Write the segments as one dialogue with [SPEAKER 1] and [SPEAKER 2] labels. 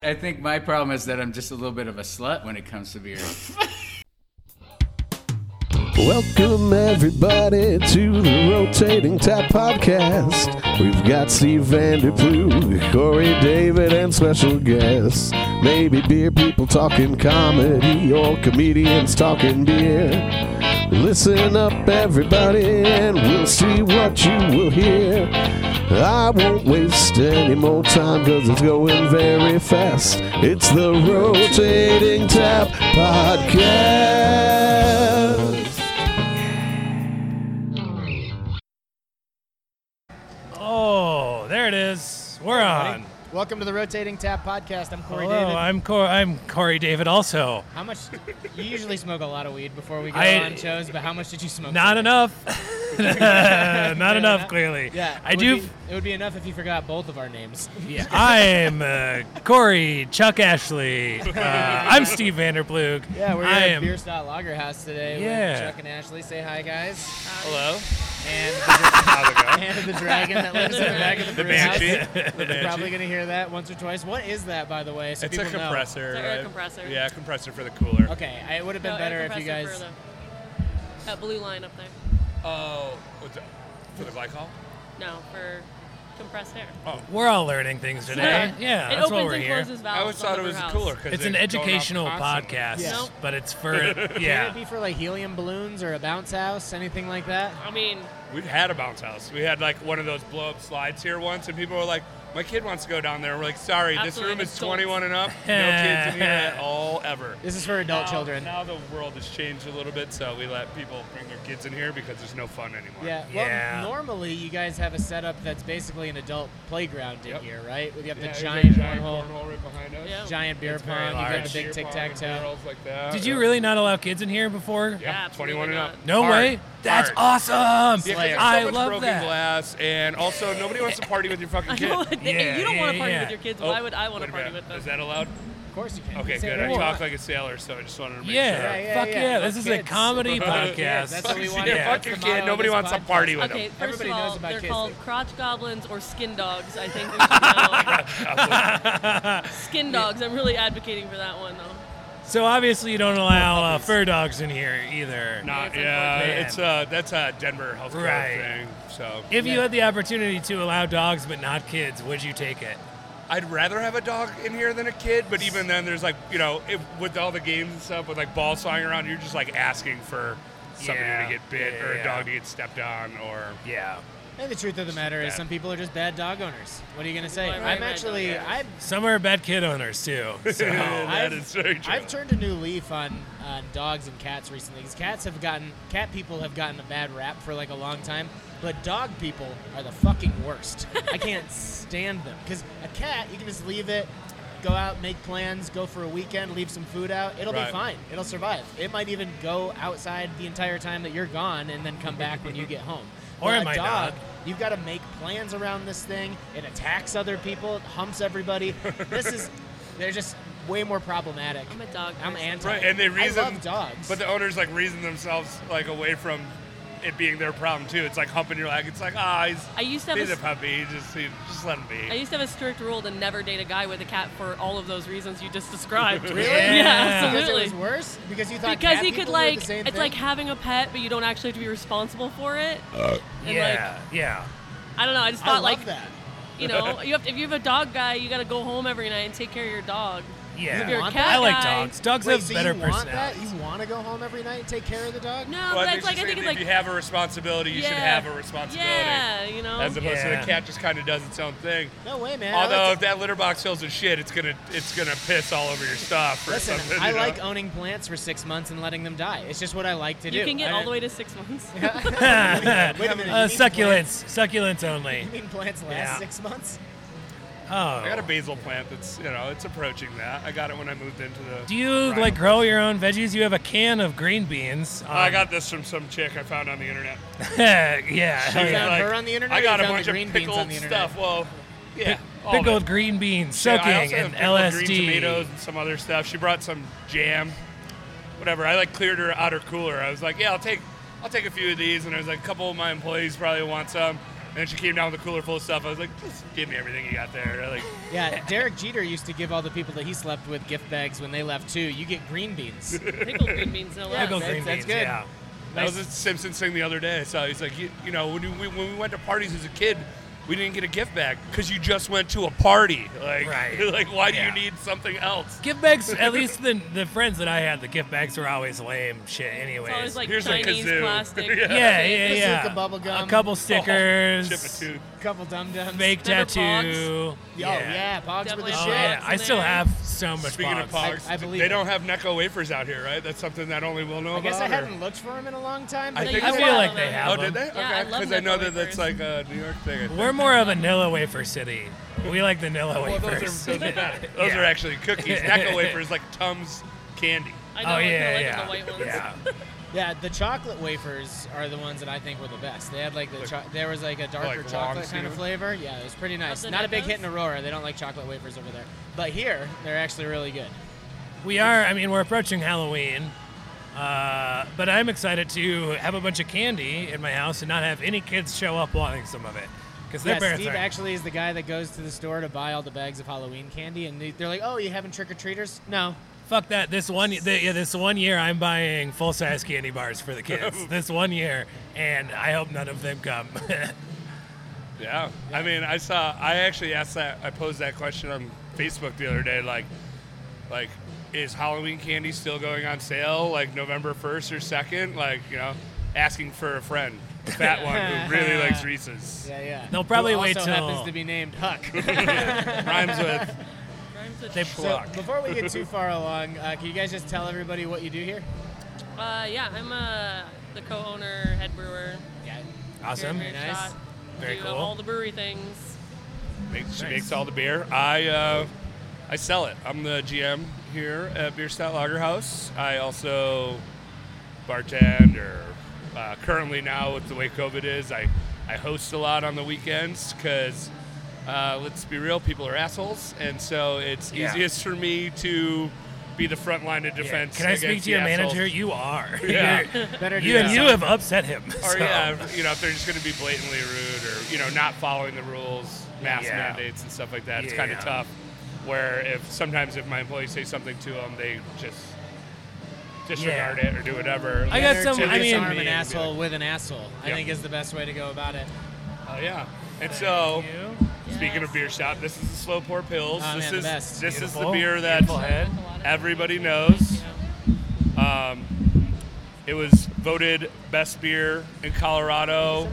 [SPEAKER 1] I think my problem is that I'm just a little bit of a slut when it comes to beer.
[SPEAKER 2] Welcome, everybody, to the Rotating Top Podcast. We've got Steve Vanderplug, Corey David, and special guests. Maybe beer people talking comedy or comedians talking beer. Listen up, everybody, and we'll see what you will hear. I won't waste any more time because it's going very fast. It's the Rotating Tap Podcast.
[SPEAKER 3] Oh, there it is. We're on.
[SPEAKER 4] Welcome to the Rotating Tap Podcast. I'm Corey
[SPEAKER 3] Hello,
[SPEAKER 4] David.
[SPEAKER 3] I'm Cor- I'm Corey David. Also,
[SPEAKER 4] how much? You usually smoke a lot of weed before we go
[SPEAKER 3] I-
[SPEAKER 4] on shows, but how much did you smoke?
[SPEAKER 3] not
[SPEAKER 4] today?
[SPEAKER 3] enough. not enough,
[SPEAKER 4] enough.
[SPEAKER 3] clearly.
[SPEAKER 4] Yeah,
[SPEAKER 3] I
[SPEAKER 4] it
[SPEAKER 3] do.
[SPEAKER 4] Would be, it would be enough if you forgot both of our names.
[SPEAKER 3] I'm uh, Corey Chuck Ashley. Uh, I'm Steve Vanderplug.
[SPEAKER 4] Yeah, we're here
[SPEAKER 3] I
[SPEAKER 4] at
[SPEAKER 3] am.
[SPEAKER 4] Beer Stout Lager House today.
[SPEAKER 3] Yeah.
[SPEAKER 4] With Chuck and Ashley, say hi, guys.
[SPEAKER 5] Hello.
[SPEAKER 4] And the, and the dragon that lives in the back of the,
[SPEAKER 5] The
[SPEAKER 4] brew house.
[SPEAKER 5] banshee.
[SPEAKER 4] They're probably gonna hear that once or twice. What is that, by the way? So
[SPEAKER 5] It's a
[SPEAKER 4] people know.
[SPEAKER 5] compressor.
[SPEAKER 6] It's like a
[SPEAKER 5] right?
[SPEAKER 6] compressor.
[SPEAKER 5] Yeah, a compressor for the cooler.
[SPEAKER 4] Okay, I, it would have been
[SPEAKER 6] No,
[SPEAKER 4] better
[SPEAKER 6] air
[SPEAKER 4] if you
[SPEAKER 6] compressor
[SPEAKER 4] guys.
[SPEAKER 6] for the- that blue line up there.
[SPEAKER 5] Oh, what's that? for the glycol?
[SPEAKER 6] No, for compressed air.
[SPEAKER 5] Oh.
[SPEAKER 3] We're all learning things Oh, today. Yeah,
[SPEAKER 6] it
[SPEAKER 3] that's
[SPEAKER 6] opens
[SPEAKER 3] why we're
[SPEAKER 6] and
[SPEAKER 3] here.
[SPEAKER 6] closes valves.
[SPEAKER 5] I always
[SPEAKER 6] on
[SPEAKER 5] thought
[SPEAKER 6] the
[SPEAKER 5] it was a
[SPEAKER 6] house.
[SPEAKER 5] cooler. 'cause
[SPEAKER 3] It's
[SPEAKER 5] they're
[SPEAKER 3] an
[SPEAKER 5] going off
[SPEAKER 3] educational
[SPEAKER 5] constantly.
[SPEAKER 3] podcast,
[SPEAKER 4] Yeah. Nope.
[SPEAKER 3] but it's for yeah.
[SPEAKER 4] Would it be for like helium balloons or a bounce house, anything like that?
[SPEAKER 6] I mean,
[SPEAKER 5] We've had a bounce house. We had like one of those blow up slides here once, and people were like, "My kid wants to go down there." We're like, "Sorry,
[SPEAKER 6] Absolutely,
[SPEAKER 5] this room is
[SPEAKER 6] it's adults.
[SPEAKER 5] 21 and up. No kids in here at all ever."
[SPEAKER 4] This is for adult
[SPEAKER 5] Now-
[SPEAKER 4] children.
[SPEAKER 5] Now the world has changed a little bit, so we let people bring their kids in here because there's no fun anymore.
[SPEAKER 4] Yeah. Well,
[SPEAKER 3] Yeah.
[SPEAKER 4] normally you guys have a setup that's basically an adult playground in
[SPEAKER 5] Yep.
[SPEAKER 4] here, right? With you have the
[SPEAKER 5] Yeah, there's a
[SPEAKER 4] giant
[SPEAKER 5] giant
[SPEAKER 4] cornhole,
[SPEAKER 5] cornole right behind us.
[SPEAKER 6] Yeah.
[SPEAKER 4] giant beer
[SPEAKER 3] It's very
[SPEAKER 4] pond. You've got
[SPEAKER 3] large.
[SPEAKER 4] the big
[SPEAKER 5] Beer
[SPEAKER 4] tic
[SPEAKER 5] pong
[SPEAKER 4] tac
[SPEAKER 5] and
[SPEAKER 4] toe.
[SPEAKER 5] barrels Like that.
[SPEAKER 3] Did you really not allow kids in here before?
[SPEAKER 5] Yeah,
[SPEAKER 6] Absolutely
[SPEAKER 5] 21 and up.
[SPEAKER 6] not.
[SPEAKER 3] No
[SPEAKER 5] Hard.
[SPEAKER 3] way. That's
[SPEAKER 5] Hard.
[SPEAKER 3] awesome.
[SPEAKER 5] Yeah, 'cause
[SPEAKER 4] Slayer.
[SPEAKER 5] there's so
[SPEAKER 3] I
[SPEAKER 5] much
[SPEAKER 3] love
[SPEAKER 5] broken
[SPEAKER 3] that.
[SPEAKER 5] glass, and also nobody wants to party with your fucking
[SPEAKER 6] I
[SPEAKER 5] kid.
[SPEAKER 6] know what they-
[SPEAKER 3] Yeah,
[SPEAKER 6] you don't want
[SPEAKER 3] yeah,
[SPEAKER 6] to party
[SPEAKER 3] yeah.
[SPEAKER 6] with your kids.
[SPEAKER 5] Oh,
[SPEAKER 6] Why would I want
[SPEAKER 5] wait
[SPEAKER 6] to
[SPEAKER 5] a
[SPEAKER 6] party
[SPEAKER 5] minute.
[SPEAKER 6] with them?
[SPEAKER 5] Is that allowed?
[SPEAKER 4] Of course you can.
[SPEAKER 5] Okay,
[SPEAKER 4] Say
[SPEAKER 5] good.
[SPEAKER 4] whatever
[SPEAKER 5] I
[SPEAKER 4] you
[SPEAKER 5] talk
[SPEAKER 4] want.
[SPEAKER 5] like a sailor, so I just wanted to make
[SPEAKER 3] Yeah,
[SPEAKER 5] sure.
[SPEAKER 4] yeah,
[SPEAKER 3] fuck yeah.
[SPEAKER 4] yeah,
[SPEAKER 3] This is
[SPEAKER 4] fuck
[SPEAKER 3] a
[SPEAKER 4] kids.
[SPEAKER 3] comedy podcast.
[SPEAKER 4] that's what we
[SPEAKER 5] Yeah,
[SPEAKER 4] want.
[SPEAKER 3] Yeah.
[SPEAKER 5] fuck your
[SPEAKER 4] That's the motto
[SPEAKER 5] kid.
[SPEAKER 4] of
[SPEAKER 5] Nobody
[SPEAKER 4] this
[SPEAKER 5] wants to
[SPEAKER 4] podcast.
[SPEAKER 5] party with
[SPEAKER 6] Okay,
[SPEAKER 5] him.
[SPEAKER 6] first
[SPEAKER 4] Everybody
[SPEAKER 6] of all,
[SPEAKER 4] knows about
[SPEAKER 6] they're
[SPEAKER 4] kids.
[SPEAKER 6] called crotch goblins or skin dogs. I think we should know. skin dogs. I'm really advocating for that one though.
[SPEAKER 3] So obviously you don't allow uh, fur dogs in here either.
[SPEAKER 5] Not,
[SPEAKER 6] it's
[SPEAKER 5] yeah,
[SPEAKER 3] unfortunate.
[SPEAKER 5] it's uh, that's a Denver health code
[SPEAKER 3] Right.
[SPEAKER 5] thing. So
[SPEAKER 3] If you had the opportunity to allow dogs but not kids, would you take it?
[SPEAKER 5] I'd rather have a dog in here than a kid, but even then, there's like you know, if, with all the games and stuff, with like balls flying around, you're just like asking for somebody
[SPEAKER 3] Yeah,
[SPEAKER 5] to get bit
[SPEAKER 3] yeah,
[SPEAKER 5] or
[SPEAKER 3] yeah.
[SPEAKER 5] a dog to get stepped on or
[SPEAKER 3] Yeah.
[SPEAKER 4] And the truth of the matter is,
[SPEAKER 5] bad.
[SPEAKER 4] some people are just bad dog owners. What are you gonna say?
[SPEAKER 6] Right, right,
[SPEAKER 4] I'm
[SPEAKER 6] right,
[SPEAKER 4] actually,
[SPEAKER 6] yeah.
[SPEAKER 4] I've,
[SPEAKER 3] Some are bad kid owners too. So
[SPEAKER 5] that
[SPEAKER 4] I've-
[SPEAKER 5] is very true.
[SPEAKER 4] I've turned a new leaf on on dogs and cats recently. 'cause cats have gotten, cat people have gotten a bad rap for like a long time, but dog people are the fucking worst. I can't stand them because a cat, you can just leave it, go out, make plans, go for a weekend, leave some food out. It'll
[SPEAKER 5] Right.
[SPEAKER 4] be fine. It'll survive. It might even go outside the entire time that you're gone and then come back when you get home.
[SPEAKER 3] Or
[SPEAKER 4] But
[SPEAKER 3] it
[SPEAKER 4] a
[SPEAKER 3] might
[SPEAKER 4] dog,
[SPEAKER 3] not.
[SPEAKER 4] You've got to make plans around this thing. It attacks other people. It humps everybody. This is. They're just way more problematic.
[SPEAKER 6] I'm a dog
[SPEAKER 4] I'm
[SPEAKER 6] person.
[SPEAKER 4] anti.
[SPEAKER 5] Right, and they reason.
[SPEAKER 4] I love dogs.
[SPEAKER 5] But the owners like reason themselves like away from it being their problem too. It's like humping your leg. It's like ah, he's,
[SPEAKER 6] I used to have
[SPEAKER 5] he's
[SPEAKER 6] a
[SPEAKER 5] a
[SPEAKER 6] s-
[SPEAKER 5] puppy. Just he- just let him
[SPEAKER 6] I
[SPEAKER 5] be.
[SPEAKER 6] used to have a strict rule to never date a guy with a cat for all of those reasons you just described.
[SPEAKER 4] really,
[SPEAKER 3] Yeah,
[SPEAKER 4] because
[SPEAKER 6] absolutely.
[SPEAKER 4] it was worse because you thought
[SPEAKER 6] because
[SPEAKER 4] cat
[SPEAKER 6] he
[SPEAKER 4] people did
[SPEAKER 6] could like
[SPEAKER 4] the same
[SPEAKER 6] it's
[SPEAKER 4] thing?
[SPEAKER 6] like having a pet but you don't actually have to be responsible for it and like
[SPEAKER 3] yeah, yeah.
[SPEAKER 6] i don't know i just
[SPEAKER 4] Uh, I
[SPEAKER 6] thought
[SPEAKER 4] love
[SPEAKER 6] like
[SPEAKER 4] that.
[SPEAKER 6] you know you have to, if you have a dog guy you got to go home every night and take care of your dog
[SPEAKER 3] Yeah.
[SPEAKER 6] If you're a
[SPEAKER 4] want
[SPEAKER 6] cat
[SPEAKER 4] that?
[SPEAKER 3] I like
[SPEAKER 6] guy-
[SPEAKER 3] dogs. Dogs
[SPEAKER 4] Wait,
[SPEAKER 3] have
[SPEAKER 4] so
[SPEAKER 3] better
[SPEAKER 4] you want that?
[SPEAKER 3] personalities.
[SPEAKER 4] You want to go home every night and take care of the dog?
[SPEAKER 6] no but
[SPEAKER 5] Well,
[SPEAKER 6] it's
[SPEAKER 5] I think
[SPEAKER 6] like
[SPEAKER 5] she's
[SPEAKER 6] i think it's
[SPEAKER 5] saying
[SPEAKER 6] like
[SPEAKER 5] if you have a responsibility, you should
[SPEAKER 6] Yeah.
[SPEAKER 5] have a responsibility.
[SPEAKER 6] yeah you know
[SPEAKER 5] As opposed to
[SPEAKER 3] Yeah.
[SPEAKER 5] the cat just kind of does its own thing.
[SPEAKER 4] No way, man. I like
[SPEAKER 5] Although
[SPEAKER 4] to-
[SPEAKER 5] if that litter box fills with shit, it's gonna it's gonna piss all over your stuff or
[SPEAKER 4] Listen,
[SPEAKER 5] something.
[SPEAKER 4] I
[SPEAKER 5] you know?
[SPEAKER 4] like owning plants for six months and letting them die. It's just what I like to do.
[SPEAKER 6] you can get
[SPEAKER 4] I
[SPEAKER 6] all the way to six months
[SPEAKER 4] Wait a minute.
[SPEAKER 3] uh,
[SPEAKER 4] you mean plants-
[SPEAKER 3] succulents, succulents only.
[SPEAKER 4] You mean plants last
[SPEAKER 3] Yeah.
[SPEAKER 4] six months?
[SPEAKER 5] I got a
[SPEAKER 3] Oh.
[SPEAKER 5] basil plant that's you know it's approaching that. I got it when I moved into the.
[SPEAKER 3] Do you
[SPEAKER 5] Right.
[SPEAKER 3] like grow your own veggies? You have a can of green beans.
[SPEAKER 5] Oh, I
[SPEAKER 3] um,
[SPEAKER 5] got this from some chick I found on the internet.
[SPEAKER 3] yeah. hell
[SPEAKER 5] She
[SPEAKER 3] yeah.
[SPEAKER 4] found
[SPEAKER 5] was
[SPEAKER 4] her on the internet
[SPEAKER 5] I
[SPEAKER 4] or
[SPEAKER 5] got
[SPEAKER 4] you
[SPEAKER 5] a
[SPEAKER 4] found the
[SPEAKER 5] bunch of
[SPEAKER 4] green beans
[SPEAKER 5] pickled
[SPEAKER 4] on the internet?
[SPEAKER 5] stuff. Well, yeah, all of
[SPEAKER 3] Pickled
[SPEAKER 5] it.
[SPEAKER 3] green beans,
[SPEAKER 5] Yeah, I
[SPEAKER 3] soaking,
[SPEAKER 5] also have
[SPEAKER 3] and
[SPEAKER 5] pickled
[SPEAKER 3] LSD.
[SPEAKER 5] green tomatoes and some other stuff. She brought some jam, whatever. I like cleared her out her cooler. I was like, yeah, I'll take, I'll take a few of these, and I was like, a couple of my employees probably want some. then she came down with a cooler full of stuff. I was like, just give me everything you got there. Like,
[SPEAKER 4] Yeah, Derek Jeter used to give all the people that he slept with gift bags when they left too. You get green beans.
[SPEAKER 6] Pickled green beans, no less.
[SPEAKER 3] Pickled
[SPEAKER 4] that's-
[SPEAKER 3] green beans,
[SPEAKER 4] that's good.
[SPEAKER 3] yeah.
[SPEAKER 5] That was a
[SPEAKER 4] Nice.
[SPEAKER 5] Simpsons thing the other day. So he's like, you, you know, when we, when we went to parties as a kid, we didn't get a gift bag because you just went to a party. Like,
[SPEAKER 3] Right.
[SPEAKER 5] like why do
[SPEAKER 3] Yeah.
[SPEAKER 5] you need something else?
[SPEAKER 3] Gift bags, at least the, the friends that I had, the gift bags were always lame shit, anyways.
[SPEAKER 6] It's always like
[SPEAKER 5] Here's a
[SPEAKER 6] Chinese
[SPEAKER 5] kazoo.
[SPEAKER 6] plastic.
[SPEAKER 5] Yeah.
[SPEAKER 3] yeah, yeah, yeah.
[SPEAKER 4] Bazooka bubble gum.
[SPEAKER 3] A couple stickers.
[SPEAKER 5] Oh, Chip a tooth.
[SPEAKER 4] Couple dum dums.
[SPEAKER 3] Fake
[SPEAKER 6] Remember
[SPEAKER 3] tattoo.
[SPEAKER 6] Pogs?
[SPEAKER 4] Oh yeah, pogs with the
[SPEAKER 6] Definitely
[SPEAKER 3] Oh,
[SPEAKER 4] shit.
[SPEAKER 3] yeah.
[SPEAKER 6] Pogs
[SPEAKER 3] I
[SPEAKER 6] in
[SPEAKER 3] still
[SPEAKER 6] there.
[SPEAKER 3] have so much
[SPEAKER 5] Speaking
[SPEAKER 3] Pogs.
[SPEAKER 5] of pogs,
[SPEAKER 4] I- I believe
[SPEAKER 5] they
[SPEAKER 4] it.
[SPEAKER 5] don't have Necco wafers out here, right? That's something that only we'll know
[SPEAKER 4] I
[SPEAKER 5] about.
[SPEAKER 4] guess I
[SPEAKER 5] or-
[SPEAKER 4] haven't looked for him in a long time.
[SPEAKER 5] I
[SPEAKER 4] but
[SPEAKER 5] think
[SPEAKER 4] you
[SPEAKER 5] I
[SPEAKER 4] know
[SPEAKER 5] feel
[SPEAKER 4] what?
[SPEAKER 3] like they have
[SPEAKER 5] Oh, did they?
[SPEAKER 6] Yeah, I love
[SPEAKER 5] Because I know
[SPEAKER 6] Necco
[SPEAKER 5] that that's like
[SPEAKER 6] wafers.
[SPEAKER 5] a New York thing. I think.
[SPEAKER 3] We're more of a Nilla wafer city. We like the Nilla
[SPEAKER 5] Well, those,
[SPEAKER 3] wafers.
[SPEAKER 5] are, those are better. Those
[SPEAKER 3] Yeah.
[SPEAKER 5] are actually cookies. Necco wafers like Tums candy.
[SPEAKER 6] I know,
[SPEAKER 3] Oh
[SPEAKER 6] I kinda
[SPEAKER 3] yeah,
[SPEAKER 6] like
[SPEAKER 3] yeah,
[SPEAKER 6] the white ones.
[SPEAKER 3] yeah.
[SPEAKER 4] Yeah, the chocolate wafers are the ones that I think were the best. They had like the cho- there was like a darker
[SPEAKER 5] long
[SPEAKER 4] chocolate kind of
[SPEAKER 5] cinnamon?
[SPEAKER 4] flavor. Yeah, it was pretty nice.
[SPEAKER 6] the
[SPEAKER 4] Not a big hit
[SPEAKER 6] Neccos?
[SPEAKER 4] in Aurora. They don't like chocolate wafers over there. But here, they're actually really good.
[SPEAKER 3] We are. I mean, we're approaching Halloween, uh, but I'm excited to have a bunch of candy in my house and not have any kids show up wanting some of it because their
[SPEAKER 4] Yeah,
[SPEAKER 3] parents
[SPEAKER 4] Steve
[SPEAKER 3] are.
[SPEAKER 4] actually is the guy that goes to the store to buy all the bags of Halloween candy, and they- they're like, "Oh, you having trick or treaters?" No.
[SPEAKER 3] Fuck that! This one, the, yeah, this one year, I'm buying full size candy bars for the kids. this one year, and I hope none of them come.
[SPEAKER 5] Yeah. I mean, I saw. I actually asked that. I posed that question on Facebook the other day. Like, like, is Halloween candy still going on sale? Like November first or second? Like, you know, asking for a friend, a fat one who really likes Reese's.
[SPEAKER 4] Yeah, yeah.
[SPEAKER 3] They'll probably
[SPEAKER 4] Who
[SPEAKER 3] wait
[SPEAKER 4] also
[SPEAKER 3] till-
[SPEAKER 4] happens to be named Huck.
[SPEAKER 5] Rhymes with
[SPEAKER 6] Rhymes with
[SPEAKER 3] they
[SPEAKER 6] sh-
[SPEAKER 4] so
[SPEAKER 3] pluck.
[SPEAKER 4] before we get too far along, uh, can you guys just tell everybody what you do here?
[SPEAKER 6] uh, yeah, I'm uh, the co-owner, head brewer.
[SPEAKER 4] Yeah.
[SPEAKER 3] awesome.
[SPEAKER 6] Very
[SPEAKER 4] Nice.
[SPEAKER 6] Shot.
[SPEAKER 3] Very
[SPEAKER 6] do
[SPEAKER 3] cool.
[SPEAKER 6] All the brewery things.
[SPEAKER 5] makes, she makes all the beer. I uh, I sell it. I'm the GM here at Beer Stout Lager House. I also bartend or uh, currently now with the way COVID is, I, I host a lot on the weekends because uh, let's be real, people are assholes, and so it's
[SPEAKER 3] Yeah.
[SPEAKER 5] easiest for me to be the front line of
[SPEAKER 3] Yeah.
[SPEAKER 5] defense.
[SPEAKER 3] Can I speak
[SPEAKER 5] against
[SPEAKER 3] to your
[SPEAKER 5] the assholes.
[SPEAKER 3] manager? You are.
[SPEAKER 5] Yeah.
[SPEAKER 4] Better
[SPEAKER 3] you
[SPEAKER 4] do
[SPEAKER 3] and
[SPEAKER 4] that.
[SPEAKER 3] you have upset him.
[SPEAKER 5] Or
[SPEAKER 3] so.
[SPEAKER 5] yeah, you know, if they're just going to be blatantly rude or you know not following the rules, mask
[SPEAKER 3] Yeah.
[SPEAKER 5] mandates and stuff like that, it's kind of
[SPEAKER 3] Yeah.
[SPEAKER 5] tough. Where if sometimes if my employees say something to them, they just disregard
[SPEAKER 3] Yeah.
[SPEAKER 5] it or do whatever.
[SPEAKER 3] I got
[SPEAKER 4] Better
[SPEAKER 3] some-
[SPEAKER 4] to
[SPEAKER 3] I mean-
[SPEAKER 4] disarm
[SPEAKER 5] Yeah.
[SPEAKER 4] an asshole with an asshole. I
[SPEAKER 5] Yeah.
[SPEAKER 4] think is the best way to go about it.
[SPEAKER 5] Oh yeah. And so, speaking
[SPEAKER 6] Yes.
[SPEAKER 5] of beer shop, this is the slow pour pills.
[SPEAKER 4] Oh,
[SPEAKER 5] this
[SPEAKER 4] man, the
[SPEAKER 5] is
[SPEAKER 4] best.
[SPEAKER 5] this is the
[SPEAKER 3] Beautiful.
[SPEAKER 5] beer
[SPEAKER 3] Beautiful
[SPEAKER 5] that
[SPEAKER 3] head.
[SPEAKER 5] everybody knows. Um, it was voted best beer in Colorado.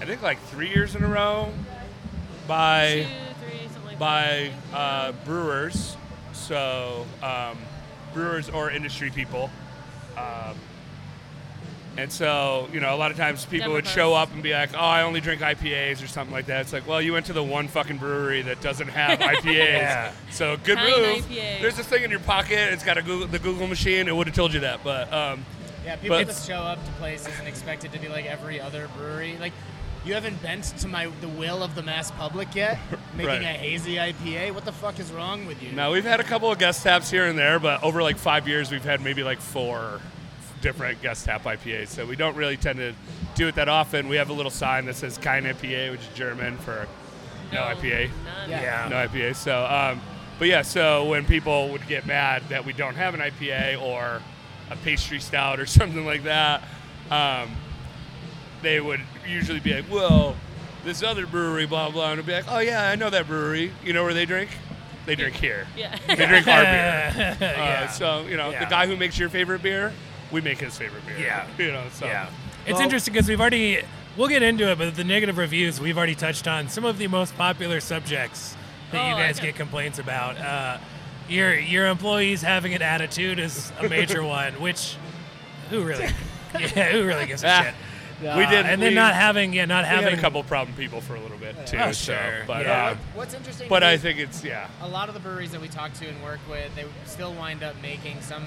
[SPEAKER 5] I think like three years in a row
[SPEAKER 6] Two,
[SPEAKER 5] by
[SPEAKER 6] three, something like
[SPEAKER 5] by
[SPEAKER 6] that.
[SPEAKER 5] uh, brewers, so um, brewers or industry people. Um, and so, you know, a lot of times people would show up and be like, "Oh, I only drink IPAs" or something like that. It's like, well, you went to the one fucking brewery that doesn't have IPAs,
[SPEAKER 3] Yeah.
[SPEAKER 5] so good
[SPEAKER 6] Kind
[SPEAKER 5] move.
[SPEAKER 6] IPA.
[SPEAKER 5] There's this thing in your pocket. It's got a Google, the Google machine. It would have told you that, but um,
[SPEAKER 4] Yeah, people
[SPEAKER 5] But-
[SPEAKER 4] just show up to places and expect it to be like every other brewery. Like, you haven't bent to my the will of the mass public yet, making
[SPEAKER 5] Right.
[SPEAKER 4] a hazy IPA. What the fuck is wrong with you?
[SPEAKER 5] Now we've had a couple of guest taps here and there, but over like five years, we've had maybe like four different guest tap IPAs. So we don't really tend to do it that often. We have a little sign that says "Kein IPA," which is German for no, IPA,
[SPEAKER 6] none.
[SPEAKER 4] Yeah.
[SPEAKER 3] Yeah.
[SPEAKER 5] no IPA. So, um, but yeah, so when people would get mad that we don't have an IPA or a pastry stout or something like that, um, they would usually be like, "Well, this other brewery, blah blah," and it'd be like, "Oh yeah, I know that brewery. You know where they drink? They drink here."
[SPEAKER 6] Yeah.
[SPEAKER 5] They drink our beer. Uh,
[SPEAKER 3] yeah.
[SPEAKER 5] So you know,
[SPEAKER 3] Yeah.
[SPEAKER 5] the guy who makes your favorite beer, we make his favorite beer.
[SPEAKER 3] Yeah.
[SPEAKER 5] You know. So
[SPEAKER 3] Yeah. It's
[SPEAKER 4] Well-
[SPEAKER 3] interesting because we've already, we'll get into it, but the negative reviews, we've already touched on some of the most popular subjects that you
[SPEAKER 6] Oh,
[SPEAKER 3] guys
[SPEAKER 6] okay.
[SPEAKER 3] get complaints about. Uh, your your employees having an attitude is a major one, which who really, yeah, who really gives a
[SPEAKER 5] Ah,
[SPEAKER 3] shit?
[SPEAKER 5] we
[SPEAKER 3] Uh,
[SPEAKER 5] did.
[SPEAKER 3] and then
[SPEAKER 5] we-
[SPEAKER 3] not having, yeah, not
[SPEAKER 5] we
[SPEAKER 3] having
[SPEAKER 5] had a couple problem people for a little bit too.
[SPEAKER 3] Oh,
[SPEAKER 5] so,
[SPEAKER 3] sure.
[SPEAKER 5] but
[SPEAKER 3] Yeah.
[SPEAKER 5] uh,
[SPEAKER 4] What's interesting?
[SPEAKER 5] but
[SPEAKER 4] to me
[SPEAKER 5] I
[SPEAKER 4] is
[SPEAKER 5] think it's yeah.
[SPEAKER 4] a lot of the breweries that we talk to and work with, they still wind up making some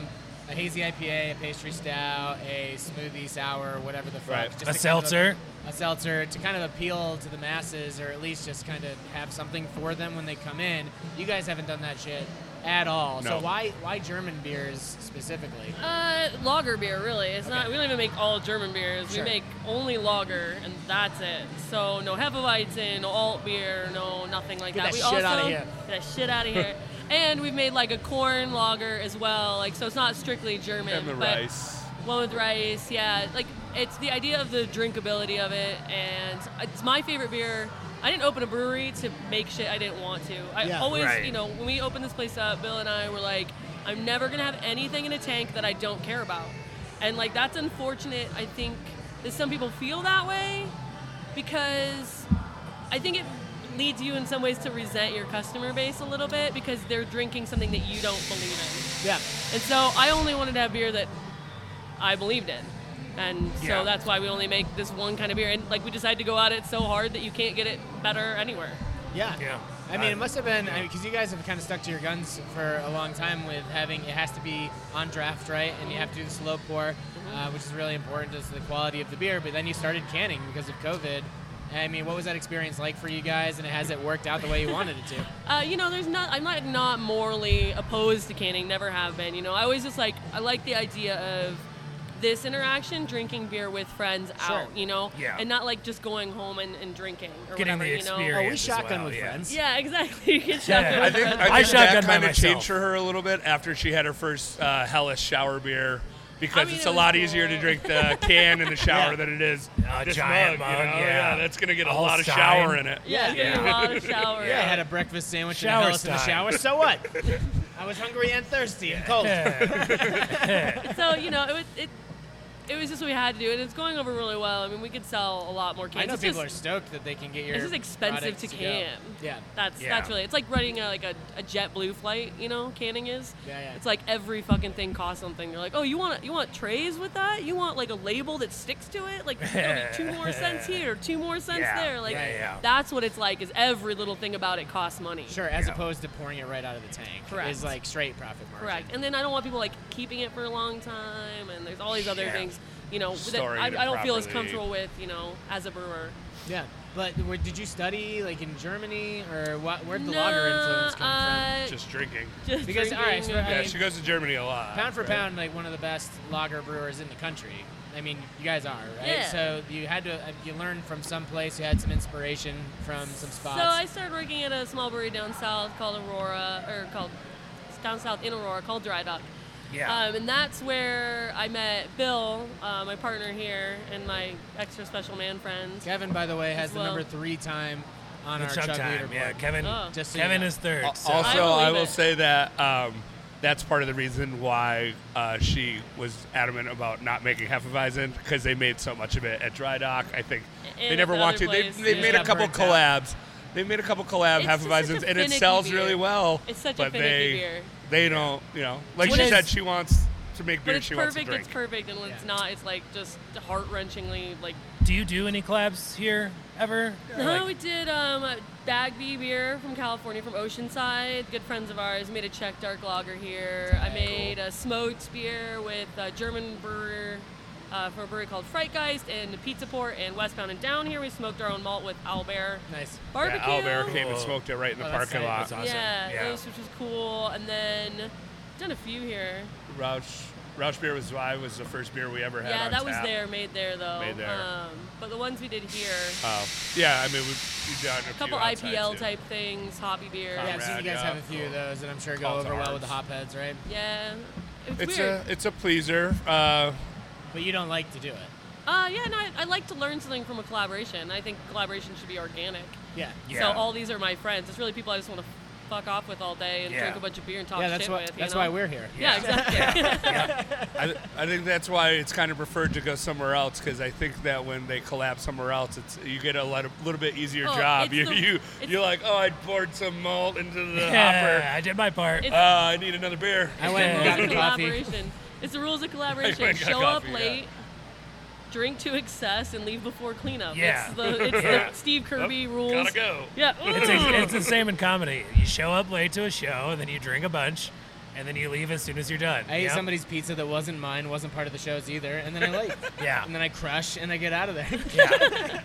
[SPEAKER 4] a hazy IPA, a pastry stout, a smoothie sour, whatever the fuck.
[SPEAKER 5] Right.
[SPEAKER 4] just
[SPEAKER 3] a
[SPEAKER 4] to kind of-
[SPEAKER 3] seltzer.
[SPEAKER 4] a seltzer to kind of appeal to the masses or at least just kind of have something for them when they come in. You guys haven't done that shit at all.
[SPEAKER 5] No.
[SPEAKER 4] So why why German beers specifically?
[SPEAKER 6] Uh, lager beer, really. It's not. We don't even make all German beers.
[SPEAKER 4] Sure.
[SPEAKER 6] We make only lager, and that's it. So no Hefeweizen, no alt beer, no nothing like
[SPEAKER 4] Get
[SPEAKER 6] that.
[SPEAKER 4] that
[SPEAKER 6] we
[SPEAKER 4] shit
[SPEAKER 6] also
[SPEAKER 4] outta here.
[SPEAKER 6] get that shit out of here. and we've made like a corn lager as well. Like so, it's not strictly German.
[SPEAKER 5] And the
[SPEAKER 6] but
[SPEAKER 5] rice.
[SPEAKER 6] One with rice, yeah. Like it's the idea of the drinkability of it, and it's my favorite beer. I didn't open a brewery to make shit I didn't want to. I
[SPEAKER 4] Yeah.
[SPEAKER 6] always,
[SPEAKER 5] Right.
[SPEAKER 6] you know, when we opened this place up, Bill and I were like, I'm never gonna have anything in a tank that I don't care about, and like that's unfortunate. I think that some people feel that way because I think it leads you in some ways to resent your customer base a little bit because they're drinking something that you don't believe in.
[SPEAKER 4] Yeah.
[SPEAKER 6] And so I only wanted to have beer that I believed in. And so
[SPEAKER 5] Yeah.
[SPEAKER 6] that's why we only make this one kind of beer. And like we decided to go at it so hard that you can't get it better anywhere.
[SPEAKER 4] Yeah.
[SPEAKER 5] Yeah.
[SPEAKER 4] I mean, it must have been because you guys have kind of stuck to your guns for a long time with having it has to be on draft, right? And you have to do the slow pour, uh, which is really important to the quality of the beer. But then you started canning because of COVID. I mean, what was that experience like for you guys? And has it worked out the way you wanted it to?
[SPEAKER 6] Uh, you know, there's not. I'm not not morally opposed to canning. Never have been. You know, I always just like I like the idea of this interaction, drinking beer with friends
[SPEAKER 4] Sure.
[SPEAKER 6] out. You know,
[SPEAKER 5] Yeah.
[SPEAKER 6] and not like just going home and, and drinking or
[SPEAKER 3] Getting
[SPEAKER 6] whatever.
[SPEAKER 3] the
[SPEAKER 6] you know.
[SPEAKER 3] experience.
[SPEAKER 4] Oh, we
[SPEAKER 3] as
[SPEAKER 4] shotgun
[SPEAKER 5] well,
[SPEAKER 4] with
[SPEAKER 5] yeah.
[SPEAKER 4] friends.
[SPEAKER 6] Yeah, exactly. You get shot
[SPEAKER 3] Yeah,
[SPEAKER 5] I
[SPEAKER 6] with
[SPEAKER 5] think
[SPEAKER 6] friends.
[SPEAKER 5] I,
[SPEAKER 3] I
[SPEAKER 5] think
[SPEAKER 3] shotgunned
[SPEAKER 5] that
[SPEAKER 3] by
[SPEAKER 5] kind of
[SPEAKER 3] myself.
[SPEAKER 5] changed for her a little bit after she had her first uh, hellish shower beer because
[SPEAKER 6] mean,
[SPEAKER 5] it's
[SPEAKER 6] it
[SPEAKER 5] a
[SPEAKER 6] was
[SPEAKER 5] lot
[SPEAKER 6] cool.
[SPEAKER 5] easier to drink the can in the shower than it is
[SPEAKER 3] A
[SPEAKER 5] this
[SPEAKER 3] giant
[SPEAKER 5] you
[SPEAKER 3] mug,
[SPEAKER 5] know?
[SPEAKER 3] yeah.
[SPEAKER 5] that's gonna get a,
[SPEAKER 3] A whole
[SPEAKER 5] lot of
[SPEAKER 3] stein.
[SPEAKER 5] shower in it.
[SPEAKER 6] yeah,
[SPEAKER 4] Yeah.
[SPEAKER 6] getting a lot of shower.
[SPEAKER 4] I had a breakfast sandwich
[SPEAKER 3] Shower
[SPEAKER 4] and a Hellas in the
[SPEAKER 3] time.
[SPEAKER 4] shower. So what? I was hungry and thirsty and cold.
[SPEAKER 6] so you know, it was, it it was just what we had to do, and it's going over really well. I mean, we could sell a lot more cans.
[SPEAKER 4] I know
[SPEAKER 6] It's
[SPEAKER 4] people
[SPEAKER 6] just-
[SPEAKER 4] are stoked that they can get your.
[SPEAKER 6] It's just expensive
[SPEAKER 4] products
[SPEAKER 6] to
[SPEAKER 4] go.
[SPEAKER 6] can.
[SPEAKER 4] Yeah.
[SPEAKER 6] That's
[SPEAKER 5] Yeah.
[SPEAKER 6] that's really. It's like running a, like a, a JetBlue flight. You know, canning is.
[SPEAKER 4] Yeah, yeah.
[SPEAKER 6] It's like every fucking thing costs something. They're like, oh, you want you want trays with that? You want like a label that sticks to it? Like it'll be two more cents here, two more cents
[SPEAKER 5] Yeah.
[SPEAKER 6] there. Like
[SPEAKER 4] Yeah, yeah.
[SPEAKER 6] that's what it's like. Is every little thing about it costs money.
[SPEAKER 4] Sure, as opposed to pouring it right out of the tank.
[SPEAKER 6] Correct.
[SPEAKER 4] Is like straight profit margin.
[SPEAKER 6] Correct. And then I don't want people like keeping it for a long time, and there's all these other
[SPEAKER 5] Yeah.
[SPEAKER 6] things. You know, that
[SPEAKER 5] Storing
[SPEAKER 6] I,
[SPEAKER 5] it
[SPEAKER 6] I don't feel as
[SPEAKER 5] properly.
[SPEAKER 6] comfortable with. You know, as a brewer.
[SPEAKER 4] Yeah. But where, did you study like in Germany or what, where'd the lager influence come
[SPEAKER 6] uh,
[SPEAKER 5] Just drinking.
[SPEAKER 6] just
[SPEAKER 4] Because, all right, so
[SPEAKER 6] drinking,
[SPEAKER 4] I
[SPEAKER 5] Yeah,
[SPEAKER 4] mean-
[SPEAKER 5] she goes to Germany a lot.
[SPEAKER 4] from? Pound for
[SPEAKER 5] right?
[SPEAKER 4] pound, like one of the best lager brewers in the country. I mean, you guys are right.
[SPEAKER 6] Yeah.
[SPEAKER 4] So you had to uh, you learned from some place. You had some inspiration from some spots.
[SPEAKER 6] So I started working at a small brewery down south called Aurora, or called it's down south in Aurora called Dry Dock.
[SPEAKER 5] Yeah.
[SPEAKER 6] Um, and that's where I met Bill, uh, my partner here, and my extra special man friends.
[SPEAKER 4] Kevin, by the way, has the
[SPEAKER 6] Well-
[SPEAKER 4] number three time on
[SPEAKER 3] The
[SPEAKER 4] our
[SPEAKER 3] chug
[SPEAKER 4] chug
[SPEAKER 3] time.
[SPEAKER 4] leaderboard.
[SPEAKER 3] Yeah, Kevin.
[SPEAKER 6] Oh.
[SPEAKER 4] Just so you
[SPEAKER 3] Kevin
[SPEAKER 4] know.
[SPEAKER 3] is third.
[SPEAKER 5] Al-
[SPEAKER 3] so-
[SPEAKER 5] Also,
[SPEAKER 6] I
[SPEAKER 5] I,
[SPEAKER 6] believe
[SPEAKER 5] will
[SPEAKER 6] it.
[SPEAKER 5] say that um, that's part of the reason why uh, she was adamant about not making Hefeweizen because they made so much of it at Dry Dock. I think
[SPEAKER 6] And
[SPEAKER 5] they
[SPEAKER 6] at
[SPEAKER 5] never
[SPEAKER 6] the
[SPEAKER 5] want
[SPEAKER 6] other
[SPEAKER 5] to. They,
[SPEAKER 6] place,
[SPEAKER 5] they've
[SPEAKER 6] yeah.
[SPEAKER 5] made a
[SPEAKER 4] Got
[SPEAKER 5] couple
[SPEAKER 4] burnt out.
[SPEAKER 5] collabs. They made a couple collab
[SPEAKER 6] It's just such
[SPEAKER 5] Hefeweizens,
[SPEAKER 6] a
[SPEAKER 5] and it
[SPEAKER 6] finicky
[SPEAKER 5] sells
[SPEAKER 6] beer.
[SPEAKER 5] really well.
[SPEAKER 6] It's such a
[SPEAKER 5] but
[SPEAKER 6] finicky
[SPEAKER 5] they,
[SPEAKER 6] beer.
[SPEAKER 5] They don't, you know, like
[SPEAKER 4] What
[SPEAKER 5] she
[SPEAKER 4] is-
[SPEAKER 5] said, she wants to make
[SPEAKER 6] but
[SPEAKER 5] beer
[SPEAKER 6] it's
[SPEAKER 5] she wants to
[SPEAKER 6] perfect.
[SPEAKER 5] drink.
[SPEAKER 6] It's perfect, and when it's
[SPEAKER 4] Yeah.
[SPEAKER 6] not, it's like just heart wrenchingly like.
[SPEAKER 3] do you do any collabs here ever? Or,
[SPEAKER 6] No,
[SPEAKER 3] like-
[SPEAKER 6] we did um, Bagby beer from California, from Oceanside. Good friends of ours. Made a Czech dark lager here. I made a smoked beer with a German brewer uh, from a brewery called Freitgeist and Pizza Port and Westbound and Down here. We smoked our own malt with Owlbear
[SPEAKER 4] nice.
[SPEAKER 6] barbecue.
[SPEAKER 5] Yeah, Owlbear came and
[SPEAKER 3] Cool.
[SPEAKER 5] smoked it right in the
[SPEAKER 4] Oh, that's
[SPEAKER 5] parking
[SPEAKER 4] nice.
[SPEAKER 5] lot.
[SPEAKER 4] That's awesome.
[SPEAKER 6] Yeah,
[SPEAKER 5] Yeah.
[SPEAKER 6] those which was cool. And then done a few here.
[SPEAKER 5] Roush, Roush Beer with Zwei was the first beer we ever had.
[SPEAKER 6] yeah,
[SPEAKER 5] on
[SPEAKER 6] that was
[SPEAKER 5] tap.
[SPEAKER 6] there, made there though.
[SPEAKER 5] Made there.
[SPEAKER 6] Um, but the ones we did here,
[SPEAKER 5] Oh, yeah. I mean, we've, we've done a
[SPEAKER 6] a couple
[SPEAKER 5] few outside,
[SPEAKER 6] IPL
[SPEAKER 5] too.
[SPEAKER 6] type things, hobby beer.
[SPEAKER 4] Yeah, I've
[SPEAKER 5] Conrad,
[SPEAKER 4] seen you guys
[SPEAKER 5] yeah,
[SPEAKER 4] have a few of
[SPEAKER 5] cool.
[SPEAKER 4] those, and I'm sure go
[SPEAKER 5] Call to
[SPEAKER 4] over well with the
[SPEAKER 5] arms.
[SPEAKER 4] hopheads, right?
[SPEAKER 6] Yeah. It's,
[SPEAKER 5] It's
[SPEAKER 6] weird.
[SPEAKER 5] a it's a pleaser. Uh,
[SPEAKER 4] But you don't like to do it.
[SPEAKER 6] Uh, yeah, no, I, I like to learn something from a collaboration. I think collaboration should be organic.
[SPEAKER 4] Yeah.
[SPEAKER 5] Yeah.
[SPEAKER 6] So all these are my friends. It's really people I just want to fuck off with all day and
[SPEAKER 5] Yeah.
[SPEAKER 6] drink a bunch of beer and talk
[SPEAKER 4] Yeah, that's
[SPEAKER 6] oh, shit
[SPEAKER 4] why.
[SPEAKER 6] with. you
[SPEAKER 4] That's
[SPEAKER 6] know?
[SPEAKER 4] why we're here.
[SPEAKER 6] Yeah, exactly.
[SPEAKER 5] I, th- I think that's why it's kind of preferred to go somewhere else because I think that when they collapse somewhere else, it's you get a lot of, little bit easier
[SPEAKER 6] Oh,
[SPEAKER 5] job.
[SPEAKER 6] it's
[SPEAKER 5] You
[SPEAKER 6] the-
[SPEAKER 5] you
[SPEAKER 6] it's-
[SPEAKER 5] you're like, oh, I poured some malt into the
[SPEAKER 3] yeah, I did my part.
[SPEAKER 6] It's-
[SPEAKER 5] hopper. Uh, I need another beer.
[SPEAKER 4] I went and
[SPEAKER 6] It's the
[SPEAKER 4] got
[SPEAKER 6] rules of
[SPEAKER 4] coffee.
[SPEAKER 6] collaboration. It's the rules of collaboration.
[SPEAKER 5] and got
[SPEAKER 6] Show up
[SPEAKER 5] coffee, yeah.
[SPEAKER 6] late, drink to excess, and leave before cleanup.
[SPEAKER 3] Yeah.
[SPEAKER 6] It's the, it's
[SPEAKER 5] Yeah.
[SPEAKER 6] the Steve Kirby
[SPEAKER 5] Oh,
[SPEAKER 6] rules.
[SPEAKER 5] Gotta go.
[SPEAKER 6] Yeah.
[SPEAKER 3] It's, ex- it's the same in comedy. You show up late to a show, and then you drink a bunch, and then you leave as soon as you're done.
[SPEAKER 4] I ate
[SPEAKER 3] Yep.
[SPEAKER 4] somebody's pizza that wasn't mine, wasn't part of the shows either, and then I leave.
[SPEAKER 3] Yeah.
[SPEAKER 4] And then I crush and I get out of there.
[SPEAKER 3] Yeah.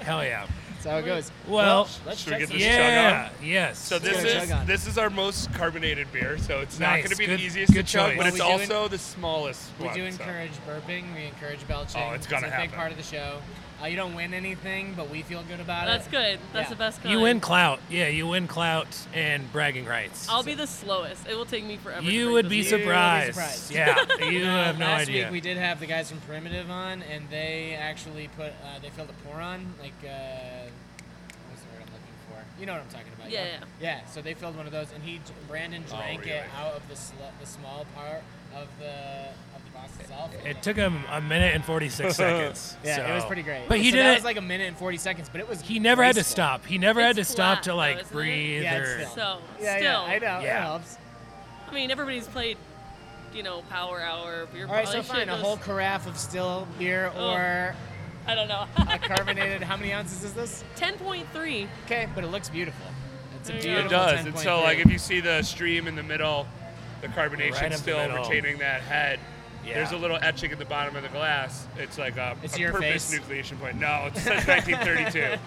[SPEAKER 3] Hell yeah.
[SPEAKER 4] That's how it goes.
[SPEAKER 3] Well,
[SPEAKER 4] let's
[SPEAKER 5] should we
[SPEAKER 4] check
[SPEAKER 5] get
[SPEAKER 4] some-
[SPEAKER 5] this
[SPEAKER 3] yeah, yes.
[SPEAKER 5] So this
[SPEAKER 4] gonna
[SPEAKER 5] is
[SPEAKER 4] chug on.
[SPEAKER 5] this is our most carbonated beer, so it's not
[SPEAKER 3] Nice.
[SPEAKER 5] going to be
[SPEAKER 3] Good-
[SPEAKER 5] the easiest
[SPEAKER 3] good
[SPEAKER 5] to chug,
[SPEAKER 3] choice.
[SPEAKER 5] but
[SPEAKER 3] Well,
[SPEAKER 5] it's
[SPEAKER 4] we do en-
[SPEAKER 5] also the smallest
[SPEAKER 4] We
[SPEAKER 5] one.
[SPEAKER 4] do
[SPEAKER 5] so.
[SPEAKER 4] encourage burping. We encourage belching.
[SPEAKER 5] Oh, it's gonna
[SPEAKER 4] a
[SPEAKER 5] happen.
[SPEAKER 4] big part of the show. Uh, you don't win anything, but we feel good about
[SPEAKER 6] That's
[SPEAKER 4] it.
[SPEAKER 6] good. That's
[SPEAKER 4] Yeah.
[SPEAKER 6] the best kind.
[SPEAKER 3] you win clout. Yeah, you win clout and bragging rights.
[SPEAKER 6] I'll be the slowest. It will take me forever. to
[SPEAKER 3] you
[SPEAKER 6] drink
[SPEAKER 3] would
[SPEAKER 6] this
[SPEAKER 3] be
[SPEAKER 6] beer.
[SPEAKER 4] You would be
[SPEAKER 3] surprised.
[SPEAKER 4] surprised.
[SPEAKER 3] Yeah, you
[SPEAKER 4] Uh,
[SPEAKER 3] have no
[SPEAKER 4] last
[SPEAKER 3] idea.
[SPEAKER 4] week we did have the guys from Primitive on, and they actually put uh, they filled a pour on like uh, what's the word I'm looking for? You know what I'm talking about?
[SPEAKER 6] Yeah,
[SPEAKER 4] you know? yeah. So they filled one of those, and he Brandon
[SPEAKER 3] Oh,
[SPEAKER 4] drank it
[SPEAKER 5] really?
[SPEAKER 4] out of the sl- the small part of the of the box itself. and then-
[SPEAKER 3] it took him a minute and 46 seconds.
[SPEAKER 4] Yeah, it was
[SPEAKER 3] so-
[SPEAKER 4] pretty great.
[SPEAKER 3] But he
[SPEAKER 4] so
[SPEAKER 3] did
[SPEAKER 4] that
[SPEAKER 3] it.
[SPEAKER 4] was like a minute and 40 seconds, but it was.
[SPEAKER 3] he never had to
[SPEAKER 4] graceful.
[SPEAKER 3] stop. He never had to
[SPEAKER 6] It's
[SPEAKER 3] stop
[SPEAKER 6] flat,
[SPEAKER 3] to
[SPEAKER 6] though,
[SPEAKER 3] like
[SPEAKER 6] isn't it?
[SPEAKER 3] breathe
[SPEAKER 4] Yeah, it's
[SPEAKER 3] or
[SPEAKER 4] still.
[SPEAKER 6] So
[SPEAKER 4] Yeah,
[SPEAKER 6] still,
[SPEAKER 4] yeah, I know.
[SPEAKER 3] Yeah.
[SPEAKER 4] It helps.
[SPEAKER 6] I mean, everybody's played, you know, Power Hour. Beer
[SPEAKER 4] All right,
[SPEAKER 6] pong.
[SPEAKER 4] so
[SPEAKER 6] That shit
[SPEAKER 4] fine. A
[SPEAKER 6] goes-
[SPEAKER 4] whole carafe of still beer
[SPEAKER 6] Oh.
[SPEAKER 4] or
[SPEAKER 6] I don't know.
[SPEAKER 4] a carbonated. how many ounces is this?
[SPEAKER 6] Ten point three.
[SPEAKER 4] Okay, but it looks beautiful. It's a
[SPEAKER 6] There you go.
[SPEAKER 4] beautiful.
[SPEAKER 5] It does, and so
[SPEAKER 4] 10.3.
[SPEAKER 5] like if you see the stream in the middle, the carbonation
[SPEAKER 3] Right up the
[SPEAKER 5] still
[SPEAKER 3] middle.
[SPEAKER 5] retaining that head.
[SPEAKER 3] Yeah.
[SPEAKER 5] There's a little etching at the bottom of the glass. It's like a,
[SPEAKER 4] It's
[SPEAKER 5] a
[SPEAKER 4] your
[SPEAKER 5] purpose
[SPEAKER 4] face.
[SPEAKER 5] nucleation point. No, it says 1932.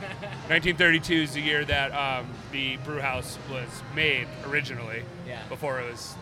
[SPEAKER 5] 1932 is the year that um, the brew house was made originally.
[SPEAKER 4] Yeah.
[SPEAKER 5] Before it was,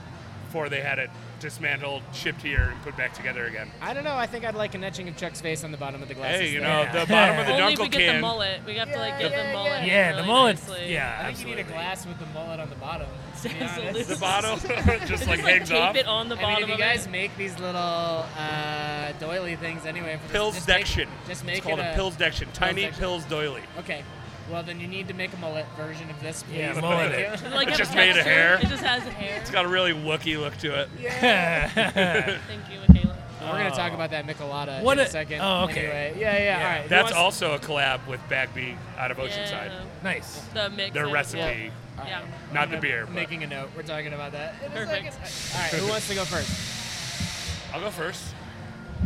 [SPEAKER 5] before they had it dismantled, shipped here, and put back together again.
[SPEAKER 4] I don't know. I think I'd like an etching of Chuck's face on the bottom of the glass.
[SPEAKER 5] Hey, you know
[SPEAKER 3] there.
[SPEAKER 5] the bottom of the
[SPEAKER 6] Only if we
[SPEAKER 5] Dunkel
[SPEAKER 6] get the
[SPEAKER 5] can.
[SPEAKER 6] mullet. We have to like
[SPEAKER 4] Yeah,
[SPEAKER 6] get
[SPEAKER 4] yeah,
[SPEAKER 6] the mullet.
[SPEAKER 4] yeah.
[SPEAKER 6] in
[SPEAKER 3] Yeah, the
[SPEAKER 6] really
[SPEAKER 3] mullet.
[SPEAKER 6] nicely.
[SPEAKER 3] Yeah,
[SPEAKER 4] I think you need a
[SPEAKER 3] absolutely.
[SPEAKER 4] glass with the mullet on the bottom. to be honest.
[SPEAKER 6] Absolutely.
[SPEAKER 5] the bottle just like
[SPEAKER 6] Just like
[SPEAKER 5] hangs
[SPEAKER 6] tape
[SPEAKER 5] off.
[SPEAKER 6] it on the
[SPEAKER 4] I
[SPEAKER 6] bottom
[SPEAKER 4] mean, if you
[SPEAKER 6] of
[SPEAKER 4] guys
[SPEAKER 6] it.
[SPEAKER 4] make these little uh, doily things anyway for this,
[SPEAKER 5] Pills
[SPEAKER 4] just make,
[SPEAKER 5] dection.
[SPEAKER 4] just make
[SPEAKER 5] it's called
[SPEAKER 4] it
[SPEAKER 5] a pills dection. Tiny
[SPEAKER 4] dection.
[SPEAKER 5] pills doily.
[SPEAKER 4] Okay. Well, then you need to make a mullet version of this, please.
[SPEAKER 3] Yeah,
[SPEAKER 4] Thank
[SPEAKER 3] mullet
[SPEAKER 4] you.
[SPEAKER 3] it.
[SPEAKER 6] Does it, like, have
[SPEAKER 5] Just made a
[SPEAKER 6] texture?
[SPEAKER 5] hair.
[SPEAKER 6] It just has a hair.
[SPEAKER 5] It's got a really wookie look to it.
[SPEAKER 6] Thank you, Michaela.
[SPEAKER 4] We're gonna talk about that Michelada
[SPEAKER 3] What
[SPEAKER 4] in
[SPEAKER 3] a-
[SPEAKER 4] a second.
[SPEAKER 3] oh, okay.
[SPEAKER 4] Anyway, yeah, yeah.
[SPEAKER 3] Yeah.
[SPEAKER 4] All right. Who
[SPEAKER 5] That's
[SPEAKER 4] wants-
[SPEAKER 5] also a collab with Bagby out of Oceanside.
[SPEAKER 6] Yeah,
[SPEAKER 3] nice.
[SPEAKER 6] the mix.
[SPEAKER 5] Their
[SPEAKER 6] of-
[SPEAKER 5] recipe,
[SPEAKER 4] All right.
[SPEAKER 6] Yeah.
[SPEAKER 5] not the beer.
[SPEAKER 4] I'm
[SPEAKER 5] but-
[SPEAKER 4] making a note. We're talking about that. in a
[SPEAKER 6] Perfect.
[SPEAKER 4] second. All right. Who wants to go first?
[SPEAKER 5] I'll go first.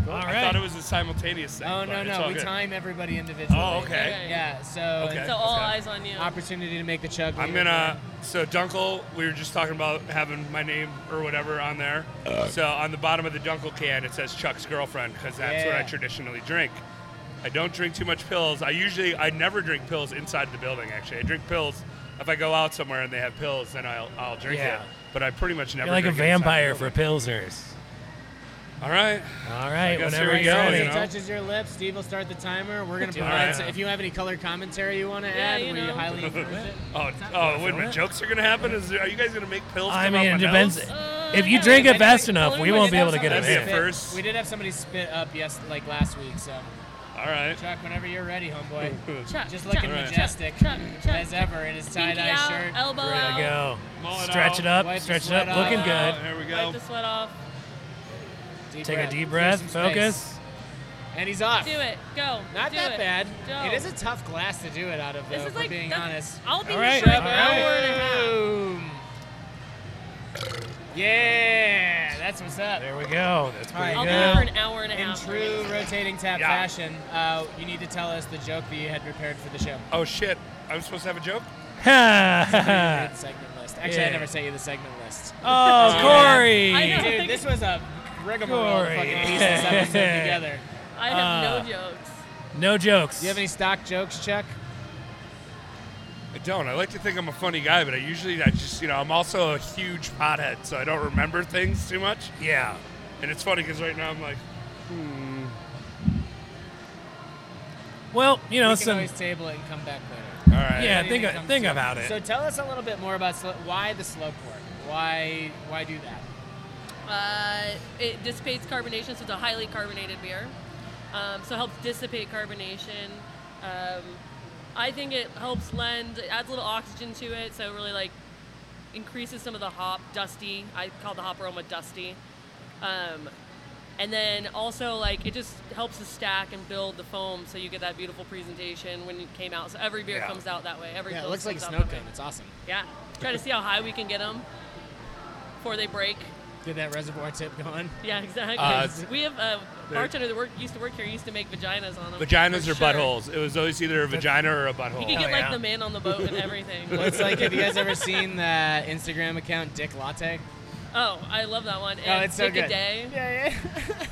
[SPEAKER 3] All
[SPEAKER 5] I thought it
[SPEAKER 3] right.
[SPEAKER 5] was a simultaneous thing.
[SPEAKER 4] Oh
[SPEAKER 5] but
[SPEAKER 4] no
[SPEAKER 5] it's all
[SPEAKER 4] no. We
[SPEAKER 5] good.
[SPEAKER 4] time everybody individually.
[SPEAKER 5] Oh okay.
[SPEAKER 6] Okay.
[SPEAKER 4] Yeah. So
[SPEAKER 5] Okay.
[SPEAKER 6] So all
[SPEAKER 5] Okay.
[SPEAKER 6] eyes on you.
[SPEAKER 4] opportunity to make the chug.
[SPEAKER 5] I'm gonna. So Dunkel, we were just talking about having my name or whatever on there.
[SPEAKER 3] Uh.
[SPEAKER 5] so on the bottom of the Dunkel can, it says Chuck's girlfriend because that's what I
[SPEAKER 4] Yeah.
[SPEAKER 5] traditionally drink. I don't drink too much pills. I usually, I never drink pills inside the building. Actually, I drink pills if I go out somewhere and they have pills, then I'll, I'll drink
[SPEAKER 3] Yeah.
[SPEAKER 5] it. But I pretty much never.
[SPEAKER 3] You're like a
[SPEAKER 5] drink it inside the
[SPEAKER 3] vampire for
[SPEAKER 5] building.
[SPEAKER 3] pilsners.
[SPEAKER 5] All right.
[SPEAKER 3] All right,
[SPEAKER 5] guess
[SPEAKER 3] whenever
[SPEAKER 5] here we
[SPEAKER 3] you're
[SPEAKER 5] go,
[SPEAKER 3] ready.
[SPEAKER 5] you know?
[SPEAKER 4] touches your lips, Steve will start the timer. We're gonna
[SPEAKER 3] Do
[SPEAKER 4] provide.
[SPEAKER 5] it.
[SPEAKER 4] So if you have any color commentary you want to add,
[SPEAKER 6] you
[SPEAKER 4] we
[SPEAKER 6] know.
[SPEAKER 4] highly encourage it.
[SPEAKER 5] Oh, oh, when
[SPEAKER 3] Film it?
[SPEAKER 5] jokes are gonna happen? Is there, are you guys gonna make pills?
[SPEAKER 3] I
[SPEAKER 5] come out
[SPEAKER 3] mean,
[SPEAKER 5] my
[SPEAKER 3] it depends.
[SPEAKER 5] nose?
[SPEAKER 6] Uh,
[SPEAKER 3] If you
[SPEAKER 6] yeah,
[SPEAKER 3] drink it
[SPEAKER 6] but I
[SPEAKER 3] fast
[SPEAKER 6] think
[SPEAKER 3] enough,
[SPEAKER 6] only
[SPEAKER 3] we
[SPEAKER 6] when
[SPEAKER 3] won't
[SPEAKER 6] it
[SPEAKER 3] be able to get
[SPEAKER 5] That'd
[SPEAKER 3] it
[SPEAKER 5] be a
[SPEAKER 3] in.
[SPEAKER 5] first.
[SPEAKER 4] We did have somebody spit up yes, like last week. So
[SPEAKER 5] All right.
[SPEAKER 4] Chuck, whenever you're ready, homeboy.
[SPEAKER 6] Chuck,
[SPEAKER 4] Just
[SPEAKER 6] Chuck,
[SPEAKER 4] looking
[SPEAKER 5] Alright.
[SPEAKER 4] majestic
[SPEAKER 6] Chuck, Chuck,
[SPEAKER 4] as ever in his
[SPEAKER 6] Pinky
[SPEAKER 4] tie-dye
[SPEAKER 6] out,
[SPEAKER 4] shirt.
[SPEAKER 6] elbow
[SPEAKER 3] There
[SPEAKER 6] out.
[SPEAKER 3] we go.
[SPEAKER 5] Mullet
[SPEAKER 3] Stretch
[SPEAKER 5] out.
[SPEAKER 3] it up.
[SPEAKER 4] Wipe the
[SPEAKER 3] Stretch it
[SPEAKER 4] sweat
[SPEAKER 3] up. Looking
[SPEAKER 4] off.
[SPEAKER 3] good.
[SPEAKER 5] There we
[SPEAKER 6] Wipe
[SPEAKER 5] go.
[SPEAKER 6] the sweat off.
[SPEAKER 4] Deep
[SPEAKER 3] Take a
[SPEAKER 4] breath.
[SPEAKER 3] deep
[SPEAKER 4] Clear
[SPEAKER 3] breath.
[SPEAKER 4] some space.
[SPEAKER 3] Focus.
[SPEAKER 4] And he's off.
[SPEAKER 6] Do it. Go.
[SPEAKER 4] Not
[SPEAKER 6] Do
[SPEAKER 4] that
[SPEAKER 6] it.
[SPEAKER 4] bad.
[SPEAKER 6] Go.
[SPEAKER 4] It is a tough glass to do it out of, though,
[SPEAKER 6] This
[SPEAKER 4] if
[SPEAKER 6] is
[SPEAKER 4] we're
[SPEAKER 6] like
[SPEAKER 4] being
[SPEAKER 6] that's-
[SPEAKER 4] honest.
[SPEAKER 6] I'll be
[SPEAKER 3] All
[SPEAKER 6] here
[SPEAKER 3] right,
[SPEAKER 6] for like an
[SPEAKER 3] all
[SPEAKER 6] hour and a half.
[SPEAKER 4] Boom. Yeah, that's what's up.
[SPEAKER 3] There we go. That's pretty
[SPEAKER 6] I'll
[SPEAKER 4] Alright,
[SPEAKER 6] be
[SPEAKER 3] good.
[SPEAKER 6] here for an hour and a
[SPEAKER 4] In
[SPEAKER 6] half.
[SPEAKER 4] true rotating tap
[SPEAKER 5] Yeah.
[SPEAKER 4] fashion, uh, you need to tell us the joke that you had prepared for the show.
[SPEAKER 5] Oh shit! I'm supposed to have a joke.
[SPEAKER 4] Read the segment list. Actually,
[SPEAKER 3] Yeah.
[SPEAKER 4] I never sent you the segment list.
[SPEAKER 3] oh,
[SPEAKER 6] I know.
[SPEAKER 3] Corey.
[SPEAKER 4] Dude, this was a rigmarole of
[SPEAKER 3] Corey.
[SPEAKER 4] fucking piece this episode together.
[SPEAKER 6] I have
[SPEAKER 3] Uh,
[SPEAKER 6] no jokes.
[SPEAKER 3] No jokes.
[SPEAKER 4] Do you have any stock jokes, Chuck?
[SPEAKER 5] I don't. I like to think I'm a funny guy, but I usually I just you know I'm also a huge pothead, so I don't remember things too much.
[SPEAKER 3] Yeah.
[SPEAKER 5] And it's funny because right now I'm like,
[SPEAKER 3] Well, you know,
[SPEAKER 4] we can
[SPEAKER 3] some.
[SPEAKER 4] always table it and come back later.
[SPEAKER 5] all right.
[SPEAKER 3] Yeah,
[SPEAKER 4] Anything
[SPEAKER 3] think
[SPEAKER 4] comes
[SPEAKER 3] think
[SPEAKER 4] to-
[SPEAKER 3] about it.
[SPEAKER 4] So tell us a little bit more about slo- why the slow pour. Why why do that?
[SPEAKER 6] Uh, it dissipates carbonation, so it's a highly carbonated beer. Um, so it helps dissipate carbonation. Um, I think it helps lend, it adds a little oxygen to it, so it really like increases some of the hop dusty. I call the hop aroma dusty. Um, and then also like it just helps to stack and build the foam, so you get that beautiful presentation when it came out. So every beer
[SPEAKER 5] Yeah.
[SPEAKER 6] comes out that way. Every
[SPEAKER 4] Yeah, it
[SPEAKER 6] pills
[SPEAKER 4] looks like a
[SPEAKER 6] comes out
[SPEAKER 4] snow
[SPEAKER 6] that way.
[SPEAKER 4] cone. It's awesome.
[SPEAKER 6] Yeah, try to see how high we can get them before they break.
[SPEAKER 4] Get that reservoir tip going.
[SPEAKER 6] Yeah, exactly.
[SPEAKER 5] Uh,
[SPEAKER 6] we have a
[SPEAKER 5] there-
[SPEAKER 6] bartender that work, used to work here used to make vaginas on them.
[SPEAKER 5] Vaginas
[SPEAKER 6] for sure.
[SPEAKER 5] or buttholes. It was always either a vagina or a butthole.
[SPEAKER 6] You
[SPEAKER 3] Hell
[SPEAKER 6] could get
[SPEAKER 4] Oh,
[SPEAKER 6] like
[SPEAKER 3] Oh, yeah.
[SPEAKER 6] the man on the boat and everything.
[SPEAKER 4] It's like have you guys ever seen the Instagram account Dick Latte?
[SPEAKER 6] oh, I love that one.
[SPEAKER 4] Oh,
[SPEAKER 6] And
[SPEAKER 4] it's so
[SPEAKER 6] Dick a
[SPEAKER 4] good.
[SPEAKER 6] day.
[SPEAKER 4] Yeah, yeah.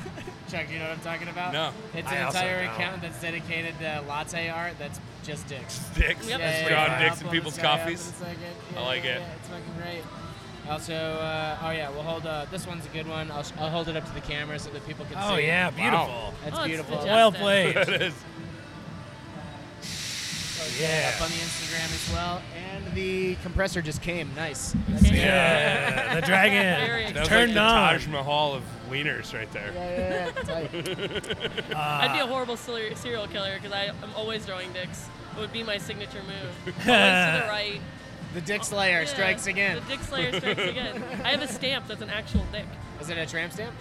[SPEAKER 4] Chuck, do you know what I'm talking about?
[SPEAKER 5] No.
[SPEAKER 4] It's
[SPEAKER 3] I
[SPEAKER 4] an
[SPEAKER 3] also
[SPEAKER 4] entire
[SPEAKER 3] don't.
[SPEAKER 4] account that's dedicated to latte art that's just dicks.
[SPEAKER 5] Dicks.
[SPEAKER 6] Yep.
[SPEAKER 4] Yeah,
[SPEAKER 5] That's
[SPEAKER 4] yeah,
[SPEAKER 5] John
[SPEAKER 4] yeah.
[SPEAKER 5] Dicks
[SPEAKER 4] I'll
[SPEAKER 5] and
[SPEAKER 4] pull
[SPEAKER 5] People's
[SPEAKER 4] this guy up in a
[SPEAKER 5] Coffees.
[SPEAKER 4] second.
[SPEAKER 5] I
[SPEAKER 4] Yeah,
[SPEAKER 5] like
[SPEAKER 4] yeah,
[SPEAKER 5] it.
[SPEAKER 4] yeah, It's fucking great. Also, uh, oh yeah, we'll hold uh, this one's a good one. I'll, sh- I'll hold it up to the camera so that people can see.
[SPEAKER 3] Oh yeah, beautiful.
[SPEAKER 4] That's
[SPEAKER 6] Oh, it's
[SPEAKER 4] beautiful.
[SPEAKER 6] fantastic.
[SPEAKER 3] Well played.
[SPEAKER 5] It is.
[SPEAKER 3] Yeah.
[SPEAKER 4] Up on the Instagram as well. And the compressor just came. Nice.
[SPEAKER 3] Yeah, Uh, the
[SPEAKER 6] Very
[SPEAKER 3] dragon
[SPEAKER 5] That was
[SPEAKER 3] turned
[SPEAKER 5] like the
[SPEAKER 3] on.
[SPEAKER 5] Taj Mahal of wieners right there.
[SPEAKER 4] Yeah, yeah, yeah. Tight. Uh,
[SPEAKER 6] I'd be a horrible cele- serial killer because I'm always throwing dicks. It would be my signature move. Always to the right.
[SPEAKER 4] The Dick Slayer
[SPEAKER 6] Yeah,
[SPEAKER 4] strikes again.
[SPEAKER 6] The dick slayer strikes again. I have a stamp that's an actual dick.
[SPEAKER 4] Is it a tramp stamp?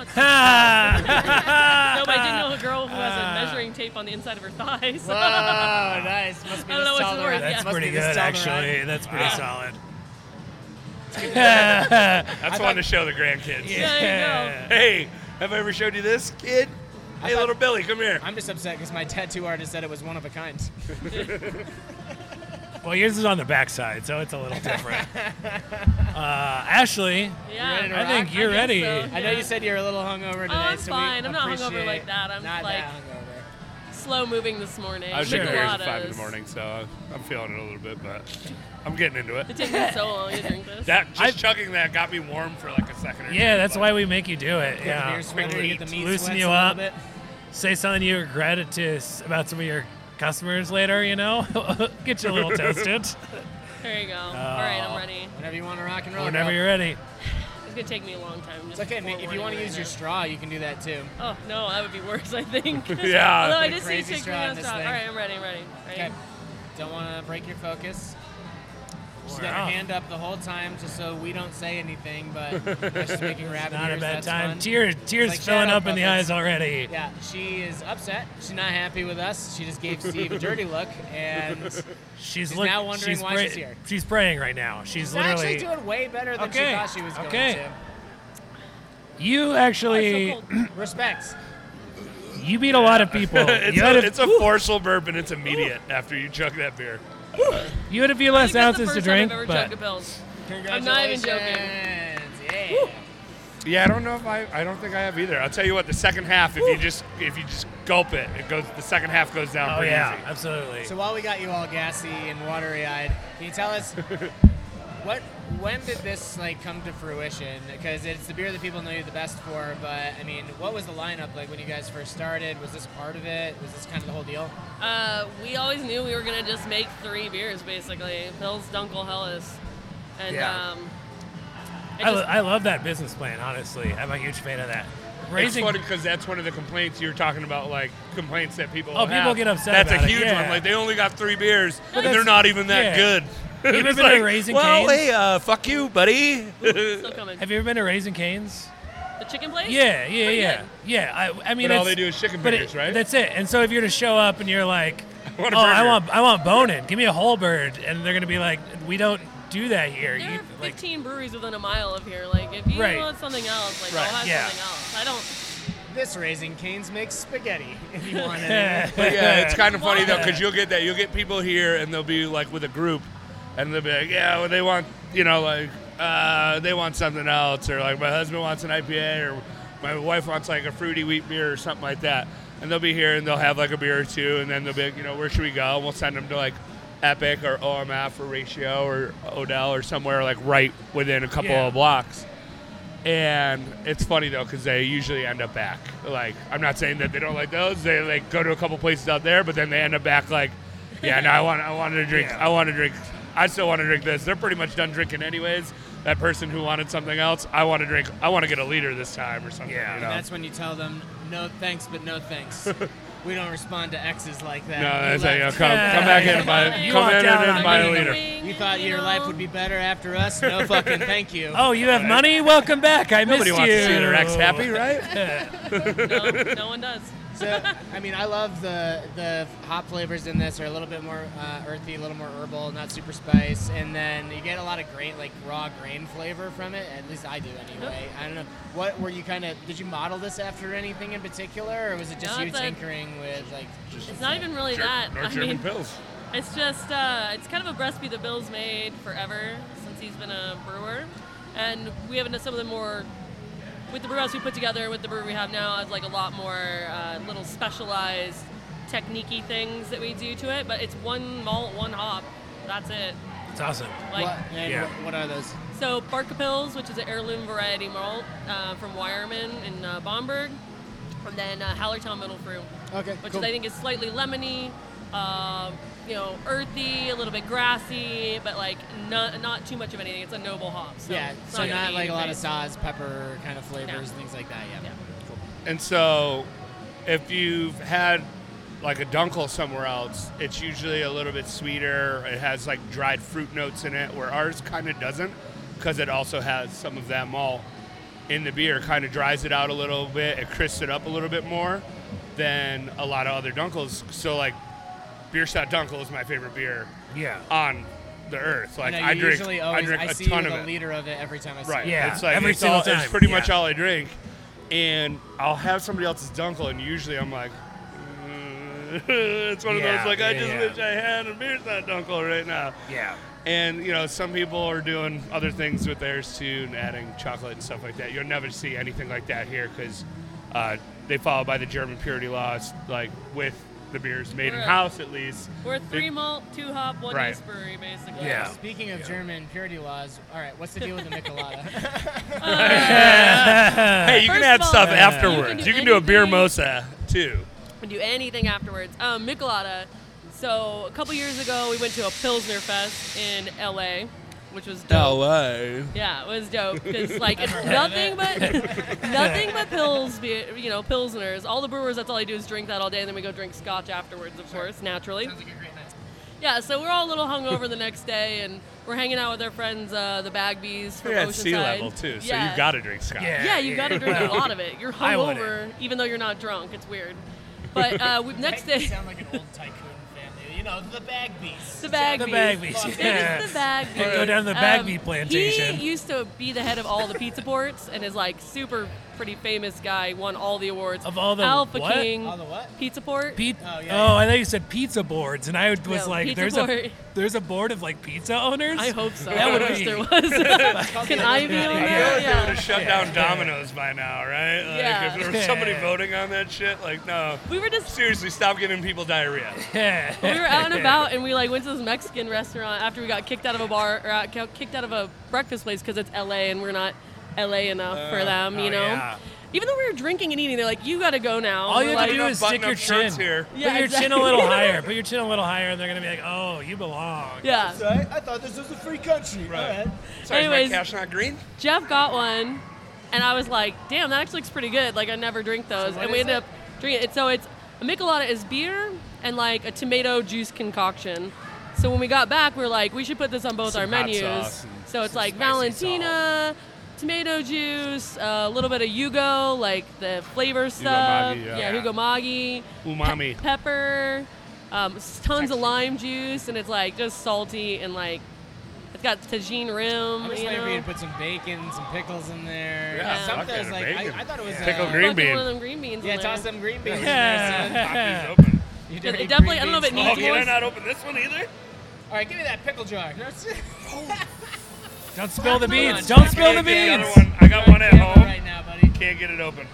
[SPEAKER 6] it's no,
[SPEAKER 3] Ah!
[SPEAKER 6] but I did know a girl who has a measuring tape on the inside of her thighs.
[SPEAKER 4] Whoa, Ah, nice. Must be
[SPEAKER 6] I don't know
[SPEAKER 4] this
[SPEAKER 6] what's
[SPEAKER 4] tall
[SPEAKER 6] the
[SPEAKER 4] to
[SPEAKER 6] word,
[SPEAKER 4] ride.
[SPEAKER 6] yeah.
[SPEAKER 3] Oh, That's
[SPEAKER 4] Must be
[SPEAKER 3] pretty good,
[SPEAKER 4] this tall to ride.
[SPEAKER 3] actually. That's pretty solid.
[SPEAKER 5] That's one to show the grandkids.
[SPEAKER 6] Yeah, there you go.
[SPEAKER 5] Hey, have I ever showed you this, kid? Hey,
[SPEAKER 4] thought-
[SPEAKER 5] little Billy, come here.
[SPEAKER 4] I'm just upset because my tattoo artist said it was one of a kind.
[SPEAKER 3] Well, yours is on the backside, so it's a little different. uh, Ashley,
[SPEAKER 6] Yeah.
[SPEAKER 4] ready to
[SPEAKER 3] I
[SPEAKER 4] rock?
[SPEAKER 3] think
[SPEAKER 4] I
[SPEAKER 3] you're
[SPEAKER 6] guess
[SPEAKER 3] ready.
[SPEAKER 6] so.
[SPEAKER 4] I know you said you're a little hungover today,
[SPEAKER 6] Oh, I'm
[SPEAKER 4] so
[SPEAKER 6] fine.
[SPEAKER 4] we
[SPEAKER 6] I'm not hungover
[SPEAKER 4] appreciate-
[SPEAKER 6] like that. I'm
[SPEAKER 4] not
[SPEAKER 6] like-
[SPEAKER 4] that hungover.
[SPEAKER 6] Slow moving this morning.
[SPEAKER 5] I was
[SPEAKER 3] Sure.
[SPEAKER 5] drinking beers at five in
[SPEAKER 6] Micheladas.
[SPEAKER 5] the morning, so I'm feeling it a little bit, but I'm getting into it.
[SPEAKER 6] It took me so long to drink this.
[SPEAKER 5] That just
[SPEAKER 3] I've-
[SPEAKER 5] chugging that got me warm for like a second. Or
[SPEAKER 3] Yeah,
[SPEAKER 5] two,
[SPEAKER 3] that's
[SPEAKER 5] but-
[SPEAKER 3] why we make you do it.
[SPEAKER 4] Get the
[SPEAKER 3] Yeah.
[SPEAKER 4] beer sweater, you get the meat
[SPEAKER 3] Loosen
[SPEAKER 4] sweats
[SPEAKER 3] you
[SPEAKER 4] a little
[SPEAKER 3] up.
[SPEAKER 4] bit.
[SPEAKER 3] Say something you regretted to s- about some of your customers later. You know, get you a little toasted.
[SPEAKER 6] There you go. All right, I'm ready.
[SPEAKER 4] Whenever you want to rock and roll.
[SPEAKER 3] Whenever
[SPEAKER 4] bro.
[SPEAKER 3] you're ready.
[SPEAKER 6] It's gonna take me a long time.
[SPEAKER 4] It's okay. ma- If you want to use your straw, you can do that too.
[SPEAKER 6] Oh no, that would be worse. I think.
[SPEAKER 5] Yeah.
[SPEAKER 6] Although I
[SPEAKER 4] Put a
[SPEAKER 6] just need to
[SPEAKER 4] crazy
[SPEAKER 6] take
[SPEAKER 4] straw in
[SPEAKER 6] my
[SPEAKER 4] this
[SPEAKER 6] straw. All
[SPEAKER 4] thing.
[SPEAKER 6] right, I'm ready. I'm ready. Ready?
[SPEAKER 4] Okay. Don't want to break your focus. Just got
[SPEAKER 3] Wow.
[SPEAKER 4] your hand up the whole time, just so we don't say anything. But she's making rapid
[SPEAKER 3] Not a bad
[SPEAKER 4] ears, that's
[SPEAKER 3] time.
[SPEAKER 4] fun.
[SPEAKER 3] Tears, tears
[SPEAKER 4] like
[SPEAKER 3] filling
[SPEAKER 4] shadow
[SPEAKER 3] up in the
[SPEAKER 4] puppets.
[SPEAKER 3] eyes already.
[SPEAKER 4] Yeah, she is upset. She's not happy with us. She just gave Steve a dirty look, and
[SPEAKER 3] She's,
[SPEAKER 4] She's
[SPEAKER 3] look-
[SPEAKER 4] now wondering
[SPEAKER 3] she's
[SPEAKER 4] why
[SPEAKER 3] pray-
[SPEAKER 4] she's here.
[SPEAKER 3] She's praying right now. She's
[SPEAKER 4] she's
[SPEAKER 3] literally.
[SPEAKER 4] actually doing way better than
[SPEAKER 3] Okay,
[SPEAKER 4] she thought she was going
[SPEAKER 3] okay.
[SPEAKER 4] to.
[SPEAKER 3] you
[SPEAKER 6] Oh, it's
[SPEAKER 3] actually,
[SPEAKER 6] so cold.
[SPEAKER 4] Respect.
[SPEAKER 3] you beat a lot of people.
[SPEAKER 5] it's,
[SPEAKER 3] you,
[SPEAKER 5] a,
[SPEAKER 3] had a,
[SPEAKER 5] it's a forceful burp and it's immediate after you chug that beer.
[SPEAKER 3] you had a few
[SPEAKER 6] I
[SPEAKER 3] less
[SPEAKER 6] think that's the
[SPEAKER 3] ounces to
[SPEAKER 6] first time I've
[SPEAKER 3] drink,
[SPEAKER 6] ever
[SPEAKER 3] but
[SPEAKER 6] chugged a Bill's.
[SPEAKER 4] Congratulations.
[SPEAKER 6] not even joking.
[SPEAKER 4] Yeah.
[SPEAKER 5] Yeah, I don't know if I. I don't think I have either. I'll tell you what. The second half, if you just if you just gulp it, it goes. The second half goes down
[SPEAKER 3] oh
[SPEAKER 5] pretty
[SPEAKER 3] yeah,
[SPEAKER 5] easy.
[SPEAKER 3] absolutely.
[SPEAKER 4] So while we got you all gassy and watery-eyed, can you tell us what when did this like come to fruition? Because it's the beer that people know you the best for. But I mean, what was the lineup like when you guys first started? Was this part of it? Was this kind of the whole deal?
[SPEAKER 6] Uh, we always knew we were gonna just make three beers, basically. Pills, Dunkel, Helles, and
[SPEAKER 5] Yeah.
[SPEAKER 6] um. it
[SPEAKER 3] I, lo-
[SPEAKER 6] just-
[SPEAKER 3] I love that business plan. Honestly, I'm a huge fan of that. Raising
[SPEAKER 5] because that's one of the complaints you're talking about, like complaints that people.
[SPEAKER 3] Oh, people
[SPEAKER 5] have.
[SPEAKER 3] get upset
[SPEAKER 5] That's
[SPEAKER 3] about
[SPEAKER 5] a
[SPEAKER 3] it,
[SPEAKER 5] huge
[SPEAKER 3] yeah.
[SPEAKER 5] one. Like they only got three beers, and
[SPEAKER 3] that's-
[SPEAKER 5] they're not even that
[SPEAKER 3] yeah.
[SPEAKER 5] good.
[SPEAKER 3] Have you ever
[SPEAKER 5] It's
[SPEAKER 3] been to
[SPEAKER 5] like,
[SPEAKER 3] Raising
[SPEAKER 5] Well,
[SPEAKER 3] Cane's?"
[SPEAKER 5] hey, uh, fuck you, buddy.
[SPEAKER 6] still coming.
[SPEAKER 3] Have you ever been to Raising Canes?
[SPEAKER 6] the chicken place?
[SPEAKER 3] Yeah, yeah,
[SPEAKER 6] Pretty
[SPEAKER 3] yeah,
[SPEAKER 6] good.
[SPEAKER 3] yeah. I, I mean,
[SPEAKER 5] Oh, But all
[SPEAKER 3] it's-
[SPEAKER 5] they do is chicken
[SPEAKER 3] but
[SPEAKER 5] fingers, right?
[SPEAKER 3] That's it. And so if you're to show up and you're like,
[SPEAKER 5] I want a
[SPEAKER 3] oh, I
[SPEAKER 5] burger."
[SPEAKER 3] want, I want bonin. Give me a whole bird, and they're gonna be like, we don't do that here.
[SPEAKER 6] There
[SPEAKER 3] You-
[SPEAKER 6] are
[SPEAKER 3] like,
[SPEAKER 6] 15 breweries within a mile of here. Like, if you
[SPEAKER 3] Right.
[SPEAKER 6] want something else, like,
[SPEAKER 5] Right, Uh,
[SPEAKER 6] I'll have
[SPEAKER 3] yeah.
[SPEAKER 6] something else. I don't.
[SPEAKER 4] This raising canes makes spaghetti. If you want it.
[SPEAKER 5] But yeah, it's kind of funny though
[SPEAKER 6] Why?
[SPEAKER 5] because you'll get that. You'll get people here, and they'll be like with a group, and they'll be like, "Yeah, well, they want, you know, like uh, they want something else, or like my husband wants an IPA, or my wife wants like a fruity wheat beer or something like that." And they'll be here, and they'll have like a beer or two, and then they'll be like, "You know, where should we go?" And we'll send them to like Epic or OMF or Ratio or Odell or somewhere like right within a couple
[SPEAKER 3] Yeah.
[SPEAKER 5] of blocks. And it's funny though because they usually end up back. Like I'm not saying that they don't like those. They like go to a couple places out there, but then they end up back like, yeah, no, I want, I wanted to drink, I want to drink, I still want to drink this. They're pretty much done drinking anyways. That person who wanted something else, I want to drink, I want to get a liter this time or something.
[SPEAKER 3] Yeah.
[SPEAKER 5] you
[SPEAKER 4] And
[SPEAKER 5] know?
[SPEAKER 4] that's when you tell them, no thanks, but no thanks. we don't respond to X's like that.
[SPEAKER 5] no,
[SPEAKER 4] You
[SPEAKER 5] that's like, you know,
[SPEAKER 4] left.
[SPEAKER 5] come, come back in and buy,
[SPEAKER 6] You
[SPEAKER 5] come
[SPEAKER 3] walked
[SPEAKER 5] in
[SPEAKER 3] out
[SPEAKER 5] and
[SPEAKER 3] on
[SPEAKER 5] then buy
[SPEAKER 3] me.
[SPEAKER 5] a liter.
[SPEAKER 6] Wing,
[SPEAKER 4] You thought your
[SPEAKER 6] know?
[SPEAKER 4] life would be better after us? No fucking thank you.
[SPEAKER 3] oh, you have money? Welcome back. I missed
[SPEAKER 5] Nobody
[SPEAKER 3] you.
[SPEAKER 5] wants to see their ex happy, right?
[SPEAKER 6] No, no one does.
[SPEAKER 4] So, I mean, I love the the hop flavors in this are a little bit more uh, earthy, a little more herbal, not super spice, and then you get a lot of great like raw grain flavor from it. At least I do anyway. I don't know what were you kind of did you model this after anything in particular, or was it just
[SPEAKER 6] No,
[SPEAKER 4] you
[SPEAKER 6] it's a-
[SPEAKER 4] tinkering with like?
[SPEAKER 6] It's not even really
[SPEAKER 5] Ger-
[SPEAKER 6] that.
[SPEAKER 5] no
[SPEAKER 6] I
[SPEAKER 5] German
[SPEAKER 6] mean,
[SPEAKER 5] pills.
[SPEAKER 6] it's just uh, it's kind of a recipe the Bill's made forever since he's been a brewer, and we have some of the more with the brewhouse we put together, with the brew we have now, has like a lot more uh, little specialized techniquey things that we do to it. But it's one malt, one hop. That's it.
[SPEAKER 3] It's awesome.
[SPEAKER 6] Like
[SPEAKER 4] what, and
[SPEAKER 5] Yeah.
[SPEAKER 4] what, what are those?
[SPEAKER 6] so, Barca Pills, which is an heirloom variety malt uh, from Wireman in uh, Bomberg, and then uh, Hallertown Middle Fruit
[SPEAKER 4] Okay,
[SPEAKER 6] which
[SPEAKER 4] cool.
[SPEAKER 6] is, I think is slightly lemony, um, you know, earthy, a little bit grassy, but like not not too much of anything. It's a noble hop. So
[SPEAKER 4] yeah,
[SPEAKER 6] it's
[SPEAKER 4] so
[SPEAKER 6] gonna
[SPEAKER 4] not
[SPEAKER 6] be
[SPEAKER 4] like a lot of
[SPEAKER 6] anything.
[SPEAKER 4] sauce, pepper kind of flavors,
[SPEAKER 6] No.
[SPEAKER 4] and things like that. Yeah.
[SPEAKER 6] Yeah.
[SPEAKER 4] Cool.
[SPEAKER 5] And so, if you've had like a dunkel somewhere else, it's usually a little bit sweeter. It has like dried fruit notes in it, where ours kind of doesn't, because it also has some of that malt in the beer. Kind of dries it out a little bit. It crisps it up a little bit more than a lot of other dunkels. So like, beer stout dunkel is my favorite beer
[SPEAKER 3] Yeah.
[SPEAKER 5] on the earth. Like
[SPEAKER 4] I,
[SPEAKER 5] I,
[SPEAKER 4] know, you
[SPEAKER 5] drink,
[SPEAKER 4] usually
[SPEAKER 5] I
[SPEAKER 4] always,
[SPEAKER 5] drink a
[SPEAKER 4] see
[SPEAKER 5] ton
[SPEAKER 4] you
[SPEAKER 5] of
[SPEAKER 4] with
[SPEAKER 5] it.
[SPEAKER 4] a liter of it every time I see
[SPEAKER 5] Right.
[SPEAKER 4] you.
[SPEAKER 3] Yeah,
[SPEAKER 5] It's like
[SPEAKER 3] every
[SPEAKER 5] it's
[SPEAKER 3] single
[SPEAKER 5] all,
[SPEAKER 3] time,
[SPEAKER 5] It's pretty
[SPEAKER 3] yeah.
[SPEAKER 5] much all I drink, and I'll have somebody else's dunkel, and usually I'm like, "Mm," it's one
[SPEAKER 3] Yeah,
[SPEAKER 5] of those like I
[SPEAKER 3] yeah,
[SPEAKER 5] just
[SPEAKER 3] yeah.
[SPEAKER 5] wish I had a beer that dunkel right now.
[SPEAKER 3] Yeah.
[SPEAKER 5] And you know, some people are doing other things with theirs too, and adding chocolate and stuff like that. You'll never see anything like that here because uh, they follow by the German purity laws, like with the beers made in
[SPEAKER 6] Right.
[SPEAKER 5] house at least.
[SPEAKER 6] We're a
[SPEAKER 5] They-
[SPEAKER 6] three malt, two hop, one
[SPEAKER 5] Right.
[SPEAKER 6] yeast brewery, basically.
[SPEAKER 3] Yeah.
[SPEAKER 4] Speaking of
[SPEAKER 3] Yeah.
[SPEAKER 4] German purity laws, all right, what's the deal with the Michelada?
[SPEAKER 5] Hey, you
[SPEAKER 6] First
[SPEAKER 5] can add
[SPEAKER 6] of all,
[SPEAKER 5] stuff
[SPEAKER 6] you can
[SPEAKER 5] afterwards.
[SPEAKER 6] do
[SPEAKER 5] You can do a beer
[SPEAKER 6] anything.
[SPEAKER 5] mosa too.
[SPEAKER 6] and do anything afterwards. Um, Michelada. So a couple years ago, we went to a Pilsner Fest in LA, which was
[SPEAKER 4] Oh,
[SPEAKER 6] dope.
[SPEAKER 5] LA.
[SPEAKER 6] Yeah, it was dope because like it's nothing but nothing but pills, be- you know, pilsners. All the brewers, that's all they do is drink that all day, and then we go drink scotch afterwards, of course, naturally. Yeah, so we're all a little hungover the next day, and we're hanging out with our friends, uh, the Bagbies from
[SPEAKER 5] You're at
[SPEAKER 6] Oceanside.
[SPEAKER 5] sea level too, so
[SPEAKER 6] Yeah.
[SPEAKER 5] you got to drink scotch.
[SPEAKER 3] Yeah.
[SPEAKER 6] Yeah, you got to drink a lot of it. You're
[SPEAKER 3] I wouldn't.
[SPEAKER 6] hungover, even though you're not drunk. It's weird. But uh, we, next day,
[SPEAKER 4] sound like an old tycoon family. You know, the bag beast.
[SPEAKER 6] the Bagbies.
[SPEAKER 3] The Bagbies.
[SPEAKER 6] They're just the Bagbies.
[SPEAKER 3] They go down to the Bagby plantation.
[SPEAKER 6] He used to be the head of all the pizza ports and is like super pretty famous guy. Won all the awards
[SPEAKER 3] Of all the
[SPEAKER 6] Alpha
[SPEAKER 3] what?
[SPEAKER 6] King
[SPEAKER 4] All the what?
[SPEAKER 6] pizza port.
[SPEAKER 3] Pe-
[SPEAKER 4] Oh,
[SPEAKER 3] oh,
[SPEAKER 4] yeah.
[SPEAKER 3] I thought you said pizza boards, and I was
[SPEAKER 6] No,
[SPEAKER 3] like,
[SPEAKER 6] pizza
[SPEAKER 3] "There's a
[SPEAKER 6] board.
[SPEAKER 3] there's a board of like pizza owners."
[SPEAKER 6] I hope so.
[SPEAKER 3] That would
[SPEAKER 6] I wish
[SPEAKER 3] be-
[SPEAKER 6] there was. Can I be on
[SPEAKER 5] I feel
[SPEAKER 6] that?
[SPEAKER 5] like they would
[SPEAKER 6] Yeah.
[SPEAKER 5] have shut down Domino's by now, right? Like,
[SPEAKER 6] Yeah.
[SPEAKER 5] if there was somebody
[SPEAKER 3] Yeah.
[SPEAKER 5] voting on that shit, like, no.
[SPEAKER 6] We were just
[SPEAKER 5] Seriously, stop giving people diarrhea.
[SPEAKER 3] Yeah.
[SPEAKER 6] we were out and about and we like went to this Mexican restaurant after we got kicked out of a bar or out, kicked out of a breakfast place because it's LA and we're not LA enough for them, you
[SPEAKER 3] oh,
[SPEAKER 6] know.
[SPEAKER 3] yeah.
[SPEAKER 6] Even though we were drinking and eating, they're like, "You got to go now."
[SPEAKER 3] All
[SPEAKER 6] We're
[SPEAKER 3] you have
[SPEAKER 6] like,
[SPEAKER 3] to do
[SPEAKER 5] enough
[SPEAKER 3] is stick your
[SPEAKER 5] button-up
[SPEAKER 3] chin.
[SPEAKER 5] shirts here.
[SPEAKER 3] Put
[SPEAKER 6] Yeah,
[SPEAKER 3] your chin a
[SPEAKER 6] exactly.
[SPEAKER 3] little higher. Put your chin a little higher, and they're gonna be like, "Oh, you belong."
[SPEAKER 6] yeah.
[SPEAKER 4] I thought this was a free country.
[SPEAKER 5] Right. Sorry,
[SPEAKER 6] Anyways,
[SPEAKER 5] is my cash not green?
[SPEAKER 6] Jeff got one, and I was like, "Damn, that actually looks pretty good." Like I never drink those, and we ended up drinking it. So it's a Michelada is beer and like a tomato juice concoction. So when we got back, we are like, "We should put this on both our
[SPEAKER 5] Some hot
[SPEAKER 6] menus."
[SPEAKER 5] sauce and
[SPEAKER 6] So it's
[SPEAKER 5] some
[SPEAKER 6] like
[SPEAKER 5] spicy
[SPEAKER 6] Valentina, tomato juice, a little bit of Yugo, like the flavor stuff.
[SPEAKER 5] Magi,
[SPEAKER 6] yeah,
[SPEAKER 5] yeah. Yeah.
[SPEAKER 6] Hugo Magi.
[SPEAKER 5] Umami.
[SPEAKER 6] Pe- pepper, um, s- tons of lime juice, and it's like just salty and like it's got tajine rim.
[SPEAKER 4] I'm just
[SPEAKER 6] you
[SPEAKER 4] waiting for you
[SPEAKER 6] know?
[SPEAKER 4] to put some bacon, some pickles in there.
[SPEAKER 5] Yeah,
[SPEAKER 4] Some of
[SPEAKER 5] fuck
[SPEAKER 4] those,
[SPEAKER 5] it, a
[SPEAKER 4] like, I,
[SPEAKER 5] bacon.
[SPEAKER 4] I thought it was uh,
[SPEAKER 5] Pickle green
[SPEAKER 6] Fucking
[SPEAKER 5] bean.
[SPEAKER 6] one of them green beans.
[SPEAKER 4] Yeah,
[SPEAKER 6] in there.
[SPEAKER 4] toss some green beans in there.
[SPEAKER 5] Coffee's
[SPEAKER 3] Yeah.
[SPEAKER 5] open.
[SPEAKER 4] Son. You
[SPEAKER 6] Yeah,
[SPEAKER 4] dirty
[SPEAKER 6] it definitely-
[SPEAKER 4] green
[SPEAKER 6] I don't know if it
[SPEAKER 4] beans.
[SPEAKER 6] needs
[SPEAKER 5] Oh, can I
[SPEAKER 6] more.
[SPEAKER 5] not open this one either?
[SPEAKER 4] All right, give me that pickle jar.
[SPEAKER 3] Don't spill the beans.
[SPEAKER 4] Come on,
[SPEAKER 3] Don't spill the
[SPEAKER 5] Can't get
[SPEAKER 3] beans.
[SPEAKER 5] another one. I got one at
[SPEAKER 4] Camera Right
[SPEAKER 5] home.
[SPEAKER 4] now, buddy.
[SPEAKER 5] Can't get it open.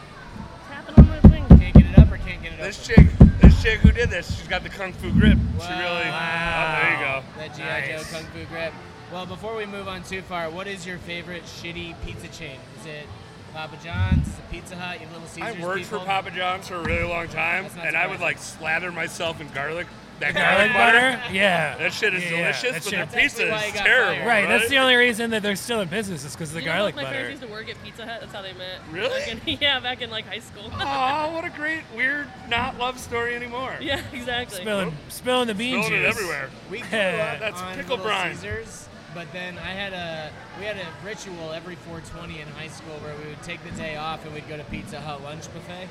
[SPEAKER 6] Tap it on my thing.
[SPEAKER 4] Can't get it up or can't get it
[SPEAKER 5] This
[SPEAKER 4] open.
[SPEAKER 5] chick, this chick who did this, she's got the kung fu grip. She
[SPEAKER 4] Wow.
[SPEAKER 5] really.
[SPEAKER 3] Wow.
[SPEAKER 5] Oh, there you
[SPEAKER 4] That
[SPEAKER 5] go.
[SPEAKER 4] GI
[SPEAKER 3] Nice.
[SPEAKER 4] Joe Kung Fu grip. Well, before we move on too far, what is your favorite shitty pizza chain? Is it Papa John's? Is it Pizza Hut? Your Little Caesars?
[SPEAKER 5] I worked
[SPEAKER 4] people?
[SPEAKER 5] for Papa John's for a really long time,
[SPEAKER 4] That's not
[SPEAKER 5] and I would
[SPEAKER 4] surprising.
[SPEAKER 5] like slather myself in garlic. That
[SPEAKER 3] Garlic butter. Yeah.
[SPEAKER 5] That shit is
[SPEAKER 3] Yeah, yeah,
[SPEAKER 5] delicious,
[SPEAKER 3] that
[SPEAKER 5] but
[SPEAKER 3] shit-
[SPEAKER 5] their
[SPEAKER 4] That's actually
[SPEAKER 5] pizza
[SPEAKER 4] why
[SPEAKER 5] is
[SPEAKER 4] it got
[SPEAKER 5] terrible.
[SPEAKER 4] fired.
[SPEAKER 3] Right. That's the only reason that they're still in business is because of the
[SPEAKER 6] You know,
[SPEAKER 3] garlic
[SPEAKER 6] both my
[SPEAKER 3] butter.
[SPEAKER 6] parents used to work at Pizza Hut. That's how they met.
[SPEAKER 5] Really?
[SPEAKER 6] Back in- yeah, back in like high school.
[SPEAKER 5] Oh, what a great weird not love story anymore.
[SPEAKER 6] yeah, exactly.
[SPEAKER 3] Spilling, spilling the beans.
[SPEAKER 5] Spilled it everywhere.
[SPEAKER 4] We grew
[SPEAKER 3] Yeah,
[SPEAKER 4] up
[SPEAKER 5] that's
[SPEAKER 4] on
[SPEAKER 5] pickle
[SPEAKER 4] Little
[SPEAKER 5] brine.
[SPEAKER 4] Caesars, but then I had a we had a ritual every 420 in high school where we would take the day off and we'd go to Pizza Hut lunch buffet.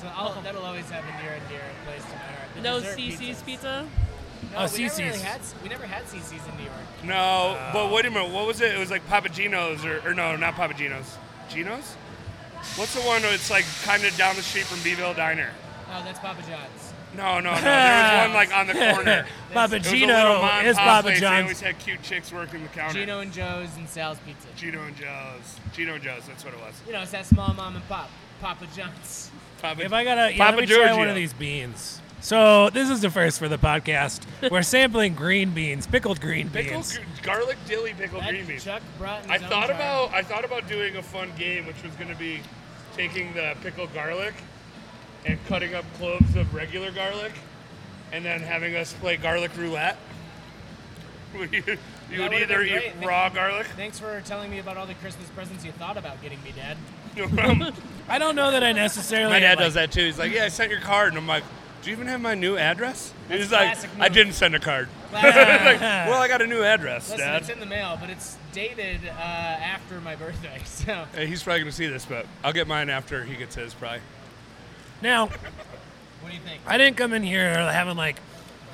[SPEAKER 4] So I'll, that'll always have a near and dear place to my heart. The
[SPEAKER 6] No
[SPEAKER 4] dessert
[SPEAKER 6] CC's
[SPEAKER 4] pizzas.
[SPEAKER 6] pizza.
[SPEAKER 4] No,
[SPEAKER 3] Oh,
[SPEAKER 4] we never really
[SPEAKER 3] CC's.
[SPEAKER 4] had we never had CC's in New York.
[SPEAKER 5] No, but wait a minute. What was it? It was like Papagino's, or, or no, not Papagino's. Gino's? What's the one that's like kind of down the street from Beeville Diner?
[SPEAKER 4] Oh, that's Papa John's.
[SPEAKER 5] No, no, no. There was one like on the corner.
[SPEAKER 3] Papa
[SPEAKER 5] It was a little
[SPEAKER 3] Gino
[SPEAKER 5] mom and
[SPEAKER 3] is
[SPEAKER 5] pop
[SPEAKER 3] Papa
[SPEAKER 5] place. They always
[SPEAKER 3] John's.
[SPEAKER 5] had cute chicks working the counter.
[SPEAKER 4] Gino and Joe's and Sal's Pizza.
[SPEAKER 5] Gino and Joe's. Gino and Joe's. That's what it was.
[SPEAKER 4] You know, it's that small mom and pop, Papa John's.
[SPEAKER 5] Papa,
[SPEAKER 3] If I gotta, yeah,
[SPEAKER 5] Papa
[SPEAKER 3] let me try
[SPEAKER 5] Giorgio.
[SPEAKER 3] one of these beans. So this is the first for the podcast. We're sampling green beans, pickled green
[SPEAKER 5] pickled
[SPEAKER 3] beans.
[SPEAKER 5] gr- garlic dilly pickled
[SPEAKER 4] That
[SPEAKER 5] green beans.
[SPEAKER 4] Chuck brought in
[SPEAKER 5] I
[SPEAKER 4] his own
[SPEAKER 5] thought
[SPEAKER 4] jar.
[SPEAKER 5] about I thought about doing a fun game, which was going to be taking the pickled garlic and cutting up cloves of regular garlic, and then having us play garlic roulette. Would you you would
[SPEAKER 4] would've
[SPEAKER 5] either
[SPEAKER 4] been
[SPEAKER 5] eat
[SPEAKER 4] great.
[SPEAKER 5] raw garlic.
[SPEAKER 4] Thanks for telling me about all the Christmas presents you thought about getting me, Dad.
[SPEAKER 5] No problem.
[SPEAKER 3] I don't know that I necessarily.
[SPEAKER 5] My dad
[SPEAKER 3] like-
[SPEAKER 5] does that too. He's like, "Yeah, I sent your card," and I'm like, "Do you even have my new address?" And he's like,
[SPEAKER 4] classic
[SPEAKER 5] "I
[SPEAKER 4] move.
[SPEAKER 5] didn't send a card."
[SPEAKER 4] Last-
[SPEAKER 5] Like, well, I got a new address,
[SPEAKER 4] Listen,
[SPEAKER 5] Dad.
[SPEAKER 4] it's in the mail, but it's dated uh, after my birthday, so
[SPEAKER 5] Hey, he's probably gonna see this, but I'll get mine after he gets his, probably.
[SPEAKER 3] Now,
[SPEAKER 4] what do you think?
[SPEAKER 3] I didn't come in here having like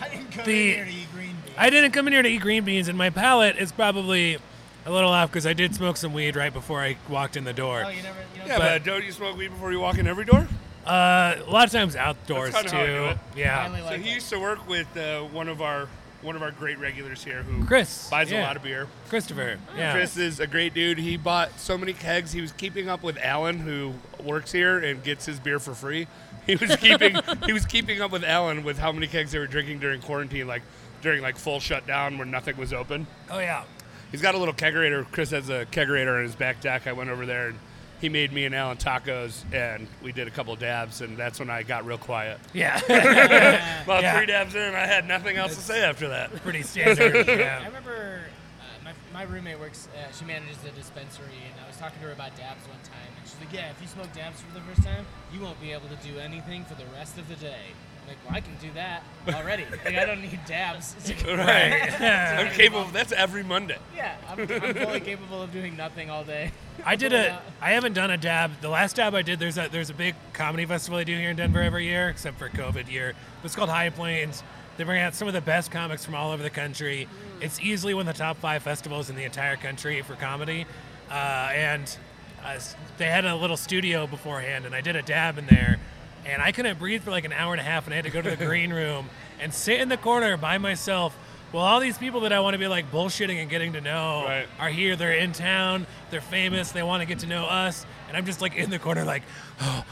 [SPEAKER 4] I didn't come
[SPEAKER 3] The-
[SPEAKER 4] in here to eat green beans.
[SPEAKER 3] I didn't come in here to eat green beans, and my palate is probably a little off because I did smoke some weed right before I walked in the door.
[SPEAKER 4] oh, you never, you know,
[SPEAKER 5] Yeah, but, don't you smoke weed before you walk in every door?
[SPEAKER 3] Uh, a lot of times outdoors
[SPEAKER 5] That's
[SPEAKER 3] too.
[SPEAKER 5] kinda how I do it.
[SPEAKER 3] Yeah.
[SPEAKER 4] finally
[SPEAKER 5] So
[SPEAKER 4] like
[SPEAKER 5] he used to work with uh, one of our one of our great regulars here, who
[SPEAKER 3] Chris,
[SPEAKER 5] buys a
[SPEAKER 3] yeah.
[SPEAKER 5] lot of beer.
[SPEAKER 3] Christopher. Yeah.
[SPEAKER 5] Chris is a great dude. He bought so many kegs. He was keeping up with Alan, who works here and gets his beer for free. He was keeping he was keeping up with Alan with how many kegs they were drinking during quarantine, like during like full shutdown where nothing was open.
[SPEAKER 3] Oh yeah.
[SPEAKER 5] He's got a little kegerator. Chris has a kegerator on his back deck. I went over there and he made me and Alan tacos, and we did a couple dabs, and that's when I got real quiet.
[SPEAKER 3] Yeah.
[SPEAKER 4] uh,
[SPEAKER 5] About
[SPEAKER 3] Yeah.
[SPEAKER 5] three dabs in, I had nothing else to say after that.
[SPEAKER 3] Pretty standard.
[SPEAKER 4] I
[SPEAKER 3] Yeah.
[SPEAKER 4] remember uh, my, my roommate works. Uh, she manages a dispensary, and I was talking to her about dabs one time, and she's like, "Yeah, if you smoke dabs for the first time, you won't be able to do anything for the rest of the day." I'm like, "Well, I can do that already. like, I don't need dabs."
[SPEAKER 5] Right. I'm
[SPEAKER 3] Yeah.
[SPEAKER 5] capable. That's every Monday.
[SPEAKER 4] yeah, I'm, I'm fully capable of doing nothing all day.
[SPEAKER 3] I did a. I haven't done a dab. The last dab I did, there's a there's a big comedy festival they do here in Denver every year, except for COVID year. But it's called High Plains. They bring out some of the best comics from all over the country. It's easily one of the top five festivals in the entire country for comedy. Uh, and uh, s- they had a little studio beforehand, and I did a dab in there, and I couldn't breathe for like an hour and a half, and I had to go to the green room and sit in the corner by myself. Well, all these people that I want to be like bullshitting and getting to know
[SPEAKER 5] Right.
[SPEAKER 3] are here. They're in town. They're famous. They want to get to know us. And I'm just like in the corner, like, oh,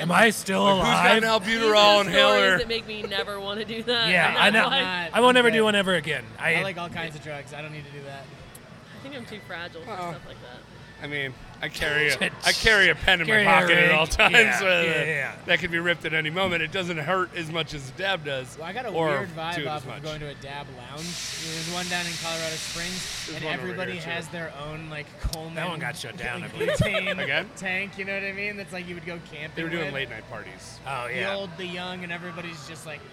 [SPEAKER 3] am I still
[SPEAKER 5] Who's
[SPEAKER 3] alive?
[SPEAKER 5] got an
[SPEAKER 6] These are
[SPEAKER 5] albuterol
[SPEAKER 6] the stories
[SPEAKER 5] inhaler?
[SPEAKER 6] that make me never want to do that.
[SPEAKER 3] yeah,
[SPEAKER 6] I'm not
[SPEAKER 3] I know.
[SPEAKER 6] lying.
[SPEAKER 4] why-
[SPEAKER 3] I won't ever
[SPEAKER 4] Okay.
[SPEAKER 3] do one ever again. I,
[SPEAKER 4] I like all kinds of drugs. I don't need to do that.
[SPEAKER 6] I think I'm too fragile for
[SPEAKER 5] Oh.
[SPEAKER 6] stuff like that.
[SPEAKER 5] I mean, I carry a, I carry a pen in
[SPEAKER 3] Carry
[SPEAKER 5] my
[SPEAKER 3] a
[SPEAKER 5] pocket at
[SPEAKER 3] rake.
[SPEAKER 5] all times.
[SPEAKER 3] Yeah,
[SPEAKER 5] so
[SPEAKER 3] yeah,
[SPEAKER 5] that-
[SPEAKER 3] yeah.
[SPEAKER 5] That can be ripped at any moment. It doesn't hurt as much as a dab does.
[SPEAKER 4] Well, I got a
[SPEAKER 5] or
[SPEAKER 4] weird
[SPEAKER 5] to
[SPEAKER 4] vibe
[SPEAKER 5] it
[SPEAKER 4] off
[SPEAKER 5] as much.
[SPEAKER 4] of going to a dab lounge. There's one down in Colorado Springs,
[SPEAKER 5] There's
[SPEAKER 4] and
[SPEAKER 5] one over
[SPEAKER 4] everybody
[SPEAKER 5] here, too.
[SPEAKER 4] has their own like Coleman.
[SPEAKER 3] That one got shut down, I
[SPEAKER 4] like,
[SPEAKER 3] believe.
[SPEAKER 4] butane
[SPEAKER 5] Again?
[SPEAKER 4] Tank, you know what I mean? That's like you would go camping.
[SPEAKER 5] They were doing
[SPEAKER 4] with.
[SPEAKER 5] late night parties.
[SPEAKER 3] oh
[SPEAKER 4] The
[SPEAKER 3] yeah.
[SPEAKER 4] old, the young, and everybody's just like.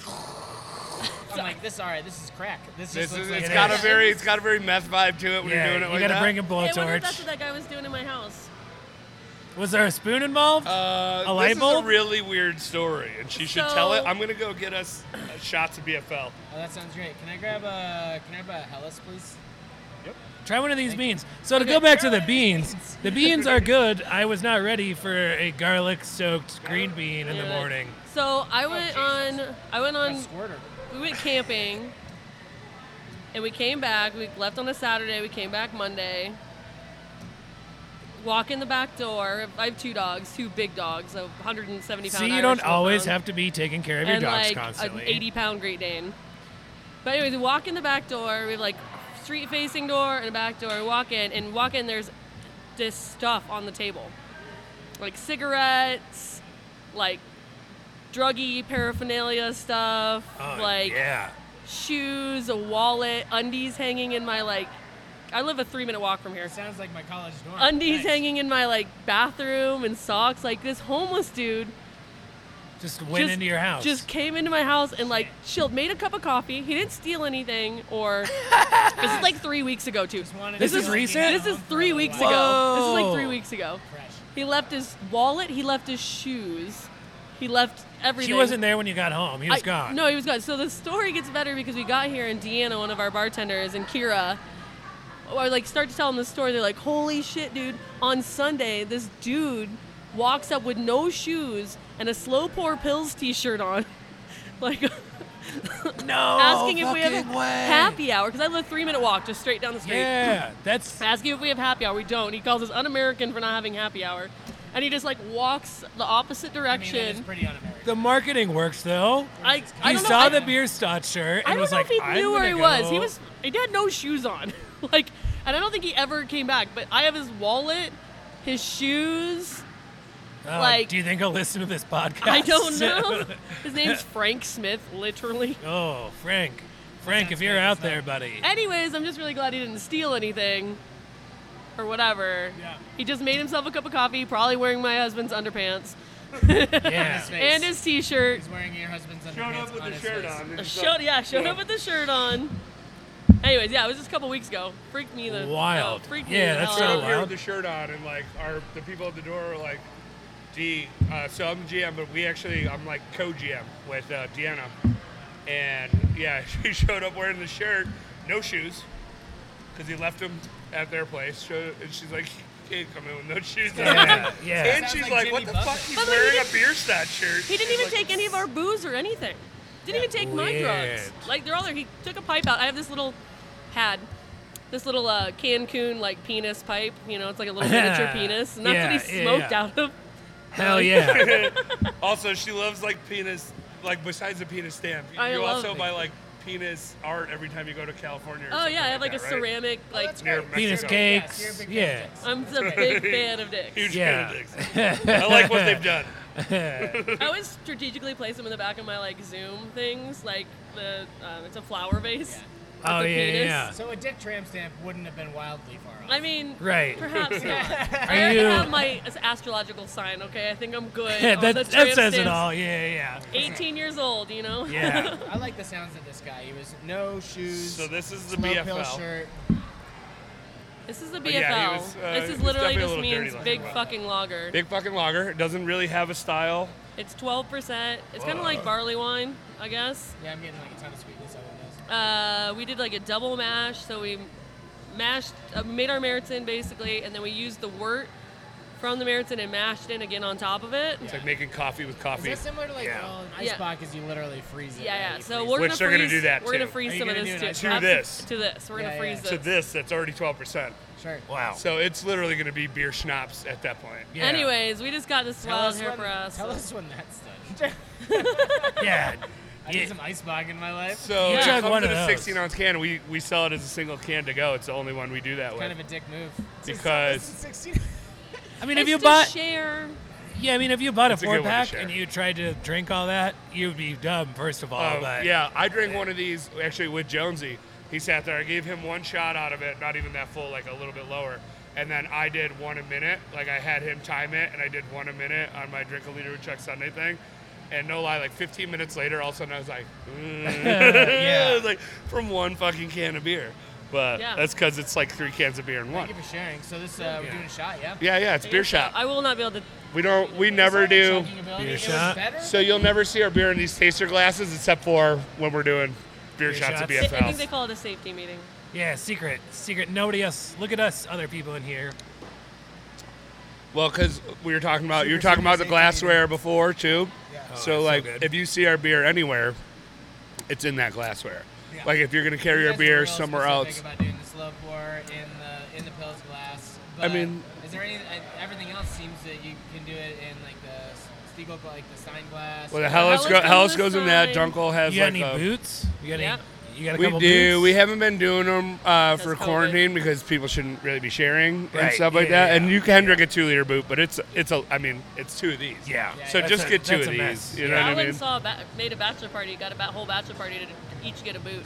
[SPEAKER 4] I'm like, this. All right, this is crack. This,
[SPEAKER 5] This
[SPEAKER 4] just
[SPEAKER 5] is,
[SPEAKER 4] looks like
[SPEAKER 5] it's
[SPEAKER 3] it
[SPEAKER 5] got
[SPEAKER 3] is.
[SPEAKER 5] a very it's got a very meth vibe to it when
[SPEAKER 3] yeah,
[SPEAKER 5] you're doing it
[SPEAKER 3] you
[SPEAKER 5] like
[SPEAKER 3] gotta
[SPEAKER 5] that.
[SPEAKER 3] bring a
[SPEAKER 6] Hey, I wonder if that's
[SPEAKER 3] blowtorch.
[SPEAKER 6] what that guy was doing in my house.
[SPEAKER 3] Was there a spoon involved?
[SPEAKER 5] uh,
[SPEAKER 3] a light
[SPEAKER 5] this
[SPEAKER 3] bulb?
[SPEAKER 5] is a really weird story, and she should
[SPEAKER 6] So-
[SPEAKER 5] tell it. I'm gonna go get us uh, shots of BFL.
[SPEAKER 4] Oh, that sounds great. Can I grab a? Can I grab a Hellas, please?
[SPEAKER 3] Try one of these
[SPEAKER 4] Thank
[SPEAKER 3] beans. So to
[SPEAKER 4] Okay,
[SPEAKER 3] go back to
[SPEAKER 4] try
[SPEAKER 3] the
[SPEAKER 4] one of
[SPEAKER 3] beans,
[SPEAKER 4] these
[SPEAKER 3] the beans are good. I was not ready for a garlic-soaked green bean in the
[SPEAKER 6] Yeah.
[SPEAKER 3] morning.
[SPEAKER 6] So I
[SPEAKER 4] Oh,
[SPEAKER 6] went on. I went
[SPEAKER 4] A
[SPEAKER 6] on.
[SPEAKER 4] squirter.
[SPEAKER 6] We went camping, and we came back. We left on a Saturday. We came back Monday. Walk in the back door. I have two dogs, two big dogs, a 170 pound.
[SPEAKER 3] See, you
[SPEAKER 6] Irish
[SPEAKER 3] don't always
[SPEAKER 6] Wolfhound.
[SPEAKER 3] have to be taking care of your
[SPEAKER 6] and
[SPEAKER 3] dogs
[SPEAKER 6] like
[SPEAKER 3] constantly.
[SPEAKER 6] an 80 pound Great Dane. But anyways, we walk in the back door. We have like street facing door and a back door. We walk in and walk in. There's this stuff on the table, like cigarettes, like druggy paraphernalia stuff,
[SPEAKER 3] Oh,
[SPEAKER 6] like
[SPEAKER 3] yeah.
[SPEAKER 6] shoes, a wallet, undies hanging in my like. I live a three minute walk from here.
[SPEAKER 4] It sounds like my college dorm.
[SPEAKER 6] Undies
[SPEAKER 4] Thanks.
[SPEAKER 6] hanging in my like bathroom and socks. Like this homeless dude
[SPEAKER 3] Just went
[SPEAKER 6] just-
[SPEAKER 3] into your house.
[SPEAKER 6] Just came into my house and like chilled, made a cup of coffee. He didn't steal anything or this is like three weeks ago too.
[SPEAKER 4] Just wanted
[SPEAKER 3] This
[SPEAKER 4] to
[SPEAKER 3] is
[SPEAKER 4] feel like you
[SPEAKER 3] recent?
[SPEAKER 4] had
[SPEAKER 6] This
[SPEAKER 4] home
[SPEAKER 6] is
[SPEAKER 4] for a
[SPEAKER 6] three
[SPEAKER 4] little
[SPEAKER 6] weeks
[SPEAKER 4] while.
[SPEAKER 6] ago. This is
[SPEAKER 3] Whoa.
[SPEAKER 6] like three weeks ago.
[SPEAKER 4] Fresh.
[SPEAKER 6] He left his wallet. He left his shoes. He left everything.
[SPEAKER 3] She wasn't there when you got home. He was
[SPEAKER 6] I-
[SPEAKER 3] gone.
[SPEAKER 6] No, he was gone. So the story gets better because we got here and Deanna, one of our bartenders, and Kira, or like start to tell them the story. They're like, "Holy shit, dude! On Sunday, this dude walks up with no shoes and a slow pour pills T-shirt on." like asking if we have
[SPEAKER 3] Oh, fucking way.
[SPEAKER 6] happy hour because I live three minute walk just straight down the street.
[SPEAKER 3] Yeah, that's
[SPEAKER 6] Asking if we have happy hour, we don't. He calls us un-American for not having happy hour, and he just like walks the opposite direction.
[SPEAKER 4] I mean, that is pretty un-American.
[SPEAKER 3] the marketing works though.
[SPEAKER 6] I, I
[SPEAKER 3] He
[SPEAKER 6] don't know,
[SPEAKER 3] saw
[SPEAKER 6] I-
[SPEAKER 3] the beer stot shirt and
[SPEAKER 6] I don't
[SPEAKER 3] was
[SPEAKER 6] know
[SPEAKER 3] like,
[SPEAKER 6] if he
[SPEAKER 3] "I'm
[SPEAKER 6] knew where he
[SPEAKER 3] gonna
[SPEAKER 6] was. He
[SPEAKER 3] go."
[SPEAKER 6] was he had no shoes on, like, and I don't think he ever came back. But I have his wallet, his shoes.
[SPEAKER 3] Oh,
[SPEAKER 6] like-
[SPEAKER 3] do you think he'll listen to this podcast?
[SPEAKER 6] I don't know. His name's Frank Smith, literally.
[SPEAKER 3] oh, Frank, Frank, if you're out there, buddy.
[SPEAKER 6] Anyways, I'm just really glad he didn't steal anything, or whatever.
[SPEAKER 4] Yeah.
[SPEAKER 6] He just made himself a cup of coffee, probably wearing my husband's underpants
[SPEAKER 3] Yeah.
[SPEAKER 4] His face.
[SPEAKER 6] and his t-shirt.
[SPEAKER 4] He's wearing your husband's underpants
[SPEAKER 5] Showed up with
[SPEAKER 4] on
[SPEAKER 5] the
[SPEAKER 4] his
[SPEAKER 5] shirt
[SPEAKER 4] face.
[SPEAKER 5] on. and he's
[SPEAKER 6] Showed,
[SPEAKER 5] like,
[SPEAKER 6] yeah, showed up with the shirt on. Anyways, yeah, it was just a couple weeks ago. Freaked me the
[SPEAKER 3] Wild.
[SPEAKER 6] oh, freaked
[SPEAKER 3] Yeah,
[SPEAKER 6] me the
[SPEAKER 3] that's
[SPEAKER 6] hell
[SPEAKER 3] so
[SPEAKER 5] showed
[SPEAKER 6] out.
[SPEAKER 5] up here
[SPEAKER 3] loud.
[SPEAKER 5] with the shirt on, and like our the people at the door are like, "D, uh, so I'm GM, but we actually I'm like co-GM with uh, Deanna, and yeah, she showed up wearing the shirt, no shoes, because he left them at their place. Showed, and she's like, "You can't come in with no shoes." on."
[SPEAKER 3] Yeah, yeah.
[SPEAKER 5] And
[SPEAKER 4] Sounds
[SPEAKER 5] she's
[SPEAKER 4] like
[SPEAKER 5] like,
[SPEAKER 4] Jimmy
[SPEAKER 5] "What the
[SPEAKER 4] Buffett.
[SPEAKER 5] fuck? He's
[SPEAKER 6] But, like, he
[SPEAKER 5] wearing
[SPEAKER 6] didn't-
[SPEAKER 5] a beer stat shirt."
[SPEAKER 6] He didn't even take any of our booze or anything. Didn't even take my drugs.
[SPEAKER 3] Weird.
[SPEAKER 6] Like they're all there. He took a pipe out. I have this little had this little uh, Cancun like penis pipe. You know, it's like a little miniature penis, and that's what
[SPEAKER 3] Yeah,
[SPEAKER 6] he
[SPEAKER 3] yeah,
[SPEAKER 6] smoked
[SPEAKER 3] yeah.
[SPEAKER 6] out of.
[SPEAKER 3] Hell yeah.
[SPEAKER 5] also, she loves like penis. Like besides the penis stamp,
[SPEAKER 6] I
[SPEAKER 5] you
[SPEAKER 6] love
[SPEAKER 5] also
[SPEAKER 6] it.
[SPEAKER 5] buy like penis art every time you go to California. Or
[SPEAKER 6] Oh
[SPEAKER 5] something
[SPEAKER 6] yeah, I have like
[SPEAKER 5] like
[SPEAKER 6] a
[SPEAKER 5] that, right?
[SPEAKER 6] ceramic like.
[SPEAKER 5] Near
[SPEAKER 3] Penis
[SPEAKER 5] Mexico.
[SPEAKER 4] Yes,
[SPEAKER 3] cakes.
[SPEAKER 4] you're a big fan
[SPEAKER 3] Yeah.
[SPEAKER 4] of dicks.
[SPEAKER 6] I'm a big fan of dicks.
[SPEAKER 5] Huge
[SPEAKER 3] Yeah.
[SPEAKER 5] fan of dicks. I like what they've done.
[SPEAKER 6] I always strategically place them in the back of my like Zoom things, like the um, it's a flower vase.
[SPEAKER 4] Yeah.
[SPEAKER 6] with
[SPEAKER 3] Oh yeah,
[SPEAKER 6] the
[SPEAKER 3] yeah.
[SPEAKER 6] penis.
[SPEAKER 3] yeah.
[SPEAKER 4] Uh, So a dick tramp stamp wouldn't have been wildly far off.
[SPEAKER 6] I mean,
[SPEAKER 3] Right.
[SPEAKER 6] Perhaps not. I
[SPEAKER 3] Are
[SPEAKER 6] already
[SPEAKER 3] you-
[SPEAKER 6] have my astrological sign. Okay, I think I'm good.
[SPEAKER 3] Yeah,
[SPEAKER 6] on
[SPEAKER 3] that,
[SPEAKER 6] the
[SPEAKER 3] that says it
[SPEAKER 6] tramp
[SPEAKER 3] all. Yeah, yeah.
[SPEAKER 6] 18 years old, you know?
[SPEAKER 3] Yeah.
[SPEAKER 4] I like the sounds of this guy. He was no shoes.
[SPEAKER 5] So this is the
[SPEAKER 4] smoke pill
[SPEAKER 5] BFL.
[SPEAKER 4] shirt.
[SPEAKER 6] this is the BFL.
[SPEAKER 5] But yeah, he was, uh,
[SPEAKER 6] this
[SPEAKER 5] he
[SPEAKER 6] is
[SPEAKER 5] was
[SPEAKER 6] literally just
[SPEAKER 5] definitely a little dirty
[SPEAKER 6] means
[SPEAKER 5] looking
[SPEAKER 6] big
[SPEAKER 5] guy.
[SPEAKER 6] fucking lager.
[SPEAKER 5] Big fucking lager. It doesn't really have a style.
[SPEAKER 6] It's 12%. It's kind of like barley wine, I guess.
[SPEAKER 4] Yeah, I'm getting like a ton of sweetness out of this.
[SPEAKER 6] Uh, we did like a double mash, so we mashed, uh, made our meritzen basically, and then we used the wort from the meritzen and mashed in again on top of it.
[SPEAKER 5] It's like making coffee with
[SPEAKER 4] Is
[SPEAKER 5] coffee.
[SPEAKER 4] that similar to like well, an ice
[SPEAKER 6] Yeah.
[SPEAKER 4] box? Is you literally freeze it?
[SPEAKER 6] Yeah, yeah.
[SPEAKER 4] you
[SPEAKER 6] So
[SPEAKER 4] freeze
[SPEAKER 6] we're
[SPEAKER 4] it.
[SPEAKER 5] Which
[SPEAKER 6] gonna
[SPEAKER 5] they're
[SPEAKER 6] freeze.
[SPEAKER 5] gonna do that
[SPEAKER 6] we're
[SPEAKER 5] too.
[SPEAKER 6] gonna freeze
[SPEAKER 4] Are you
[SPEAKER 6] some of
[SPEAKER 4] gonna
[SPEAKER 6] this
[SPEAKER 4] do
[SPEAKER 6] too.
[SPEAKER 4] an
[SPEAKER 5] To
[SPEAKER 6] Absolutely.
[SPEAKER 5] this.
[SPEAKER 6] To this. We're gonna
[SPEAKER 4] Yeah, yeah,
[SPEAKER 6] freeze
[SPEAKER 4] yeah.
[SPEAKER 6] this.
[SPEAKER 5] To this, that's already 12%.
[SPEAKER 4] sure.
[SPEAKER 3] Wow.
[SPEAKER 5] So it's literally going to be beer schnapps at that point.
[SPEAKER 3] Yeah.
[SPEAKER 6] Anyways, we just got this
[SPEAKER 4] Tell
[SPEAKER 6] wild
[SPEAKER 4] us,
[SPEAKER 6] hair
[SPEAKER 4] when,
[SPEAKER 6] for us.
[SPEAKER 4] tell us when that's done.
[SPEAKER 3] Yeah.
[SPEAKER 4] I need some ice bog in my life.
[SPEAKER 5] So
[SPEAKER 3] You
[SPEAKER 5] it
[SPEAKER 3] chug
[SPEAKER 5] comes
[SPEAKER 3] one
[SPEAKER 5] in
[SPEAKER 3] of
[SPEAKER 5] a
[SPEAKER 3] those.
[SPEAKER 5] 16 ounce can. We, we sell it as a single can to go. It's the only one we do that
[SPEAKER 4] kind
[SPEAKER 5] with.
[SPEAKER 4] of a dick move.
[SPEAKER 5] Because-
[SPEAKER 4] 16.
[SPEAKER 3] I mean,
[SPEAKER 6] It's
[SPEAKER 3] if you
[SPEAKER 6] to
[SPEAKER 3] bought,
[SPEAKER 6] share.
[SPEAKER 3] yeah, I mean, if you bought a
[SPEAKER 5] It's a good one
[SPEAKER 3] four
[SPEAKER 5] to
[SPEAKER 3] pack
[SPEAKER 5] share.
[SPEAKER 3] and you tried to drink all that, you'd be dumb, first of all.
[SPEAKER 5] Oh,
[SPEAKER 3] but
[SPEAKER 5] yeah, I drank one of these actually with Jonesy. He sat there. I gave him one shot out of it, not even that full, like a little bit lower. And then I did one a minute. Like I had him time it, and I did one a minute on my drink a liter with Chuck Sunday thing. And no lie, like 15 minutes later, all of a sudden I was like, mm. It was like from one fucking can of beer. But
[SPEAKER 6] Yeah.
[SPEAKER 5] that's because it's like three cans of beer in one.
[SPEAKER 4] Thank you for sharing. So this, uh, we're doing a shot, yeah?
[SPEAKER 5] Yeah, yeah, it's beer shot.
[SPEAKER 6] I will not be able to.
[SPEAKER 5] We don't, we never do.
[SPEAKER 6] E.
[SPEAKER 3] Beer shot.
[SPEAKER 5] So you'll never see our beer in these taster glasses except for when we're doing beer,
[SPEAKER 3] Beer
[SPEAKER 5] shots,
[SPEAKER 3] shots.
[SPEAKER 6] I
[SPEAKER 5] at BFLs.
[SPEAKER 6] think they call it a safety meeting.
[SPEAKER 3] yeah, secret, secret. Nobody else. Look at us, other people in here.
[SPEAKER 5] Well, because we were talking about you were
[SPEAKER 4] Super
[SPEAKER 5] talking about the
[SPEAKER 4] secret safety
[SPEAKER 5] glassware before
[SPEAKER 3] Oh,
[SPEAKER 5] too. so
[SPEAKER 3] that's so
[SPEAKER 5] like,
[SPEAKER 3] good.
[SPEAKER 5] if you see our beer anywhere, it's in that glassware.
[SPEAKER 4] Yeah.
[SPEAKER 5] Like if you're gonna carry your beer somewhere else,
[SPEAKER 4] About doing the slow pour in the in the pills glass.
[SPEAKER 5] I
[SPEAKER 4] but
[SPEAKER 5] mean-
[SPEAKER 4] is there any? I- Everything else seems that you can do it in like the Stiegel, like the Stein glass.
[SPEAKER 5] well, the Hellas,
[SPEAKER 6] Hellas
[SPEAKER 5] go,
[SPEAKER 6] on
[SPEAKER 5] Hellas
[SPEAKER 6] the
[SPEAKER 5] goes in that.
[SPEAKER 6] side.
[SPEAKER 5] Dunkel has
[SPEAKER 3] You got
[SPEAKER 5] like
[SPEAKER 3] any
[SPEAKER 5] a-
[SPEAKER 3] boots? You got
[SPEAKER 6] Yeah.
[SPEAKER 3] any? You got a
[SPEAKER 5] We
[SPEAKER 3] couple
[SPEAKER 5] do.
[SPEAKER 3] boots?
[SPEAKER 5] We haven't been doing them uh, for
[SPEAKER 6] COVID.
[SPEAKER 5] quarantine because people shouldn't really be sharing and
[SPEAKER 3] Right,
[SPEAKER 5] stuff like
[SPEAKER 3] yeah,
[SPEAKER 5] that. And
[SPEAKER 3] yeah,
[SPEAKER 5] you can drink a two-liter boot, but it's it's a. I mean, it's two of these.
[SPEAKER 3] Yeah.
[SPEAKER 4] Yeah,
[SPEAKER 5] So
[SPEAKER 4] yeah.
[SPEAKER 3] That's
[SPEAKER 5] just
[SPEAKER 3] a-
[SPEAKER 5] get two
[SPEAKER 3] that's
[SPEAKER 5] of
[SPEAKER 3] a mess.
[SPEAKER 5] these. You know
[SPEAKER 6] Alan
[SPEAKER 5] what I mean?
[SPEAKER 6] saw a ba- made a bachelor party. Got a ba- whole bachelor party to each get a boot.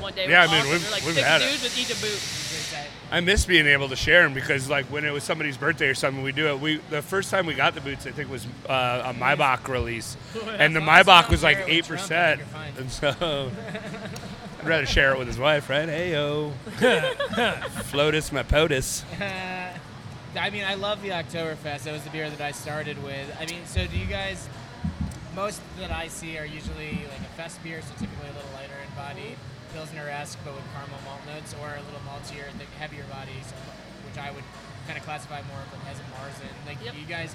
[SPEAKER 6] One day.
[SPEAKER 5] Yeah,
[SPEAKER 6] with
[SPEAKER 5] I mean,
[SPEAKER 6] Austin,
[SPEAKER 5] we've-
[SPEAKER 6] there were, like
[SPEAKER 5] we've
[SPEAKER 6] six
[SPEAKER 5] had it.
[SPEAKER 6] dudes with each a boot.
[SPEAKER 4] Is that-
[SPEAKER 5] I miss being able to share them because, like, when it was somebody's birthday or something, we do it. We the first time we got the boots, I think was uh, a Maybach release, and the
[SPEAKER 4] That's
[SPEAKER 5] Maybach
[SPEAKER 4] awesome.
[SPEAKER 5] was like
[SPEAKER 4] Share it
[SPEAKER 5] eight
[SPEAKER 4] with Trump, I
[SPEAKER 5] percent.
[SPEAKER 4] think you're fine.
[SPEAKER 5] And so, I'd rather share it with his wife, right? Hey yo, floatus my potus.
[SPEAKER 4] I mean, I love the Oktoberfest. That was the beer that I started with. I mean, so do you guys? Most that I see are usually like a fest beer, so typically a little lighter in body, pilsner-esque, but with caramel malt notes, or a little maltier, the heavier body, so, which I would kind of classify more of like, as a Marzen. Like
[SPEAKER 6] Yep.
[SPEAKER 4] you guys,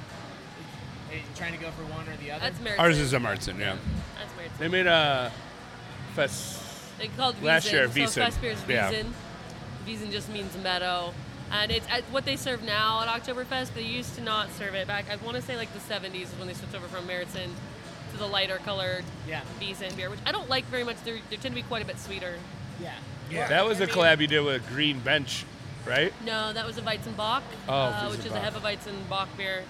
[SPEAKER 4] Are you trying to go for one or the other?
[SPEAKER 6] That's Meritzen.
[SPEAKER 5] Ours is a Martin, yeah.
[SPEAKER 6] That's Meritzen.
[SPEAKER 5] They made a fest.
[SPEAKER 6] They called Wiesen.
[SPEAKER 5] Last year, Wiesen.
[SPEAKER 6] So Fest beer is
[SPEAKER 5] Yeah.
[SPEAKER 6] Wiesen. Wiesen just means meadow. And it's at what they serve now at Oktoberfest. They used to not serve it back. I want to say like the 70s is when they switched over from Meritzen to the lighter colored
[SPEAKER 4] Yeah.
[SPEAKER 6] Wiesen beer, which I don't like very much. They're, they tend to be quite a bit sweeter.
[SPEAKER 4] Yeah.
[SPEAKER 5] That was
[SPEAKER 6] I
[SPEAKER 5] a
[SPEAKER 6] mean-
[SPEAKER 5] collab you did with Green Bench, right?
[SPEAKER 6] No, that was a Weizenbach,
[SPEAKER 5] Oh,
[SPEAKER 6] uh, which is a
[SPEAKER 5] Weizenbach.
[SPEAKER 6] Hefeweizenbach beer.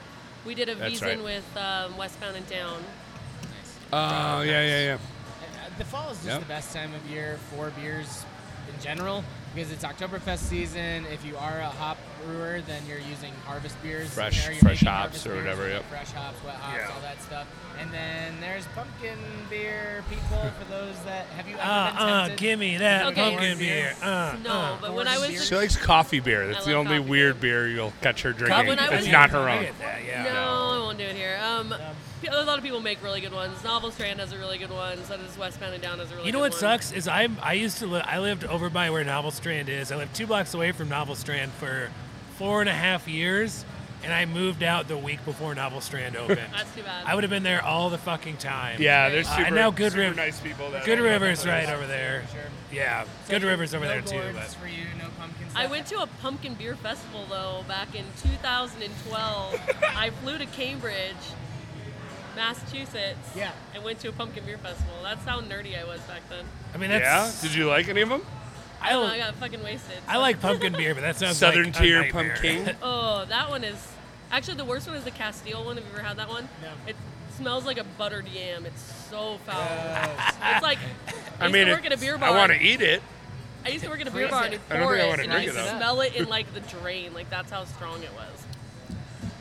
[SPEAKER 6] We did a
[SPEAKER 5] That's
[SPEAKER 6] Wiesen
[SPEAKER 5] right.
[SPEAKER 6] with um, Westbound and Down.
[SPEAKER 5] Oh, yeah, yeah, yeah.
[SPEAKER 4] Uh, The fall is just
[SPEAKER 5] Yeah.
[SPEAKER 4] the best time of year for beers in general because it's Oktoberfest season. If you are a hop brewer, then you're using harvest beers. in
[SPEAKER 5] Fresh-
[SPEAKER 4] there. You're
[SPEAKER 5] fresh
[SPEAKER 4] making
[SPEAKER 5] hops
[SPEAKER 4] harvest
[SPEAKER 5] or
[SPEAKER 4] beers
[SPEAKER 5] whatever,
[SPEAKER 4] with
[SPEAKER 5] yep.
[SPEAKER 4] Fresh hops, wet hops,
[SPEAKER 5] Yeah.
[SPEAKER 4] all that stuff. And then there's pumpkin beer people for those that have you ever
[SPEAKER 3] Uh, uh,
[SPEAKER 4] been tempted?
[SPEAKER 3] give me that
[SPEAKER 6] Okay.
[SPEAKER 3] pumpkin beer. Uh,
[SPEAKER 6] No,
[SPEAKER 3] uh.
[SPEAKER 6] but when I
[SPEAKER 4] orange
[SPEAKER 6] was
[SPEAKER 5] She
[SPEAKER 6] a,
[SPEAKER 5] likes coffee beer.
[SPEAKER 6] I
[SPEAKER 5] That's the
[SPEAKER 6] love
[SPEAKER 5] only
[SPEAKER 6] coffee
[SPEAKER 5] weird beer you'll catch her drinking.
[SPEAKER 3] Coffee
[SPEAKER 6] when I
[SPEAKER 5] it's
[SPEAKER 6] was-
[SPEAKER 5] not her
[SPEAKER 3] I
[SPEAKER 5] own.
[SPEAKER 3] get that, yeah.
[SPEAKER 6] no, I won't do it here. Um, pe- a lot of people make really good ones. Novel Strand has a really good one. So does Westbound and Down has a really.
[SPEAKER 3] You know what
[SPEAKER 6] good one.
[SPEAKER 3] sucks is I I used to live I lived over by where Novel Strand is. I lived two blocks away from Novel Strand for four and a half years, and I moved out the week before Novel Strand opened.
[SPEAKER 6] That's too bad.
[SPEAKER 3] I would have been there all the fucking time.
[SPEAKER 5] Yeah, they're
[SPEAKER 6] Uh,
[SPEAKER 5] super,
[SPEAKER 3] and now Good
[SPEAKER 5] super
[SPEAKER 3] Riv-
[SPEAKER 5] nice people. That
[SPEAKER 3] Good
[SPEAKER 5] I know that
[SPEAKER 3] River's
[SPEAKER 5] place.
[SPEAKER 3] right over there.
[SPEAKER 4] Sure.
[SPEAKER 3] Yeah,
[SPEAKER 4] So
[SPEAKER 3] Good
[SPEAKER 4] no-
[SPEAKER 3] River's over
[SPEAKER 4] no
[SPEAKER 3] there too.
[SPEAKER 4] gourds
[SPEAKER 3] But
[SPEAKER 4] for you, no pumpkin
[SPEAKER 6] I
[SPEAKER 4] stuff.
[SPEAKER 6] went to a pumpkin beer festival though back in 2012. I flew to Cambridge, Massachusetts.
[SPEAKER 4] Yeah.
[SPEAKER 6] And went to a pumpkin beer festival. That's how nerdy I was back then.
[SPEAKER 3] I mean,
[SPEAKER 5] Yeah?
[SPEAKER 3] that's
[SPEAKER 5] Did you like any of them?
[SPEAKER 6] I don't know. I
[SPEAKER 3] I,
[SPEAKER 6] got fucking wasted.
[SPEAKER 3] Oh. I like pumpkin beer, but that sounds
[SPEAKER 5] Southern
[SPEAKER 3] like a
[SPEAKER 5] Tier
[SPEAKER 3] nightmare.
[SPEAKER 5] Pumpkin.
[SPEAKER 6] Oh, that one is actually the worst one is the Castile one. Have you ever had that one?
[SPEAKER 4] No.
[SPEAKER 6] It smells like a buttered yam. It's so foul.
[SPEAKER 4] Uh,
[SPEAKER 6] It's like I,
[SPEAKER 5] I
[SPEAKER 6] used
[SPEAKER 5] mean,
[SPEAKER 6] to
[SPEAKER 5] it-
[SPEAKER 6] work at a beer bar.
[SPEAKER 5] bar. I want to eat it.
[SPEAKER 6] I used to work at a beer
[SPEAKER 4] Freeze it.
[SPEAKER 6] bar and you
[SPEAKER 5] I don't
[SPEAKER 6] pour
[SPEAKER 5] think I
[SPEAKER 6] it,
[SPEAKER 5] wanna
[SPEAKER 6] and I
[SPEAKER 5] drink
[SPEAKER 6] used
[SPEAKER 5] it,
[SPEAKER 6] to
[SPEAKER 5] though.
[SPEAKER 6] smell it in like the drain. Like that's how strong it was.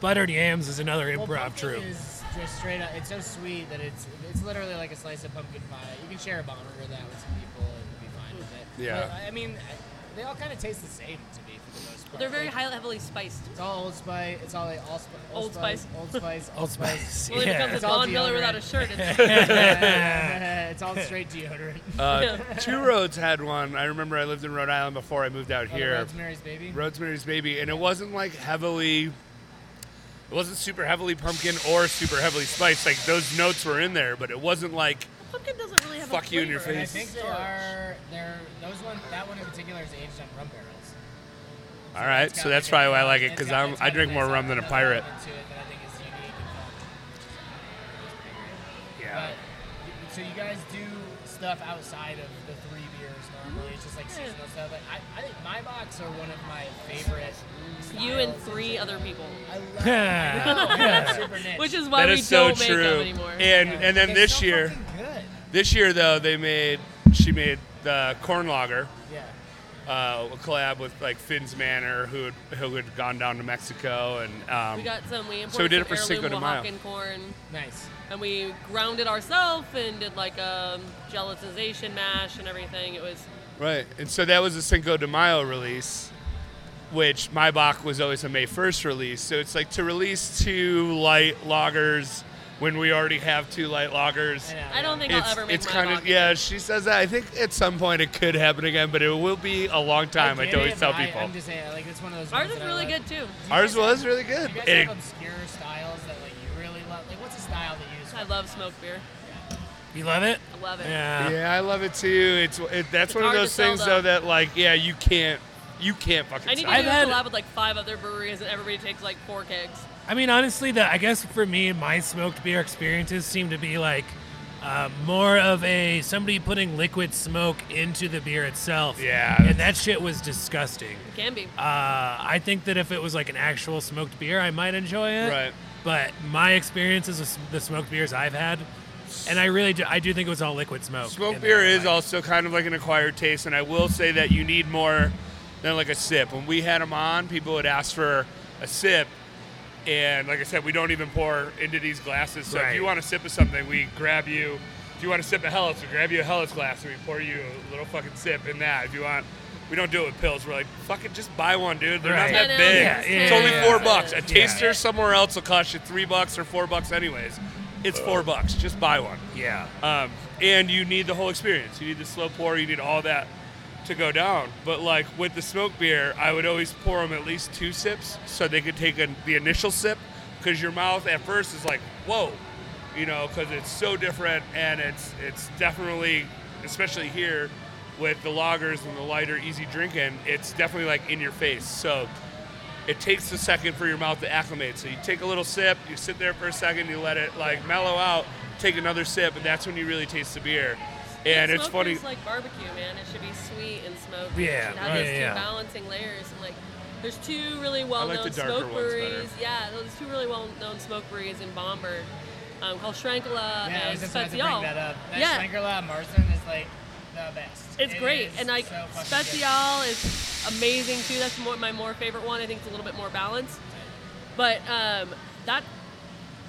[SPEAKER 3] Buttered Yams is another
[SPEAKER 4] well,
[SPEAKER 3] improv
[SPEAKER 4] pumpkin
[SPEAKER 3] troupe.
[SPEAKER 4] is just straight up. It's so sweet that it's it's literally like a slice of pumpkin pie. You can share a bomber of that with some people and be fine with it.
[SPEAKER 5] Yeah.
[SPEAKER 4] But, I mean, I- they all kind of taste the same to me for the most part.
[SPEAKER 6] They're very
[SPEAKER 4] Like,
[SPEAKER 6] high, heavily spiced.
[SPEAKER 4] It's all Old Spice. It's all like all spi-
[SPEAKER 6] Old Spice.
[SPEAKER 4] Old Spice.
[SPEAKER 3] Old Spice.
[SPEAKER 6] Well, it
[SPEAKER 3] Yeah.
[SPEAKER 6] becomes a
[SPEAKER 4] It's all
[SPEAKER 6] Don Miller
[SPEAKER 4] deodorant.
[SPEAKER 6] without a shirt. It's,
[SPEAKER 4] it's all straight deodorant.
[SPEAKER 5] Uh, Two Roads had one. I remember I lived in Rhode Island before I moved out
[SPEAKER 4] Oh, the
[SPEAKER 5] here.
[SPEAKER 4] Rosemary's Baby.
[SPEAKER 5] Rosemary's Baby, and it wasn't like heavily. It wasn't super heavily pumpkin or super heavily spiced. Like those notes were in there, but it wasn't like
[SPEAKER 6] pumpkin doesn't really have a
[SPEAKER 5] Fuck you in your
[SPEAKER 6] flavor.
[SPEAKER 4] And I
[SPEAKER 5] face.
[SPEAKER 4] think there are there those one that one in particular is aged on rum barrels.
[SPEAKER 5] all right.
[SPEAKER 4] It's
[SPEAKER 5] So
[SPEAKER 4] got
[SPEAKER 5] that's
[SPEAKER 4] a-
[SPEAKER 5] probably why I like it
[SPEAKER 4] it's
[SPEAKER 5] because
[SPEAKER 4] got-
[SPEAKER 5] I'm
[SPEAKER 4] it's
[SPEAKER 5] I
[SPEAKER 4] got
[SPEAKER 5] drink more
[SPEAKER 4] nice
[SPEAKER 5] rum than a
[SPEAKER 4] element
[SPEAKER 5] pirate.
[SPEAKER 4] to it that I think is unique and fun.
[SPEAKER 5] Yeah.
[SPEAKER 4] But, so you guys do stuff outside of the three beers normally. It's just like
[SPEAKER 6] Yeah.
[SPEAKER 4] seasonal stuff. Like, I, I think my box are one of my favorite.
[SPEAKER 6] You and
[SPEAKER 4] styles.
[SPEAKER 6] three other people,
[SPEAKER 4] I love. I know, they're super niche.
[SPEAKER 6] which is why
[SPEAKER 5] That
[SPEAKER 6] we
[SPEAKER 5] is so
[SPEAKER 6] don't make them
[SPEAKER 5] true.
[SPEAKER 6] anymore.
[SPEAKER 5] And and then
[SPEAKER 4] They're
[SPEAKER 5] this
[SPEAKER 4] so
[SPEAKER 5] year,
[SPEAKER 4] fucking Good.
[SPEAKER 5] this year though they made she made the corn lager.
[SPEAKER 4] Yeah.
[SPEAKER 5] uh, a collab with like Finn's Manor, who had, who had gone down to Mexico, and um,
[SPEAKER 6] we got some. We imported
[SPEAKER 5] So we did it for
[SPEAKER 6] some
[SPEAKER 5] Cinco de
[SPEAKER 6] heirloom
[SPEAKER 5] Mayo.
[SPEAKER 6] Oaxacan corn.
[SPEAKER 4] Nice.
[SPEAKER 6] and we ground it ourselves and did like a gelatinization mash and everything. It was
[SPEAKER 5] right. And so that was a Cinco de Mayo release, which my Bach was always a May first release. So it's like to release two light lagers when we already have two light lagers.
[SPEAKER 4] know.
[SPEAKER 6] I don't think
[SPEAKER 5] It's,
[SPEAKER 6] I'll ever make
[SPEAKER 5] it's
[SPEAKER 6] my
[SPEAKER 5] kind of
[SPEAKER 6] vodka.
[SPEAKER 5] yeah. She says that. I think at some point it could happen again, but it will be a long time. I,
[SPEAKER 4] get
[SPEAKER 5] always
[SPEAKER 4] it,
[SPEAKER 5] tell
[SPEAKER 4] but I-
[SPEAKER 5] people.
[SPEAKER 4] I'm just saying, like it's one of those.
[SPEAKER 6] Ours
[SPEAKER 4] ones
[SPEAKER 6] is
[SPEAKER 4] that I
[SPEAKER 6] really
[SPEAKER 4] love.
[SPEAKER 6] good too.
[SPEAKER 4] Do you
[SPEAKER 5] Ours
[SPEAKER 4] guys
[SPEAKER 5] was
[SPEAKER 4] have-
[SPEAKER 5] really good.
[SPEAKER 4] Do you guys
[SPEAKER 5] It-
[SPEAKER 4] have obscure styles that like you really love? Like, what's a style that you use?
[SPEAKER 6] I love smoked beer.
[SPEAKER 3] You love it?
[SPEAKER 6] I love it.
[SPEAKER 3] Yeah.
[SPEAKER 5] Yeah, I love it too. It's it, that's
[SPEAKER 6] It's
[SPEAKER 5] one of
[SPEAKER 6] hard to
[SPEAKER 5] those
[SPEAKER 6] sell,
[SPEAKER 5] things
[SPEAKER 6] though.
[SPEAKER 5] though that like yeah you can't you can't fucking.
[SPEAKER 6] I need to do
[SPEAKER 5] sell
[SPEAKER 3] I've
[SPEAKER 6] a
[SPEAKER 3] had-
[SPEAKER 6] collab with like five other breweries and everybody takes like four kegs.
[SPEAKER 3] I mean, honestly, the I guess for me, my smoked beer experiences seem to be like uh, more of a somebody putting liquid smoke into the beer itself.
[SPEAKER 5] Yeah.
[SPEAKER 3] and that shit was disgusting.
[SPEAKER 6] It can be.
[SPEAKER 3] Uh, I think that if it was like an actual smoked beer, I might enjoy it.
[SPEAKER 5] Right.
[SPEAKER 3] But my experiences with the smoked beers I've had, and I really do, I do think it was all liquid smoke.
[SPEAKER 5] Smoked
[SPEAKER 3] in
[SPEAKER 5] beer
[SPEAKER 3] there,
[SPEAKER 5] is
[SPEAKER 3] like-
[SPEAKER 5] also kind of like an acquired taste, and I will say that you need more than like a sip. When we had them on, people would ask for a sip, and like I said, we don't even pour into these glasses. So if
[SPEAKER 3] Right.
[SPEAKER 5] you want a sip of something, we grab you. If you want a sip of Hellas, we grab you a Hellas glass and we pour you a little fucking sip in that. If you want, we don't do it with pills. We're like, fucking just buy one, dude. They're
[SPEAKER 3] Right.
[SPEAKER 5] not that
[SPEAKER 6] Ten
[SPEAKER 5] big.
[SPEAKER 6] ounces,
[SPEAKER 3] Yeah,
[SPEAKER 5] it's
[SPEAKER 3] yeah,
[SPEAKER 5] only
[SPEAKER 3] yeah.
[SPEAKER 5] four bucks. A
[SPEAKER 6] Yeah.
[SPEAKER 5] taster somewhere else will cost you three bucks or four bucks, anyways. It's four bucks. Just buy one.
[SPEAKER 3] Yeah.
[SPEAKER 5] Um, and you need the whole experience. You need the slow pour. You need all that to go down. But like with the smoke beer, I would always pour them at least two sips so they could take a, the initial sip, because your mouth at first is like, whoa, you know, because it's so different, and it's it's definitely, especially here, with the lagers and the lighter, easy drinking, it's definitely like in your face. So it takes a second for your mouth to acclimate. So you take a little sip, you sit there for a second, you let it like mellow out, take another sip, and that's when you really taste the beer. And it's
[SPEAKER 6] Smoked
[SPEAKER 5] funny.
[SPEAKER 6] It's like barbecue, man. It should be sweet and smoked.
[SPEAKER 3] Yeah,
[SPEAKER 6] it should have
[SPEAKER 3] right,
[SPEAKER 6] those two
[SPEAKER 3] yeah.
[SPEAKER 6] balancing layers. And like, there's two really well-known
[SPEAKER 5] the darker
[SPEAKER 6] smoke
[SPEAKER 5] ones better.
[SPEAKER 6] breweries. Yeah, there's two really well-known smoke breweries in Bomber, um, called Schrankela
[SPEAKER 4] Yeah, I
[SPEAKER 6] and
[SPEAKER 4] was just about to bring
[SPEAKER 6] Special.
[SPEAKER 4] that up. That
[SPEAKER 6] Yeah.
[SPEAKER 4] Schlenkerla Marson is like the best.
[SPEAKER 6] It's
[SPEAKER 4] It
[SPEAKER 6] great,
[SPEAKER 4] is
[SPEAKER 6] and like
[SPEAKER 4] so fucking good.
[SPEAKER 6] Special is amazing too. That's more, my more favorite one. I think it's a little bit more balanced, but um, that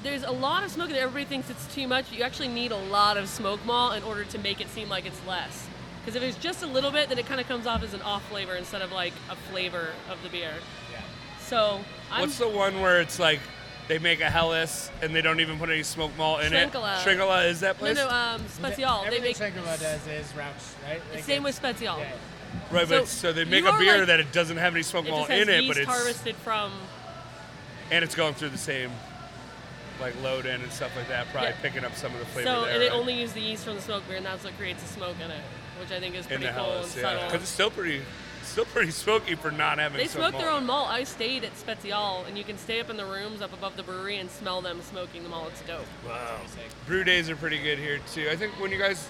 [SPEAKER 6] there's a lot of smoke, and everybody thinks it's too much. You actually need a lot of smoke malt in order to make it seem like it's less. Because if it's just a little bit, then it kind of comes off as an off flavor instead of like a flavor of the beer.
[SPEAKER 4] Yeah.
[SPEAKER 6] So I'm
[SPEAKER 5] What's the one where it's like they make a Hellas and they don't even put any smoke malt in
[SPEAKER 6] Shrinkala.
[SPEAKER 5] it? Shrinkala is that
[SPEAKER 6] no
[SPEAKER 5] place?
[SPEAKER 6] no um, Special. They
[SPEAKER 4] Everything
[SPEAKER 6] make
[SPEAKER 4] Schlenkerla does is Rauch, right? Like
[SPEAKER 6] same with
[SPEAKER 4] it's-
[SPEAKER 6] Special.
[SPEAKER 4] yeah.
[SPEAKER 5] right, but
[SPEAKER 6] so
[SPEAKER 5] so they make
[SPEAKER 6] you
[SPEAKER 5] a
[SPEAKER 6] are,
[SPEAKER 5] beer
[SPEAKER 6] like-
[SPEAKER 5] that it doesn't have any smoke
[SPEAKER 6] It
[SPEAKER 5] malt
[SPEAKER 6] just has
[SPEAKER 5] in it,
[SPEAKER 6] yeast
[SPEAKER 5] but it's
[SPEAKER 6] harvested from
[SPEAKER 5] and it's going through the same like load in and stuff like that, probably
[SPEAKER 6] Yeah.
[SPEAKER 5] picking up some of the flavor
[SPEAKER 6] So
[SPEAKER 5] there.
[SPEAKER 6] and it
[SPEAKER 5] right?
[SPEAKER 6] only used the yeast from the smoke beer, and that's what creates the smoke in it, which I think is
[SPEAKER 5] in
[SPEAKER 6] pretty
[SPEAKER 5] the
[SPEAKER 6] cool and
[SPEAKER 5] Hellas, yeah,
[SPEAKER 6] subtle.
[SPEAKER 5] because it's still pretty, still pretty smoky for not having.
[SPEAKER 6] They
[SPEAKER 5] smoke
[SPEAKER 6] smoke their
[SPEAKER 5] malt.
[SPEAKER 6] own malt. I stayed at Spezial, and you can stay up in the rooms up above the brewery and smell them smoking the malt. It's dope.
[SPEAKER 5] brew days are pretty good here too. I think when you guys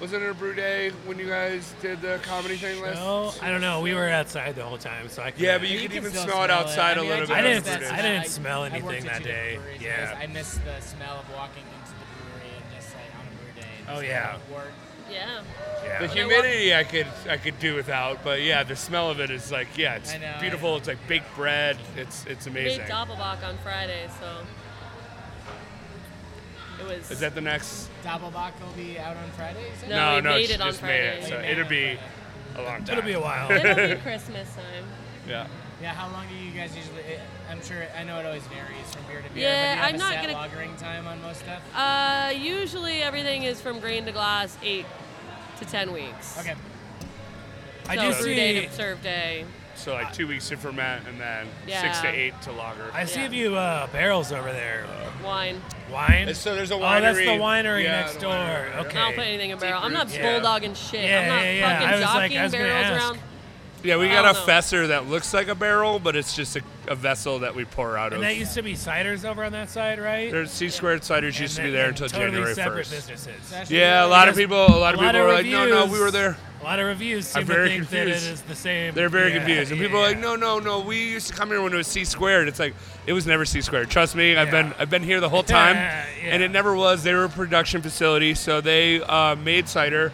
[SPEAKER 5] wasn't it a brew day when you guys did the comedy thing last?
[SPEAKER 3] No, I don't know. We were outside the whole time, so I. Couldn't.
[SPEAKER 5] Yeah, but you
[SPEAKER 4] You
[SPEAKER 5] could
[SPEAKER 4] can
[SPEAKER 5] even
[SPEAKER 4] still
[SPEAKER 5] smell it
[SPEAKER 4] smell it.
[SPEAKER 5] outside
[SPEAKER 4] I
[SPEAKER 5] a
[SPEAKER 4] mean,
[SPEAKER 5] little
[SPEAKER 4] I
[SPEAKER 5] bit.
[SPEAKER 3] I didn't.
[SPEAKER 5] after it.
[SPEAKER 4] That's
[SPEAKER 3] I didn't
[SPEAKER 4] I-
[SPEAKER 3] smell
[SPEAKER 4] I worked
[SPEAKER 3] anything
[SPEAKER 4] at
[SPEAKER 3] that
[SPEAKER 4] two different
[SPEAKER 3] day.
[SPEAKER 4] breweries,
[SPEAKER 3] Yeah.
[SPEAKER 4] guys. I miss the smell of walking into the brewery and just like on a brew day. and
[SPEAKER 3] Oh,
[SPEAKER 4] just
[SPEAKER 3] yeah.
[SPEAKER 4] like, Work.
[SPEAKER 6] Yeah.
[SPEAKER 5] The
[SPEAKER 3] Yeah.
[SPEAKER 5] humidity I could I could do without, but yeah, the smell of it is like yeah, it's
[SPEAKER 4] I know, I
[SPEAKER 5] beautiful.
[SPEAKER 4] know.
[SPEAKER 5] It's like baked bread. It's it's
[SPEAKER 6] We made
[SPEAKER 5] amazing.
[SPEAKER 6] Doppelbock on Friday, so it was.
[SPEAKER 5] Is that the next?
[SPEAKER 4] Doppelbock will be out on Friday. Is it?
[SPEAKER 6] No,
[SPEAKER 5] No,
[SPEAKER 6] we
[SPEAKER 5] no,
[SPEAKER 6] made
[SPEAKER 5] she
[SPEAKER 6] it on
[SPEAKER 5] just made it.
[SPEAKER 6] Friday.
[SPEAKER 5] So
[SPEAKER 4] We made
[SPEAKER 5] it'll
[SPEAKER 4] it
[SPEAKER 5] be a long time.
[SPEAKER 3] It'll be a while.
[SPEAKER 6] It'll be Christmas time.
[SPEAKER 5] Yeah.
[SPEAKER 4] Yeah. How long do you guys usually? It, I'm sure. I know it always varies from beer to beer.
[SPEAKER 6] Yeah,
[SPEAKER 4] but
[SPEAKER 6] I'm
[SPEAKER 4] do you
[SPEAKER 6] not
[SPEAKER 4] have a
[SPEAKER 6] gonna-
[SPEAKER 4] set lagering time on most stuff.
[SPEAKER 6] Uh, usually everything is from grain to glass, eight to ten weeks.
[SPEAKER 4] Okay.
[SPEAKER 3] I
[SPEAKER 6] so
[SPEAKER 3] do
[SPEAKER 6] brew day
[SPEAKER 3] see.
[SPEAKER 6] to serve day.
[SPEAKER 5] So like two weeks to ferment and then six
[SPEAKER 6] Yeah.
[SPEAKER 5] to eight to lager.
[SPEAKER 3] I see
[SPEAKER 6] Yeah.
[SPEAKER 3] a few uh, barrels over there.
[SPEAKER 6] Wine.
[SPEAKER 3] Wine.
[SPEAKER 5] So there's a
[SPEAKER 3] Oh, that's the
[SPEAKER 5] winery-
[SPEAKER 3] winery
[SPEAKER 5] yeah,
[SPEAKER 3] next
[SPEAKER 5] the
[SPEAKER 3] door.
[SPEAKER 5] winery, yeah.
[SPEAKER 3] Okay.
[SPEAKER 6] I don't put anything in barrel. I'm not
[SPEAKER 3] Yeah.
[SPEAKER 6] bulldogging shit.
[SPEAKER 3] Yeah,
[SPEAKER 6] I'm not
[SPEAKER 3] yeah, yeah.
[SPEAKER 6] fucking
[SPEAKER 3] I was like-
[SPEAKER 6] jockeying
[SPEAKER 3] I was gonna
[SPEAKER 6] barrels
[SPEAKER 3] ask.
[SPEAKER 6] around.
[SPEAKER 5] Yeah, we
[SPEAKER 6] I
[SPEAKER 5] got a
[SPEAKER 6] don't know.
[SPEAKER 5] fesser that looks like a barrel, but it's just a, a vessel that we pour out
[SPEAKER 3] And
[SPEAKER 5] of.
[SPEAKER 3] that used to be ciders over on that side, right?
[SPEAKER 5] There's C squared ciders used to
[SPEAKER 3] And
[SPEAKER 5] be
[SPEAKER 3] that-
[SPEAKER 5] there
[SPEAKER 3] and
[SPEAKER 5] until
[SPEAKER 3] totally
[SPEAKER 5] January
[SPEAKER 3] separate
[SPEAKER 5] first.
[SPEAKER 3] businesses.
[SPEAKER 5] Yeah, a lot of
[SPEAKER 3] Because
[SPEAKER 5] people, a lot of
[SPEAKER 3] a lot
[SPEAKER 5] people
[SPEAKER 3] of
[SPEAKER 5] are like, no, no, we
[SPEAKER 3] reviews-
[SPEAKER 5] were there.
[SPEAKER 3] A lot of reviews
[SPEAKER 5] I'm
[SPEAKER 3] seem to
[SPEAKER 5] very
[SPEAKER 3] think
[SPEAKER 5] confused.
[SPEAKER 3] that it is the same.
[SPEAKER 5] They're very
[SPEAKER 3] Yeah,
[SPEAKER 5] confused, and
[SPEAKER 3] yeah,
[SPEAKER 5] people are like,
[SPEAKER 3] yeah.
[SPEAKER 5] no, no, no, we used to come here when it was C squared. It's like it was never C squared. Trust me, I've
[SPEAKER 3] Yeah.
[SPEAKER 5] been I've been here the whole time,
[SPEAKER 3] Yeah, yeah.
[SPEAKER 5] and it never was. They were a production facility, so they uh, made cider.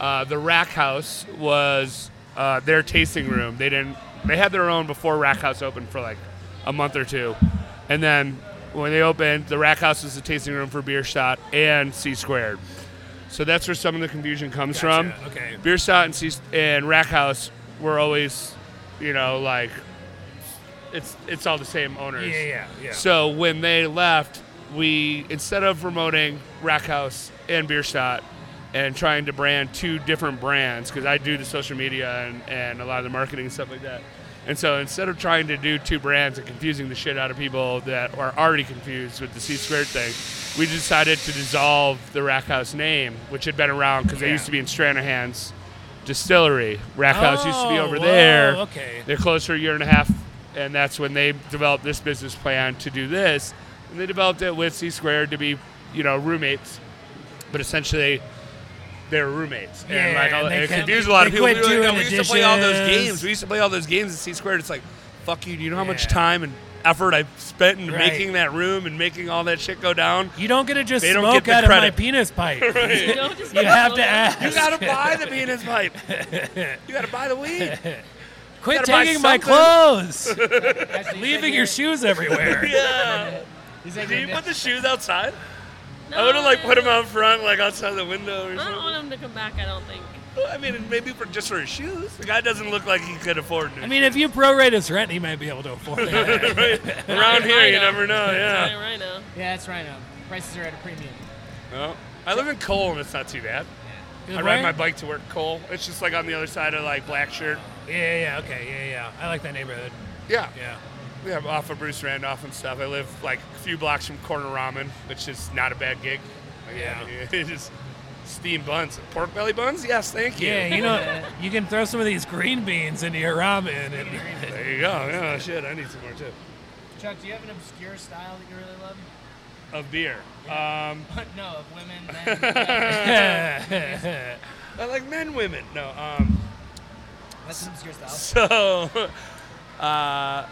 [SPEAKER 5] Uh, the Rack House was uh, their tasting room. They didn't. They had their own before Rack House opened for like a month or two, and then when they opened, the Rack House was the tasting room for Beer Shot and C squared. So that's where some of the confusion comes
[SPEAKER 3] Gotcha,
[SPEAKER 5] from.
[SPEAKER 3] okay.
[SPEAKER 5] Beer Stout and, Seas- and Rack House were always, you know, like it's it's all the same owners.
[SPEAKER 3] Yeah, yeah, yeah.
[SPEAKER 5] So when they left, we instead of promoting Rack House and Beer Stout and trying to brand two different brands, because I do the social media and, and a lot of the marketing and stuff like that. And so instead of trying to do two brands and confusing the shit out of people that are already confused with the C squared thing, we decided to dissolve the Rack House name, which had been around because they
[SPEAKER 3] Yeah.
[SPEAKER 5] used to be in Stranahan's distillery. Rack House used to be
[SPEAKER 3] Oh,
[SPEAKER 5] over
[SPEAKER 3] whoa,
[SPEAKER 5] there.
[SPEAKER 3] okay.
[SPEAKER 5] They're closed for a year and a half, and that's when they developed this business plan to do this. And they developed it with C Squared to be, you know, roommates, but essentially they were roommates. and
[SPEAKER 3] Yeah,
[SPEAKER 5] like all,
[SPEAKER 3] and they
[SPEAKER 5] it
[SPEAKER 3] kept-
[SPEAKER 5] confused a lot of
[SPEAKER 3] they
[SPEAKER 5] people.
[SPEAKER 3] quit
[SPEAKER 5] They were like,
[SPEAKER 3] doing
[SPEAKER 5] "No, we
[SPEAKER 3] the
[SPEAKER 5] used to play all those
[SPEAKER 3] dishes."
[SPEAKER 5] games. We used to play all those games at C Squared. It's like, fuck you. Do you know how much
[SPEAKER 3] Yeah.
[SPEAKER 5] time and effort I spent in
[SPEAKER 3] Right.
[SPEAKER 5] making that room and making all that shit go down?
[SPEAKER 3] You don't get to just
[SPEAKER 5] They don't get
[SPEAKER 3] smoke
[SPEAKER 5] the
[SPEAKER 3] out of my
[SPEAKER 5] credit.
[SPEAKER 3] penis pipe.
[SPEAKER 6] You, don't just
[SPEAKER 3] You
[SPEAKER 6] go
[SPEAKER 3] have
[SPEAKER 6] so
[SPEAKER 3] to
[SPEAKER 6] long.
[SPEAKER 5] You
[SPEAKER 3] ask.
[SPEAKER 5] gotta buy the penis pipe. You gotta buy the weed.
[SPEAKER 3] Quit
[SPEAKER 5] gotta buy
[SPEAKER 3] taking my
[SPEAKER 5] something.
[SPEAKER 3] clothes,
[SPEAKER 4] Guys, he's like
[SPEAKER 3] leaving your
[SPEAKER 4] you're-
[SPEAKER 3] shoes everywhere.
[SPEAKER 5] Yeah.
[SPEAKER 4] He's like
[SPEAKER 5] Do you
[SPEAKER 4] you're-
[SPEAKER 5] put the shoes outside?
[SPEAKER 6] No,
[SPEAKER 5] I would have like
[SPEAKER 6] no,
[SPEAKER 5] put him
[SPEAKER 6] no.
[SPEAKER 5] out front, like outside the window or
[SPEAKER 6] I don't want
[SPEAKER 5] something.
[SPEAKER 6] him to come back. I don't think.
[SPEAKER 5] Well, I mean, maybe for just for his shoes. The guy doesn't look like he could afford new.
[SPEAKER 3] I mean, if you prorate his rent, he might be able to afford it.
[SPEAKER 5] around here, you
[SPEAKER 6] Rhino.
[SPEAKER 5] never know. Yeah.
[SPEAKER 6] Rhino, Rhino.
[SPEAKER 4] Yeah, that's right. Now prices are at a premium.
[SPEAKER 5] Well, I live in Cole, and it's not too bad. I ride my bike to work, Cole. It's just like on the other side of like Black Shirt.
[SPEAKER 3] Yeah, yeah, okay, yeah, yeah. I like that neighborhood.
[SPEAKER 5] Yeah.
[SPEAKER 3] Yeah.
[SPEAKER 5] yeah, off of Bruce Randolph and stuff. I live like a few blocks from Corner Ramen, which is not a bad gig. Like, Oh, yeah, it's just steamed buns, pork belly buns. Yes, thank you.
[SPEAKER 3] Yeah, you know, you can throw some of these green beans into your ramen. And,
[SPEAKER 5] There you go. Yeah, shit, I need some more too.
[SPEAKER 4] Chuck, do you have an obscure style that you really love?
[SPEAKER 5] Of beer. Um,
[SPEAKER 4] no, of women, men.
[SPEAKER 5] I like men, women. No. Um,
[SPEAKER 4] That's an obscure style.
[SPEAKER 5] so uh,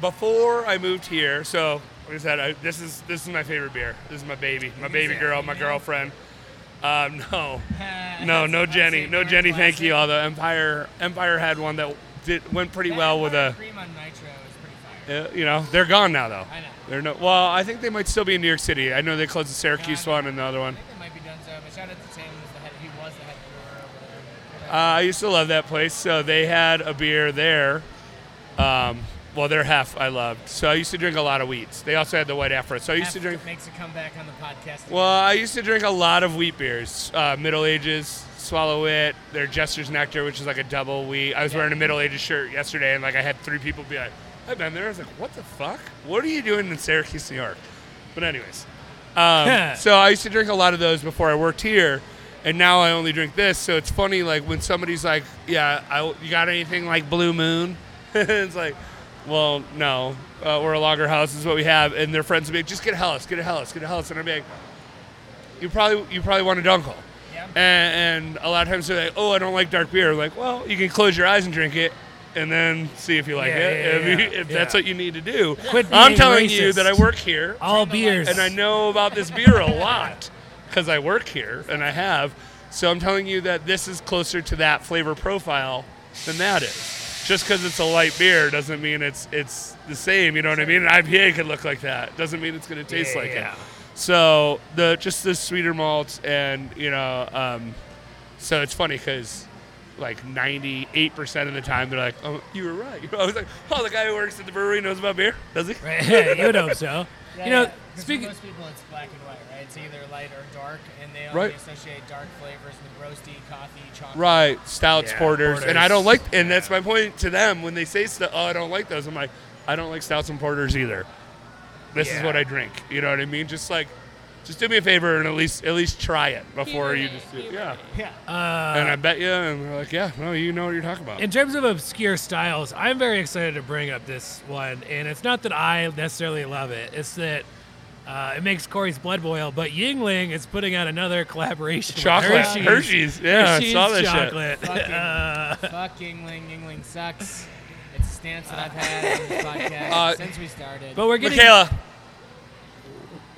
[SPEAKER 5] before I moved here, so like I said, I, this is this is my favorite beer. This is my baby, my baby girl, my girlfriend. Um, no, no, no Jenny, no Jenny. Thank you. Although Empire Empire had one that did went pretty well with a.
[SPEAKER 4] cream on nitro is pretty fire.
[SPEAKER 5] Uh, you know, they're gone now though.
[SPEAKER 4] I know.
[SPEAKER 5] They're no. Well, I think they might still be in New York City. I know they closed the Syracuse
[SPEAKER 4] Yeah, I know.
[SPEAKER 5] one and the other one.
[SPEAKER 4] I think it might be done so. But shout out to Tim, who's the head, he was the head brewer over there.
[SPEAKER 5] Uh, I used to love that place. So they had a beer there. Um, well, their hef I loved. So I used to drink a lot of wheats. They also had the white afro. So I used to
[SPEAKER 4] After
[SPEAKER 5] drink.
[SPEAKER 4] Makes a comeback on the podcast.
[SPEAKER 5] Well, I used to drink a lot of wheat beers. Uh, middle Ages, Swallow It, their Jester's Nectar, which is like a double wheat. I was wearing a Middle Ages shirt yesterday, and like I had three people be like, "I've been there." I was like, "What the fuck? What are you doing in Syracuse, New York?" But anyways, um, so I used to drink a lot of those before I worked here, and now I only drink this. So it's funny, like when somebody's like, "Yeah, I, you got anything like Blue Moon?" it's like, "Well, no, uh, we're a lager house is what we have." And their friends would be like, "Just get a Hellas, get a Hellas, get a Hellas," and I'm like, "You probably you probably want a Dunkel."
[SPEAKER 4] Yeah.
[SPEAKER 5] And, and a lot of times they're like, "Oh, I don't like dark beer." I'm like, well, you can close your eyes and drink it. And then see if you like
[SPEAKER 3] Yeah,
[SPEAKER 5] it.
[SPEAKER 3] yeah,
[SPEAKER 5] if
[SPEAKER 3] yeah,
[SPEAKER 5] you- if
[SPEAKER 3] yeah.
[SPEAKER 5] that's what you need to do,
[SPEAKER 3] Quit
[SPEAKER 5] I'm
[SPEAKER 3] being
[SPEAKER 5] telling you
[SPEAKER 3] racist.
[SPEAKER 5] that I work here
[SPEAKER 3] All beers.
[SPEAKER 5] and I know about this beer a lot because I work here and I have. So I'm telling you that this is closer to that flavor profile than that is. Just because it's a light beer doesn't mean it's it's the same. You know what I mean? An IPA could look like that. Doesn't mean it's going to taste
[SPEAKER 3] Yeah,
[SPEAKER 5] like
[SPEAKER 3] yeah.
[SPEAKER 5] it. So the just the sweeter malts and you know, um, so it's funny because like 98% of the time they're like, oh, you were right. I was like, oh, the guy who works at the brewery knows about beer, does he?
[SPEAKER 3] you would hope so.
[SPEAKER 4] Yeah,
[SPEAKER 3] you know,
[SPEAKER 4] yeah. 'Cause for
[SPEAKER 3] speaking.
[SPEAKER 4] most people, it's black and white, right? It's either light or dark, and they only
[SPEAKER 5] Right.
[SPEAKER 4] associate dark flavors with roasty, coffee, chocolate.
[SPEAKER 5] Right, stouts,
[SPEAKER 3] Yeah,
[SPEAKER 5] porters, and
[SPEAKER 3] porters.
[SPEAKER 5] I don't like, and that's my point to them when they say, stu- "Oh, I don't like those." I'm like, I don't like stouts and porters either. This is
[SPEAKER 3] Yeah.
[SPEAKER 5] what I drink. You know what I mean? Just like, just do me a favor and at least at least try it before
[SPEAKER 6] Puberty,
[SPEAKER 5] you just, do,
[SPEAKER 6] puberty.
[SPEAKER 5] yeah.
[SPEAKER 4] Yeah.
[SPEAKER 5] Uh, and I bet you, and they're like, yeah, no, you know what you're talking about.
[SPEAKER 3] In terms of obscure styles, I'm very excited to bring up this one, and it's not that I necessarily love it. It's that uh, it makes Corey's blood boil. But Yingling is putting out another collaboration. with
[SPEAKER 5] chocolate
[SPEAKER 3] Hershey's,
[SPEAKER 5] Hershey's, yeah,
[SPEAKER 3] Hershey's
[SPEAKER 5] I saw that shit.
[SPEAKER 3] chocolate.
[SPEAKER 4] Fucking-
[SPEAKER 3] Uh,
[SPEAKER 4] Fuck Yingling. Yingling sucks. It's a stance that I've had on this podcast
[SPEAKER 5] Uh,
[SPEAKER 4] since we started.
[SPEAKER 3] but we're getting
[SPEAKER 5] Michaela,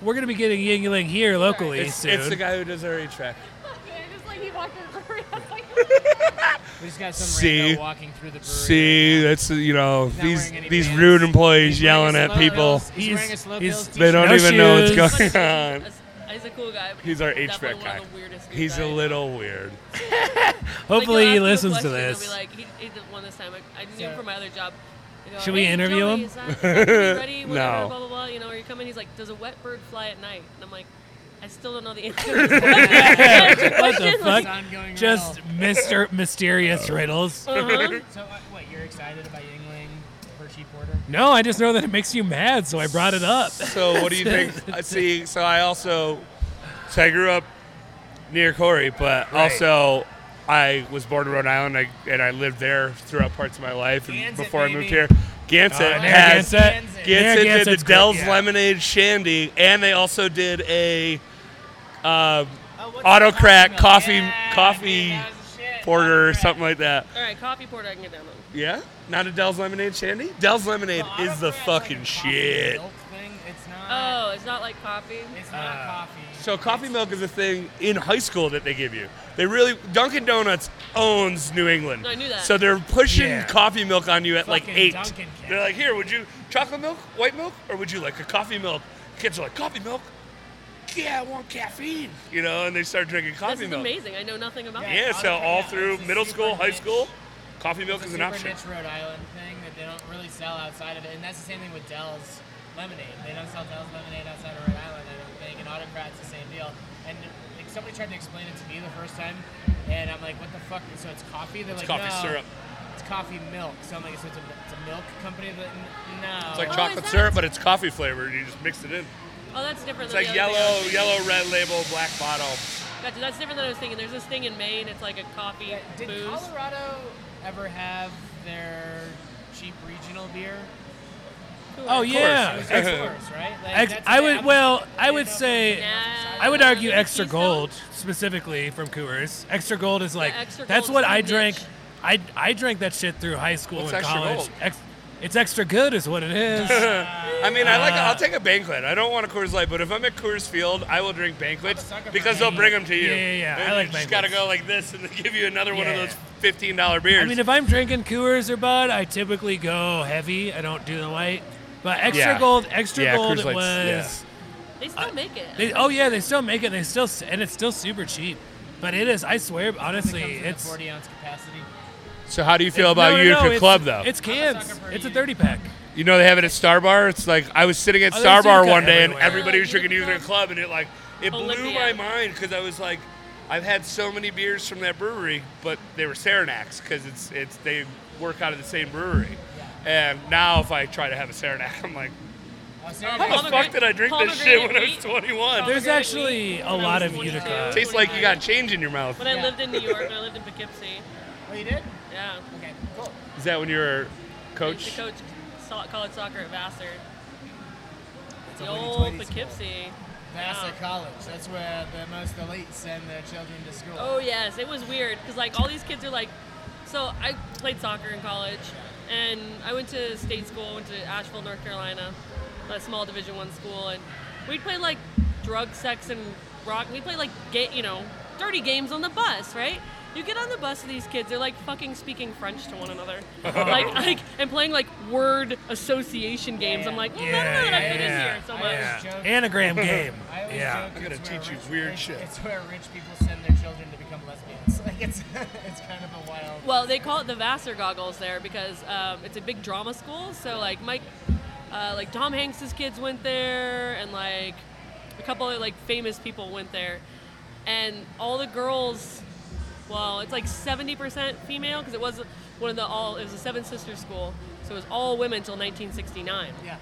[SPEAKER 3] we're gonna be getting Yingling here locally
[SPEAKER 5] it's,
[SPEAKER 3] soon.
[SPEAKER 5] it's the guy who does our track.
[SPEAKER 6] Just like he walked in the brewery, I was like,
[SPEAKER 4] we just got some
[SPEAKER 5] See?
[SPEAKER 4] rando walking through the brewery.
[SPEAKER 5] See, that's you know
[SPEAKER 4] Not
[SPEAKER 5] these
[SPEAKER 4] wearing any
[SPEAKER 5] these
[SPEAKER 4] pants.
[SPEAKER 5] rude employees
[SPEAKER 4] He's
[SPEAKER 5] yelling
[SPEAKER 4] wearing
[SPEAKER 5] at
[SPEAKER 4] a slow
[SPEAKER 5] people.
[SPEAKER 4] Bills- He's,
[SPEAKER 3] He's-
[SPEAKER 4] wearing a slow
[SPEAKER 3] he's-
[SPEAKER 4] bills
[SPEAKER 5] They don't
[SPEAKER 3] No
[SPEAKER 5] even know what's
[SPEAKER 3] shoes.
[SPEAKER 5] going on.
[SPEAKER 6] He's a cool guy. but
[SPEAKER 5] He's our
[SPEAKER 6] definitely
[SPEAKER 5] HVAC
[SPEAKER 6] one
[SPEAKER 5] guy.
[SPEAKER 6] of the weirdest dudes
[SPEAKER 5] He's
[SPEAKER 6] I
[SPEAKER 5] a
[SPEAKER 6] know.
[SPEAKER 5] little weird.
[SPEAKER 6] Like,
[SPEAKER 3] Hopefully,
[SPEAKER 6] he'll
[SPEAKER 3] he
[SPEAKER 6] ask you a
[SPEAKER 3] listens to
[SPEAKER 6] question, he'll be
[SPEAKER 3] this.
[SPEAKER 6] like, he, he did one this time. I, I knew
[SPEAKER 4] So-
[SPEAKER 6] him from my other job. He'll go,
[SPEAKER 3] Should we
[SPEAKER 6] "Hey,
[SPEAKER 3] interview
[SPEAKER 6] Joey,
[SPEAKER 3] him?"
[SPEAKER 6] Is that, is that food ready?
[SPEAKER 5] No.
[SPEAKER 6] Whatever, Blah blah blah. You know, are you coming? He's like, "Does a wet bird fly at night?" And I'm like, "I still don't know the answer." to
[SPEAKER 3] what
[SPEAKER 6] that
[SPEAKER 3] the
[SPEAKER 6] question,
[SPEAKER 3] fuck?
[SPEAKER 6] like-
[SPEAKER 4] ongoing
[SPEAKER 3] Just
[SPEAKER 4] riddle.
[SPEAKER 3] Mr. Mysterious
[SPEAKER 5] Oh.
[SPEAKER 3] riddles.
[SPEAKER 6] Uh-huh.
[SPEAKER 4] So uh, what? You're excited about Yingling Hershey Porter?
[SPEAKER 3] No, I just know that it makes you mad, so I brought it up.
[SPEAKER 5] So what do you think? I see. So I also, so I grew up near Corey, but also I was born in Rhode Island, I, and I lived there throughout parts of my life and
[SPEAKER 4] Gansett,
[SPEAKER 5] before I
[SPEAKER 4] baby.
[SPEAKER 5] moved here. Oh, Gansett
[SPEAKER 3] Uh, Mayor
[SPEAKER 5] has
[SPEAKER 3] Gansett.
[SPEAKER 4] Gansett.
[SPEAKER 3] Mayor
[SPEAKER 5] Gansett did
[SPEAKER 3] Gansett's
[SPEAKER 5] the
[SPEAKER 3] great,
[SPEAKER 5] Dell's
[SPEAKER 3] yeah.
[SPEAKER 5] Lemonade Shandy, and they also did a um,
[SPEAKER 4] Oh, what's
[SPEAKER 5] Auto
[SPEAKER 4] the
[SPEAKER 5] crack,
[SPEAKER 4] milk?
[SPEAKER 5] coffee-
[SPEAKER 4] Yeah,
[SPEAKER 5] coffee
[SPEAKER 4] that was the shit.
[SPEAKER 5] porter
[SPEAKER 4] Auto
[SPEAKER 5] or
[SPEAKER 4] crack.
[SPEAKER 5] something like that.
[SPEAKER 6] All right, coffee porter. I can get down on.
[SPEAKER 5] Yeah, not a Dell's Lemonade Shandy. Dell's Lemonade
[SPEAKER 4] Well,
[SPEAKER 5] is
[SPEAKER 4] auto
[SPEAKER 5] the
[SPEAKER 4] crack's like a
[SPEAKER 5] fucking
[SPEAKER 4] coffee
[SPEAKER 5] shit.
[SPEAKER 4] milk thing. It's not.
[SPEAKER 6] Oh, it's not like coffee.
[SPEAKER 4] It's not coffee.
[SPEAKER 5] So coffee milk is a thing in high school that they give you. They really Dunkin' Donuts owns New England.
[SPEAKER 6] No, I knew that.
[SPEAKER 5] So they're pushing
[SPEAKER 3] Yeah.
[SPEAKER 5] coffee milk on you at like
[SPEAKER 4] Fucking
[SPEAKER 5] eight.
[SPEAKER 4] Dunkin' kids.
[SPEAKER 5] They're like, here, would you chocolate milk, white milk, or would you like a coffee milk? Kids are like, coffee milk. Yeah, I want caffeine. You know, and they start drinking
[SPEAKER 6] This
[SPEAKER 5] coffee
[SPEAKER 6] is
[SPEAKER 5] milk.
[SPEAKER 6] amazing. I know nothing about.
[SPEAKER 4] Yeah.
[SPEAKER 5] Yeah, so
[SPEAKER 4] Honestly,
[SPEAKER 5] all
[SPEAKER 4] yeah,
[SPEAKER 5] through
[SPEAKER 4] it's a
[SPEAKER 5] middle
[SPEAKER 4] super
[SPEAKER 5] school, high
[SPEAKER 4] niche-
[SPEAKER 5] school, coffee milk
[SPEAKER 4] It's a
[SPEAKER 5] is an
[SPEAKER 4] super
[SPEAKER 5] option.
[SPEAKER 4] niche Rhode Island thing that they don't really sell outside of it, and that's the same thing with Dell's lemonade. They don't sell Dell's lemonade outside of Rhode Island. I don't think, and Autocrat's the same deal. And like somebody tried to explain it to me the first time, and I'm like, "What the fuck?" So it's coffee. They're
[SPEAKER 5] It's
[SPEAKER 4] like,
[SPEAKER 5] coffee
[SPEAKER 4] "No,
[SPEAKER 5] syrup.
[SPEAKER 4] It's coffee milk. So I'm like, so it's a, it's a milk company, but n- no.
[SPEAKER 5] It's like
[SPEAKER 6] Oh,
[SPEAKER 5] chocolate
[SPEAKER 6] is that-
[SPEAKER 5] syrup, but it's coffee flavored. You just mix it in.
[SPEAKER 6] Oh, that's different.
[SPEAKER 5] It's
[SPEAKER 6] than
[SPEAKER 5] like
[SPEAKER 6] the other thing I
[SPEAKER 5] yellow,
[SPEAKER 6] was thinking.
[SPEAKER 5] yellow, red label, black bottle.
[SPEAKER 6] Gotcha. That's different than I was thinking. There's this thing in Maine. It's like a coffee
[SPEAKER 4] Yeah, did
[SPEAKER 6] booze.
[SPEAKER 4] Colorado ever have their cheap regional beer?
[SPEAKER 3] Oh yeah.
[SPEAKER 4] It was
[SPEAKER 5] Ex-
[SPEAKER 4] Ex- right? Like,
[SPEAKER 3] Ex-
[SPEAKER 4] that's
[SPEAKER 3] I
[SPEAKER 4] the-
[SPEAKER 3] would
[SPEAKER 4] I'm-
[SPEAKER 3] well, I
[SPEAKER 4] you
[SPEAKER 3] would
[SPEAKER 4] know,
[SPEAKER 3] say
[SPEAKER 6] Nah,
[SPEAKER 3] I would argue
[SPEAKER 6] maybe
[SPEAKER 3] extra
[SPEAKER 6] Keystone?
[SPEAKER 3] gold specifically from Coors. Extra gold is like
[SPEAKER 6] Extra
[SPEAKER 3] that's
[SPEAKER 6] Gold's
[SPEAKER 3] what
[SPEAKER 6] so
[SPEAKER 3] I
[SPEAKER 6] niche.
[SPEAKER 3] drank. I I drank that shit through high school
[SPEAKER 5] What's
[SPEAKER 3] and
[SPEAKER 5] Extra
[SPEAKER 3] college.
[SPEAKER 5] Gold?
[SPEAKER 3] Ex- it's extra good, is what it is.
[SPEAKER 5] I mean, I like.
[SPEAKER 3] Uh,
[SPEAKER 5] I'll take a banquet. I don't want a Coors Light, but if I'm at Coors Field, I will drink banquets
[SPEAKER 4] sucker for
[SPEAKER 5] because they'll bring them to you.
[SPEAKER 3] Yeah, yeah, yeah.
[SPEAKER 5] And
[SPEAKER 3] I like
[SPEAKER 5] you just gotta
[SPEAKER 3] banquets.
[SPEAKER 5] go like this, and they give you another one of
[SPEAKER 3] Yeah.
[SPEAKER 5] those fifteen dollar beers.
[SPEAKER 3] I mean, if I'm drinking Coors or Bud, I typically go heavy. I don't do the light. But extra
[SPEAKER 5] Yeah.
[SPEAKER 3] gold, extra
[SPEAKER 5] Yeah,
[SPEAKER 3] gold
[SPEAKER 5] Coors Light's-
[SPEAKER 3] was.
[SPEAKER 6] They still make it.
[SPEAKER 3] They, oh yeah, they still make it. They still s- and it's still super cheap. But it is, I swear, honestly,
[SPEAKER 4] comes in a
[SPEAKER 3] it's.
[SPEAKER 4] 40 ounce capacity. Oh,
[SPEAKER 5] so how do you feel about
[SPEAKER 3] no, no,
[SPEAKER 5] Utica
[SPEAKER 3] no, it's-
[SPEAKER 5] Club though?
[SPEAKER 3] It's
[SPEAKER 4] I'm a
[SPEAKER 3] cans.
[SPEAKER 4] sucker for
[SPEAKER 3] It's a
[SPEAKER 4] you.
[SPEAKER 3] thirty pack.
[SPEAKER 5] You know they have it at Star Bar. It's like I was sitting at
[SPEAKER 3] Oh,
[SPEAKER 5] Star
[SPEAKER 3] there's
[SPEAKER 5] Bar
[SPEAKER 3] Utica
[SPEAKER 5] one day and
[SPEAKER 3] everywhere.
[SPEAKER 5] everybody
[SPEAKER 6] Yeah,
[SPEAKER 5] was drinking
[SPEAKER 6] Utica
[SPEAKER 5] Utica Club, and it like it blew
[SPEAKER 6] Olympia.
[SPEAKER 5] my mind because I was like, I've had so many beers from that brewery, but they were Saranacs because it's it's they work out of the same brewery. And now if I try to have a Saranac, I'm like,
[SPEAKER 4] Oh, sorry,
[SPEAKER 5] how the fuck
[SPEAKER 6] Pomegranate-
[SPEAKER 5] did I drink
[SPEAKER 6] pomegranate
[SPEAKER 5] this shit when I was
[SPEAKER 6] wheat.
[SPEAKER 5] 21?
[SPEAKER 3] There's
[SPEAKER 6] Pomegranate
[SPEAKER 3] actually
[SPEAKER 6] wheat
[SPEAKER 3] a
[SPEAKER 6] when I
[SPEAKER 3] lot
[SPEAKER 6] was
[SPEAKER 3] of
[SPEAKER 6] 22.
[SPEAKER 3] Utica.
[SPEAKER 5] Tastes like you got change in your mouth.
[SPEAKER 6] When I
[SPEAKER 4] Yeah.
[SPEAKER 6] lived in New York, when I lived in Poughkeepsie.
[SPEAKER 4] Oh, you did?
[SPEAKER 6] Yeah.
[SPEAKER 4] Okay, cool.
[SPEAKER 5] Is that when you were
[SPEAKER 6] I used to
[SPEAKER 5] coach?
[SPEAKER 6] coach so- college soccer at Vassar. The
[SPEAKER 4] a hoity
[SPEAKER 6] old
[SPEAKER 4] toity
[SPEAKER 6] Poughkeepsie.
[SPEAKER 4] Vassar
[SPEAKER 6] Yeah.
[SPEAKER 4] College. That's where the most elite send their children to school.
[SPEAKER 6] Oh yes, it was weird because like all these kids are like, so I played soccer in college, and I went to state school, went to Asheville, North Carolina, a small Division One school, and we played like drug, sex, and rock. We played like get you know dirty games on the bus, right? You get on the bus with these kids, they're like fucking speaking French to one another, like like and playing like word association games. I'm like, mm, I don't know that I fit in here so much.
[SPEAKER 3] yeah.
[SPEAKER 4] joke-
[SPEAKER 3] Anagram game.
[SPEAKER 4] I always
[SPEAKER 3] yeah.
[SPEAKER 4] joke
[SPEAKER 5] I'm gonna
[SPEAKER 4] it's where
[SPEAKER 5] teach you
[SPEAKER 4] rich-
[SPEAKER 5] weird
[SPEAKER 4] it's-
[SPEAKER 5] shit.
[SPEAKER 4] It's where rich people send their children to become lesbians. Like it's it's kind of a wild.
[SPEAKER 6] Well, they call it the Vassar goggles there because um, it's a big drama school. So like Mike, uh, like Tom Hanks's kids went there, and like a couple of like famous people went there, and all the girls. Well, it's like seventy percent female because it was one of the all. It was a seven sisters school, so it was all women till nineteen sixty nine.
[SPEAKER 4] yeah.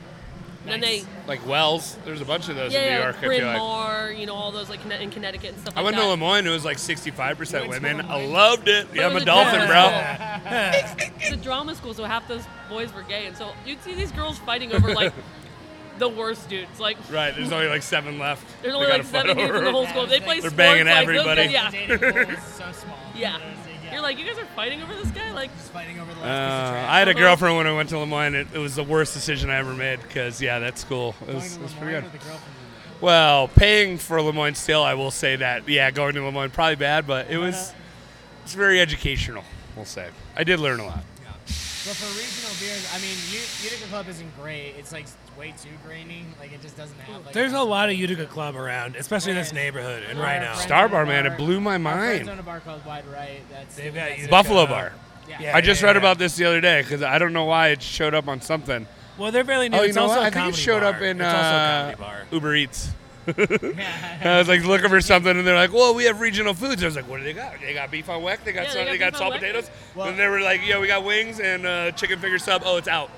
[SPEAKER 6] And then they,
[SPEAKER 5] Like Wells, there's a bunch of those in New
[SPEAKER 6] yeah,
[SPEAKER 5] York.
[SPEAKER 6] yeah,
[SPEAKER 5] I feel
[SPEAKER 6] Bryn
[SPEAKER 5] like.
[SPEAKER 6] Mawr, you know, all those like in Connecticut and stuff.
[SPEAKER 5] I
[SPEAKER 6] like uh,
[SPEAKER 5] went
[SPEAKER 6] that.
[SPEAKER 5] to Lemoyne. It was like 65%
[SPEAKER 4] went to
[SPEAKER 5] women. I
[SPEAKER 4] Lemoyne?
[SPEAKER 5] loved it.
[SPEAKER 6] it
[SPEAKER 5] Yeah, I'm
[SPEAKER 6] was
[SPEAKER 5] a
[SPEAKER 6] a
[SPEAKER 5] dolphin,
[SPEAKER 6] drama
[SPEAKER 5] bro.
[SPEAKER 6] it's a drama school, so half those boys were gay, and so you'd see these girls fighting over like the worst dudes. Like
[SPEAKER 5] Right, there's only like seven left.
[SPEAKER 6] there's
[SPEAKER 5] We
[SPEAKER 6] only
[SPEAKER 5] gotta
[SPEAKER 6] like
[SPEAKER 5] fight
[SPEAKER 6] seven dudes in
[SPEAKER 5] over
[SPEAKER 6] the whole
[SPEAKER 5] them.
[SPEAKER 6] school. They play
[SPEAKER 5] They're
[SPEAKER 6] sports,
[SPEAKER 5] banging
[SPEAKER 6] like, those
[SPEAKER 5] everybody.
[SPEAKER 6] guys- yeah,
[SPEAKER 4] Dating pool is so small.
[SPEAKER 6] yeah.
[SPEAKER 4] There's a-
[SPEAKER 6] You're like, you guys are fighting over this guy. Like,
[SPEAKER 4] Just fighting over the
[SPEAKER 5] Uh,
[SPEAKER 4] last piece of trash.
[SPEAKER 5] I had a girlfriend when I went to Lemoyne. It, it was the worst decision I ever made because, yeah, that school it
[SPEAKER 4] Going
[SPEAKER 5] was,
[SPEAKER 4] to
[SPEAKER 5] it was
[SPEAKER 4] Lemoyne
[SPEAKER 5] pretty good.
[SPEAKER 4] with a girlfriend in there.
[SPEAKER 5] Well, paying for Lemoyne still, I will say that. Yeah, going to Lemoyne, probably bad, but it was it's very educational, we'll say. I did learn a lot.
[SPEAKER 4] But for regional beers, I mean, U- Utica Club isn't great. It's like way too grainy. Like it just doesn't have. Like,
[SPEAKER 3] There's a lot of Utica Club around, especially in this
[SPEAKER 4] Yes.
[SPEAKER 3] neighborhood and
[SPEAKER 4] Our
[SPEAKER 3] right now.
[SPEAKER 4] friends
[SPEAKER 5] Star
[SPEAKER 4] own a
[SPEAKER 5] Bar, man, it blew my
[SPEAKER 4] our friends
[SPEAKER 5] mind.
[SPEAKER 4] own a bar called Wide Right. That's
[SPEAKER 3] They've got
[SPEAKER 4] that's-
[SPEAKER 3] Utica.
[SPEAKER 5] Buffalo Bar.
[SPEAKER 4] Yeah.
[SPEAKER 3] Yeah.
[SPEAKER 5] I just read about this the other day because I don't know why it showed up on something.
[SPEAKER 3] Well, they're fairly new.
[SPEAKER 5] oh, you
[SPEAKER 3] it's
[SPEAKER 5] know
[SPEAKER 3] also
[SPEAKER 5] what?
[SPEAKER 3] a
[SPEAKER 5] I think it
[SPEAKER 3] comedy
[SPEAKER 5] showed up
[SPEAKER 3] bar.
[SPEAKER 5] in
[SPEAKER 3] It's also a
[SPEAKER 5] uh,
[SPEAKER 3] comedy bar.
[SPEAKER 5] Uber Eats.
[SPEAKER 4] Yeah.
[SPEAKER 5] I was like looking for something, and they're like, "Well, we have regional foods." I was like, "What do they got? They got beef on weck. They got
[SPEAKER 6] Yeah,
[SPEAKER 5] salt-
[SPEAKER 6] they
[SPEAKER 5] they
[SPEAKER 6] got
[SPEAKER 5] got
[SPEAKER 6] beef
[SPEAKER 5] salt
[SPEAKER 6] on weck.
[SPEAKER 5] potatoes."
[SPEAKER 4] Well-
[SPEAKER 5] then they were like, "Yeah, we got wings and uh, chicken finger sub." Oh, it's out.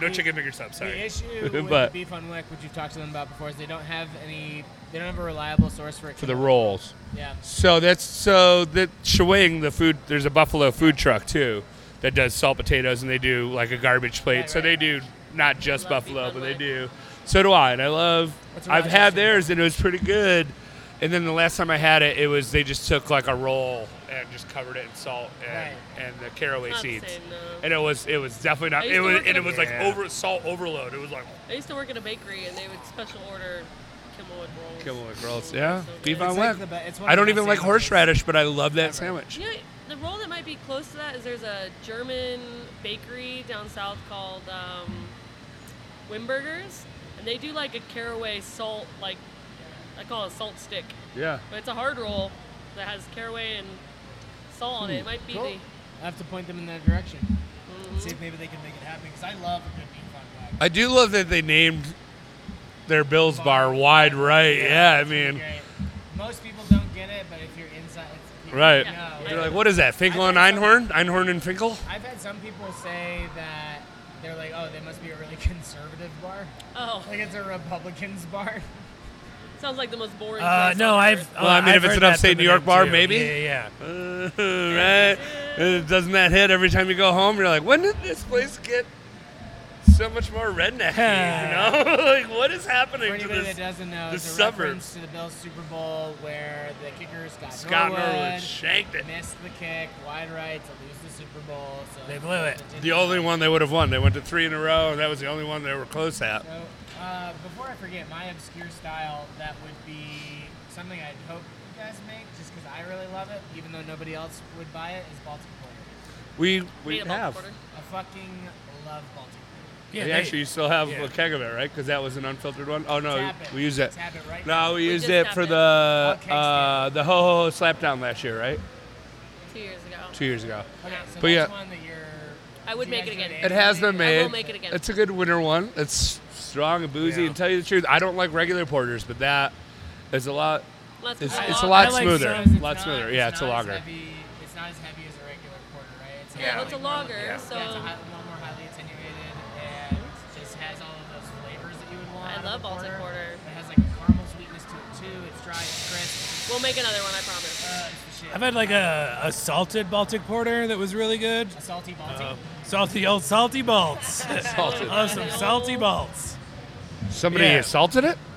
[SPEAKER 5] No chicken finger sub.
[SPEAKER 4] The
[SPEAKER 5] Sorry.
[SPEAKER 4] issue with
[SPEAKER 5] But-
[SPEAKER 4] the beef on Wick, which you've talked to them about before, is they don't have any. They don't have a reliable source for it.
[SPEAKER 5] For the rolls.
[SPEAKER 4] Yeah.
[SPEAKER 5] So that's so that Shawing the food. There's a Buffalo food truck too that does salt potatoes, and they do like a garbage plate.
[SPEAKER 4] Right,
[SPEAKER 5] so
[SPEAKER 4] right.
[SPEAKER 5] they do not just
[SPEAKER 6] Love
[SPEAKER 5] buffalo,
[SPEAKER 6] beef on
[SPEAKER 5] but they
[SPEAKER 6] Wick.
[SPEAKER 5] do. So do I, and I love.
[SPEAKER 4] What's a
[SPEAKER 5] I've
[SPEAKER 4] Rochester
[SPEAKER 5] had
[SPEAKER 4] like?
[SPEAKER 5] theirs, and it was pretty good. And then the last time I had it, it was they just took like a roll and just covered it in salt and,
[SPEAKER 4] Right.
[SPEAKER 5] and the caraway
[SPEAKER 6] Not the
[SPEAKER 5] seeds,
[SPEAKER 6] same, no.
[SPEAKER 5] and it was it was definitely
[SPEAKER 6] I
[SPEAKER 5] not.
[SPEAKER 6] used
[SPEAKER 5] It
[SPEAKER 6] to
[SPEAKER 5] was
[SPEAKER 6] work at
[SPEAKER 5] and
[SPEAKER 6] a-
[SPEAKER 5] it was like over salt overload. It was like
[SPEAKER 6] I used to work at a bakery, and they would special order Kimmelwood rolls.
[SPEAKER 5] Kimmelwood rolls, yeah. Beef
[SPEAKER 6] good.
[SPEAKER 5] on
[SPEAKER 4] It's
[SPEAKER 5] Wick.
[SPEAKER 4] like the be- it's one of
[SPEAKER 5] I
[SPEAKER 4] the
[SPEAKER 5] don't
[SPEAKER 4] best
[SPEAKER 5] even like
[SPEAKER 4] sandwiches.
[SPEAKER 5] horseradish, but I love that sandwich.
[SPEAKER 6] You know, the roll that might be close to that is there's a German bakery down south called um, Wimbergers, and they do like a caraway salt, like I call it a salt stick,
[SPEAKER 5] Yeah.
[SPEAKER 6] but it's a hard roll that has caraway and salt on
[SPEAKER 5] Hmm.
[SPEAKER 6] it. It might be the
[SPEAKER 4] I have to point them in that direction. See if maybe they can make it happen. Because I love a good beef on Wick.
[SPEAKER 5] I do love that they named their Bills bar wide right. Yeah, I mean,
[SPEAKER 4] Great. Most people don't get it, but if you're inside, it's,
[SPEAKER 5] Right.
[SPEAKER 6] Yeah.
[SPEAKER 5] They're like, what is that? Finkel and Einhorn? Einhorn and Finkel?
[SPEAKER 4] I've had some people say that they're like, oh, they must be a really conservative bar.
[SPEAKER 6] Oh,
[SPEAKER 4] Like it's a Republicans bar.
[SPEAKER 6] sounds like the most boring.
[SPEAKER 3] Uh,
[SPEAKER 6] place
[SPEAKER 3] no,
[SPEAKER 6] on
[SPEAKER 3] I've.
[SPEAKER 6] earth.
[SPEAKER 3] uh,
[SPEAKER 5] Well, I mean, if
[SPEAKER 3] I've
[SPEAKER 5] it's
[SPEAKER 3] heard
[SPEAKER 5] an
[SPEAKER 3] that
[SPEAKER 5] upstate
[SPEAKER 3] from
[SPEAKER 5] New
[SPEAKER 3] them,
[SPEAKER 5] York bar,
[SPEAKER 3] too.
[SPEAKER 5] maybe?
[SPEAKER 3] Yeah, yeah.
[SPEAKER 5] Uh, right. Uh, Doesn't that hit every time you go home? You're like, when did this place get so much more redneck? You know, like what is
[SPEAKER 4] For
[SPEAKER 5] happening to
[SPEAKER 4] anybody that
[SPEAKER 5] this?
[SPEAKER 4] doesn't know,
[SPEAKER 5] the
[SPEAKER 4] it's a
[SPEAKER 5] suburbs.
[SPEAKER 4] reference to the Bills Super Bowl where the kicker Scott,
[SPEAKER 5] Scott
[SPEAKER 4] Norwood,
[SPEAKER 5] Norwood shanked it.
[SPEAKER 4] missed the kick wide right to lose the Super Bowl. So
[SPEAKER 3] They blew it.
[SPEAKER 4] didn't-
[SPEAKER 5] The only one they would have won. They went to three in a row, and that was the only one they were close at.
[SPEAKER 4] So, uh, before I forget, my obscure style, that would be something I'd hope you guys make, just because I really love it, even though nobody else would buy it, is Baltic Porter.
[SPEAKER 5] We we
[SPEAKER 6] Need a bump
[SPEAKER 5] have.
[SPEAKER 6] quarter.
[SPEAKER 4] I fucking love Baltic
[SPEAKER 3] Yeah,
[SPEAKER 5] we
[SPEAKER 3] they-
[SPEAKER 5] actually, you still have
[SPEAKER 3] yeah.
[SPEAKER 5] a keg of it, right? Because that was an unfiltered one. Oh no,
[SPEAKER 4] Porter. Tap it.
[SPEAKER 5] we used it.
[SPEAKER 4] Tap it right
[SPEAKER 5] No,
[SPEAKER 4] now.
[SPEAKER 5] we, used
[SPEAKER 6] just
[SPEAKER 5] it
[SPEAKER 6] tapped
[SPEAKER 5] for
[SPEAKER 6] it.
[SPEAKER 5] the
[SPEAKER 4] Okay,
[SPEAKER 5] uh, the ho ho slapdown last year, right?
[SPEAKER 6] Two years ago.
[SPEAKER 5] Two years ago.
[SPEAKER 4] Okay, so
[SPEAKER 5] But
[SPEAKER 4] that's
[SPEAKER 5] yeah.
[SPEAKER 4] one that you're.
[SPEAKER 6] I would
[SPEAKER 4] do you
[SPEAKER 6] make
[SPEAKER 4] guys
[SPEAKER 6] it
[SPEAKER 4] do
[SPEAKER 6] again.
[SPEAKER 5] It
[SPEAKER 4] annually?
[SPEAKER 5] has been made.
[SPEAKER 6] I will make it again.
[SPEAKER 5] It's a good winter one. It's strong and boozy.
[SPEAKER 3] Yeah.
[SPEAKER 5] And tell you the truth, I don't like regular porters, but that is a lot.
[SPEAKER 6] Let's
[SPEAKER 5] It's,
[SPEAKER 6] go
[SPEAKER 5] it's a
[SPEAKER 6] on.
[SPEAKER 5] lot
[SPEAKER 3] I like
[SPEAKER 5] smoother.
[SPEAKER 3] some.
[SPEAKER 4] Because
[SPEAKER 5] A
[SPEAKER 4] it's
[SPEAKER 5] lot
[SPEAKER 4] not-
[SPEAKER 5] smoother. Yeah, it's, a
[SPEAKER 4] not as
[SPEAKER 5] lager.
[SPEAKER 4] heavy- It's not as heavy as a regular porter, right? It's
[SPEAKER 6] Yeah,
[SPEAKER 4] like
[SPEAKER 6] it's a
[SPEAKER 4] more-
[SPEAKER 6] lager,
[SPEAKER 4] yeah,
[SPEAKER 6] so-
[SPEAKER 4] it's a hi- a little more highly attenuated and just has all of those flavors that you would want.
[SPEAKER 6] I
[SPEAKER 4] out of
[SPEAKER 6] love
[SPEAKER 4] a
[SPEAKER 6] Baltic porter.
[SPEAKER 4] It has like a caramel sweetness to it too. It's dry, it's crisp.
[SPEAKER 6] We'll make another one. I promise.
[SPEAKER 4] Uh, it's the shit.
[SPEAKER 3] I've had like a, a salted Baltic porter that was really good.
[SPEAKER 4] a salty Baltic.
[SPEAKER 3] Uh, salty old salty balts.
[SPEAKER 5] Salted.
[SPEAKER 3] Love Oh, some salty balts.
[SPEAKER 5] Somebody
[SPEAKER 3] Yeah.
[SPEAKER 5] assaulted it?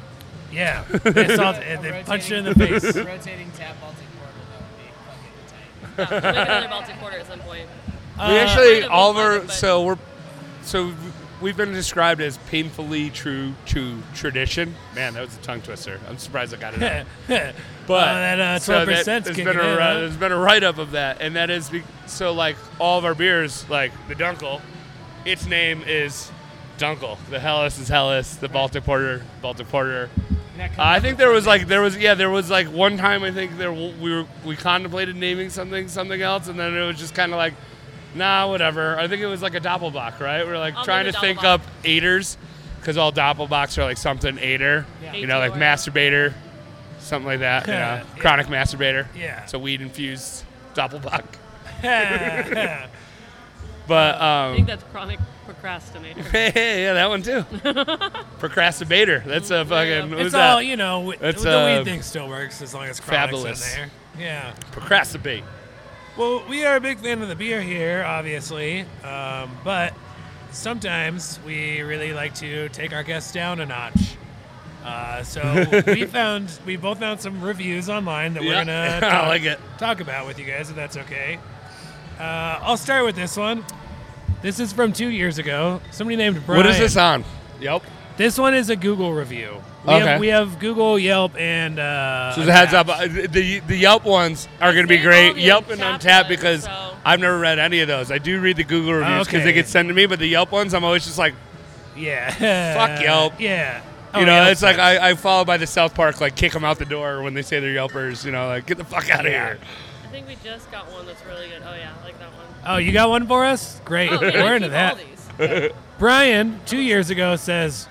[SPEAKER 3] Yeah, they,
[SPEAKER 4] A-
[SPEAKER 3] salt,
[SPEAKER 4] a
[SPEAKER 3] they
[SPEAKER 4] rotating-
[SPEAKER 3] punched you in the face.
[SPEAKER 4] a rotating tap Baltic porter that would be fucking tight.
[SPEAKER 6] Yeah, we'll make another Baltic quarter at some point.
[SPEAKER 5] we
[SPEAKER 6] Kind
[SPEAKER 5] actually,
[SPEAKER 6] of
[SPEAKER 5] all of
[SPEAKER 6] looks like
[SPEAKER 5] our,
[SPEAKER 6] it, but-
[SPEAKER 5] so we're, so we've been described as painfully true to tradition. Man, that was a tongue twister. I'm surprised I got it out. But
[SPEAKER 3] Oh, that uh,
[SPEAKER 5] so
[SPEAKER 3] twelve
[SPEAKER 5] that-
[SPEAKER 3] percent
[SPEAKER 5] there's
[SPEAKER 3] kicking
[SPEAKER 5] been a
[SPEAKER 3] in,
[SPEAKER 5] ri-
[SPEAKER 3] huh?
[SPEAKER 5] there's been a write up of that, and that is be- so like all of our beers, like the Dunkel, its name is Dunkel. The Hellas is Hellas. The Baltic Porter, Baltic Porter.
[SPEAKER 4] And that comes
[SPEAKER 5] I
[SPEAKER 4] up
[SPEAKER 5] think
[SPEAKER 4] with
[SPEAKER 5] there was
[SPEAKER 4] something.
[SPEAKER 5] like there was yeah there was like one time I think there w- we were we contemplated naming something something else, and then it was just kind of like. Nah, whatever. I think it was like a doppelbock, right? We are like
[SPEAKER 6] I'll
[SPEAKER 5] trying
[SPEAKER 6] name
[SPEAKER 5] to
[SPEAKER 6] it
[SPEAKER 5] think
[SPEAKER 6] Doppelbock.
[SPEAKER 5] up eighters, because all doppelbocks are like something eighter,
[SPEAKER 4] Yeah.
[SPEAKER 5] you know, like
[SPEAKER 6] ATOR.
[SPEAKER 5] masturbator, something like that. You
[SPEAKER 3] Yeah.
[SPEAKER 5] know, chronic masturbator.
[SPEAKER 3] Yeah.
[SPEAKER 5] It's a weed infused doppelbock.
[SPEAKER 3] yeah,
[SPEAKER 5] But
[SPEAKER 6] I think
[SPEAKER 5] um,
[SPEAKER 6] that's chronic procrastinator.
[SPEAKER 5] hey, hey, yeah, that one too. Procrastinator. That's a fucking. Who's
[SPEAKER 3] it's
[SPEAKER 5] that?
[SPEAKER 3] all you know. wi-
[SPEAKER 5] That's,
[SPEAKER 3] the
[SPEAKER 5] uh,
[SPEAKER 3] weed thing still works as long as chronic's
[SPEAKER 5] fabulous.
[SPEAKER 3] in there. Yeah.
[SPEAKER 5] Procrastinate.
[SPEAKER 3] Well, we are a big fan of the beer here, obviously, um, but sometimes we really like to take our guests down a notch. Uh, so we found we both found some reviews online that
[SPEAKER 5] Yeah.
[SPEAKER 3] we're gonna
[SPEAKER 5] I
[SPEAKER 3] talk,
[SPEAKER 5] like it.
[SPEAKER 3] talk about with you guys, if that's okay. Uh, I'll start with this one. This is from two years ago. Somebody named Brian.
[SPEAKER 5] What is this on? Yep.
[SPEAKER 3] This one is a Google review. We,
[SPEAKER 5] Okay.
[SPEAKER 3] have, we have Google, Yelp, and uh,
[SPEAKER 5] So the heads up,
[SPEAKER 3] Untappd.
[SPEAKER 5] uh, the the Yelp ones are going to be
[SPEAKER 6] saved all
[SPEAKER 5] great.
[SPEAKER 6] the
[SPEAKER 5] Yelp and
[SPEAKER 6] Untappd
[SPEAKER 5] Untapped
[SPEAKER 6] ones,
[SPEAKER 5] because
[SPEAKER 6] so-
[SPEAKER 5] I've never read any of those. I do read the Google reviews because they
[SPEAKER 3] Okay.
[SPEAKER 5] get sent to me, but the Yelp ones, I'm always just like,
[SPEAKER 3] Yeah.
[SPEAKER 5] Fuck Yelp.
[SPEAKER 3] Yeah.
[SPEAKER 5] you know, it's like I, I follow by the South Park, like kick them out the door when they say they're Yelpers. You know, like get the fuck out of
[SPEAKER 3] Yeah.
[SPEAKER 5] here.
[SPEAKER 6] I think we just got one that's really good. Oh yeah, I like that one.
[SPEAKER 3] Oh, you got one for us? Great.
[SPEAKER 6] Oh, man, I
[SPEAKER 3] We're into
[SPEAKER 6] keep
[SPEAKER 3] that.
[SPEAKER 6] All these.
[SPEAKER 3] Brian, two years ago, says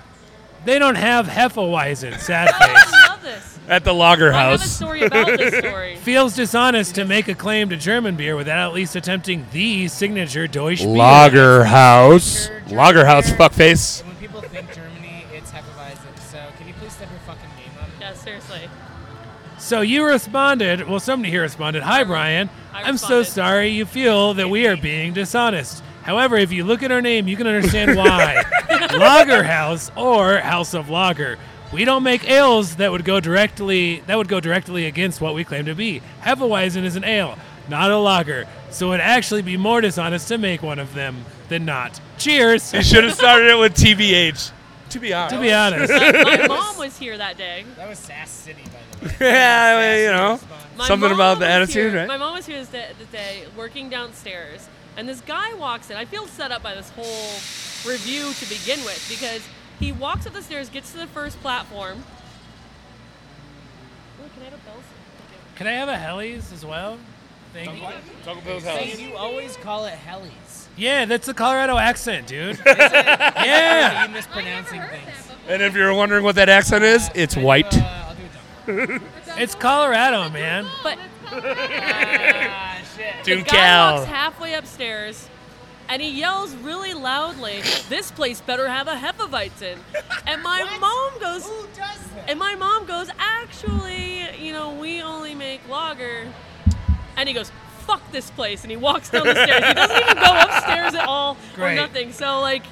[SPEAKER 3] they don't have Hefeweizen. Sad face.
[SPEAKER 6] I love this.
[SPEAKER 5] At the Logger
[SPEAKER 6] I have a
[SPEAKER 5] House.
[SPEAKER 6] story about this story.
[SPEAKER 3] Feels dishonest to make a claim to German beer without at least attempting the signature Deutsch beer.
[SPEAKER 5] Lager House.
[SPEAKER 4] Sure, sure,
[SPEAKER 5] Lager House,
[SPEAKER 4] sure.
[SPEAKER 5] fuckface.
[SPEAKER 4] And when people think Germany, it's Hefeweizen. So can you please step your fucking name up?
[SPEAKER 6] Yeah, seriously.
[SPEAKER 3] So you responded, well, somebody here responded, Hi, Brian.
[SPEAKER 6] I
[SPEAKER 3] I'm so
[SPEAKER 6] responded.
[SPEAKER 3] sorry you feel that we are being dishonest. However, if you look at our name, you can understand why. Lager House or House of Lager. We don't make ales that would go directly that would go directly against what we claim to be. Hefeweizen is an ale, not a lager. So it'd actually be more dishonest to make one of them than not. Cheers.
[SPEAKER 5] You should have started it with TBH. To be honest.
[SPEAKER 3] to be honest.
[SPEAKER 6] My mom was here that day.
[SPEAKER 4] That was Sass City, by the way.
[SPEAKER 5] Yeah, I mean, you
[SPEAKER 4] Sass
[SPEAKER 5] know.
[SPEAKER 4] City response.
[SPEAKER 6] My
[SPEAKER 5] Something
[SPEAKER 6] mom
[SPEAKER 5] about the
[SPEAKER 6] was
[SPEAKER 5] attitude,
[SPEAKER 6] here-
[SPEAKER 5] right?
[SPEAKER 6] My mom was here this day, this day working downstairs, and this guy walks in. I feel set up by this whole review to begin with because he walks up the stairs, gets to the first platform. Ooh, can I have a Bell's? Okay.
[SPEAKER 3] Can I have a Helly's as well? Thank you.
[SPEAKER 5] Taco Bell's
[SPEAKER 4] Hey, you always call it Hellies.
[SPEAKER 3] Yeah, that's a Colorado accent, dude. yeah.
[SPEAKER 4] you mispronouncing things.
[SPEAKER 5] And if you're wondering what that accent is, it's
[SPEAKER 4] I'll do,
[SPEAKER 5] white.
[SPEAKER 4] uh, I'll do a dump.
[SPEAKER 5] Oh,
[SPEAKER 3] It's Colorado, man.
[SPEAKER 6] But
[SPEAKER 4] ah, shit.
[SPEAKER 6] The
[SPEAKER 5] Duke
[SPEAKER 6] guy
[SPEAKER 5] Al.
[SPEAKER 6] walks halfway upstairs, and he yells really loudly, "This place better have a hefeweizen." And my mom goes,
[SPEAKER 4] Who does that?
[SPEAKER 6] and my mom goes, "Actually, you know, we only make lager." And he goes, "Fuck this place," and he walks down the stairs. He doesn't even go upstairs at all or
[SPEAKER 3] Great.
[SPEAKER 6] nothing. So like,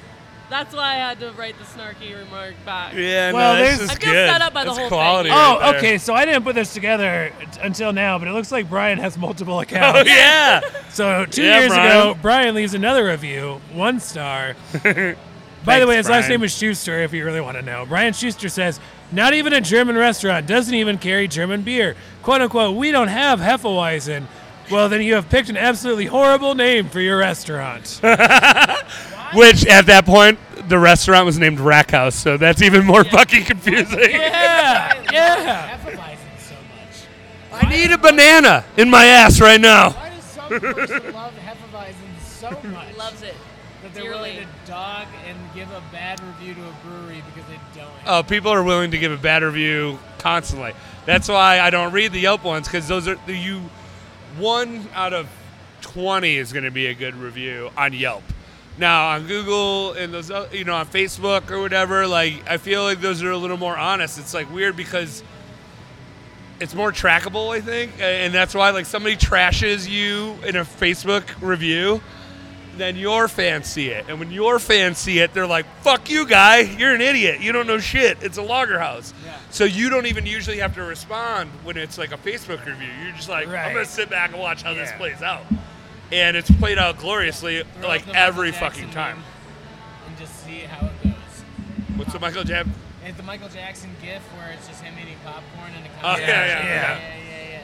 [SPEAKER 6] that's why I had to write the snarky remark back.
[SPEAKER 5] Yeah,
[SPEAKER 3] Well,
[SPEAKER 5] no, this
[SPEAKER 3] there's-
[SPEAKER 5] is
[SPEAKER 6] I feel
[SPEAKER 5] good.
[SPEAKER 6] set up by the
[SPEAKER 5] That's
[SPEAKER 6] whole thing.
[SPEAKER 5] quality right
[SPEAKER 3] Oh,
[SPEAKER 5] there.
[SPEAKER 3] okay. So I didn't put this together t- until now, but it looks like Brian has multiple
[SPEAKER 5] Oh
[SPEAKER 3] accounts.
[SPEAKER 5] yeah.
[SPEAKER 3] So two
[SPEAKER 5] Yeah,
[SPEAKER 3] years
[SPEAKER 5] Brian.
[SPEAKER 3] ago, Brian leaves another review, one star. By the way, his last
[SPEAKER 5] Brian.
[SPEAKER 3] name is Schuster, if you really want to know. Brian Schuster says, not even a German restaurant doesn't even carry German beer. Quote unquote, we don't have Hefeweizen. Well, then you have picked an absolutely horrible name for your restaurant.
[SPEAKER 5] Which at that point the restaurant was named Rack House, so that's even more fucking confusing.
[SPEAKER 3] yeah, yeah.
[SPEAKER 4] Hefeweizen so much.
[SPEAKER 5] I need a banana in my ass right now.
[SPEAKER 4] Why does some person love Hefeweizen so much
[SPEAKER 6] Loves it.
[SPEAKER 4] that they're
[SPEAKER 6] dearly.
[SPEAKER 4] willing to dog and give a bad review to a brewery because they don't?
[SPEAKER 5] Oh, people are willing to give a bad review constantly. That's why I don't read the Yelp ones because those are the you. One out of twenty is going to be a good review on Yelp. Now on Google and those, oth- you know, on Facebook or whatever, like I feel like those are a little more honest. It's like weird because it's more trackable, I think, a- and that's why like somebody trashes you in a Facebook review, then your fans see it, and when your fans see it, they're like, "Fuck you, guy! You're an idiot! You don't know shit! It's a logger house."
[SPEAKER 4] Yeah.
[SPEAKER 5] So you don't even usually have to respond when it's like a Facebook review. You're just like, "I'm
[SPEAKER 3] Right.
[SPEAKER 5] gonna sit back and watch how this
[SPEAKER 3] Yeah.
[SPEAKER 5] plays out," and it's played out gloriously
[SPEAKER 4] Throw
[SPEAKER 5] like
[SPEAKER 4] the Michael
[SPEAKER 5] every
[SPEAKER 4] Jackson
[SPEAKER 5] fucking time.
[SPEAKER 4] meme And just see how it goes.
[SPEAKER 5] What's the Michael Jab?
[SPEAKER 4] It's the Michael Jackson gif where it's just him eating popcorn and a
[SPEAKER 5] Oh, yeah, yeah,
[SPEAKER 4] conversation.
[SPEAKER 5] yeah.
[SPEAKER 4] yeah, yeah, yeah.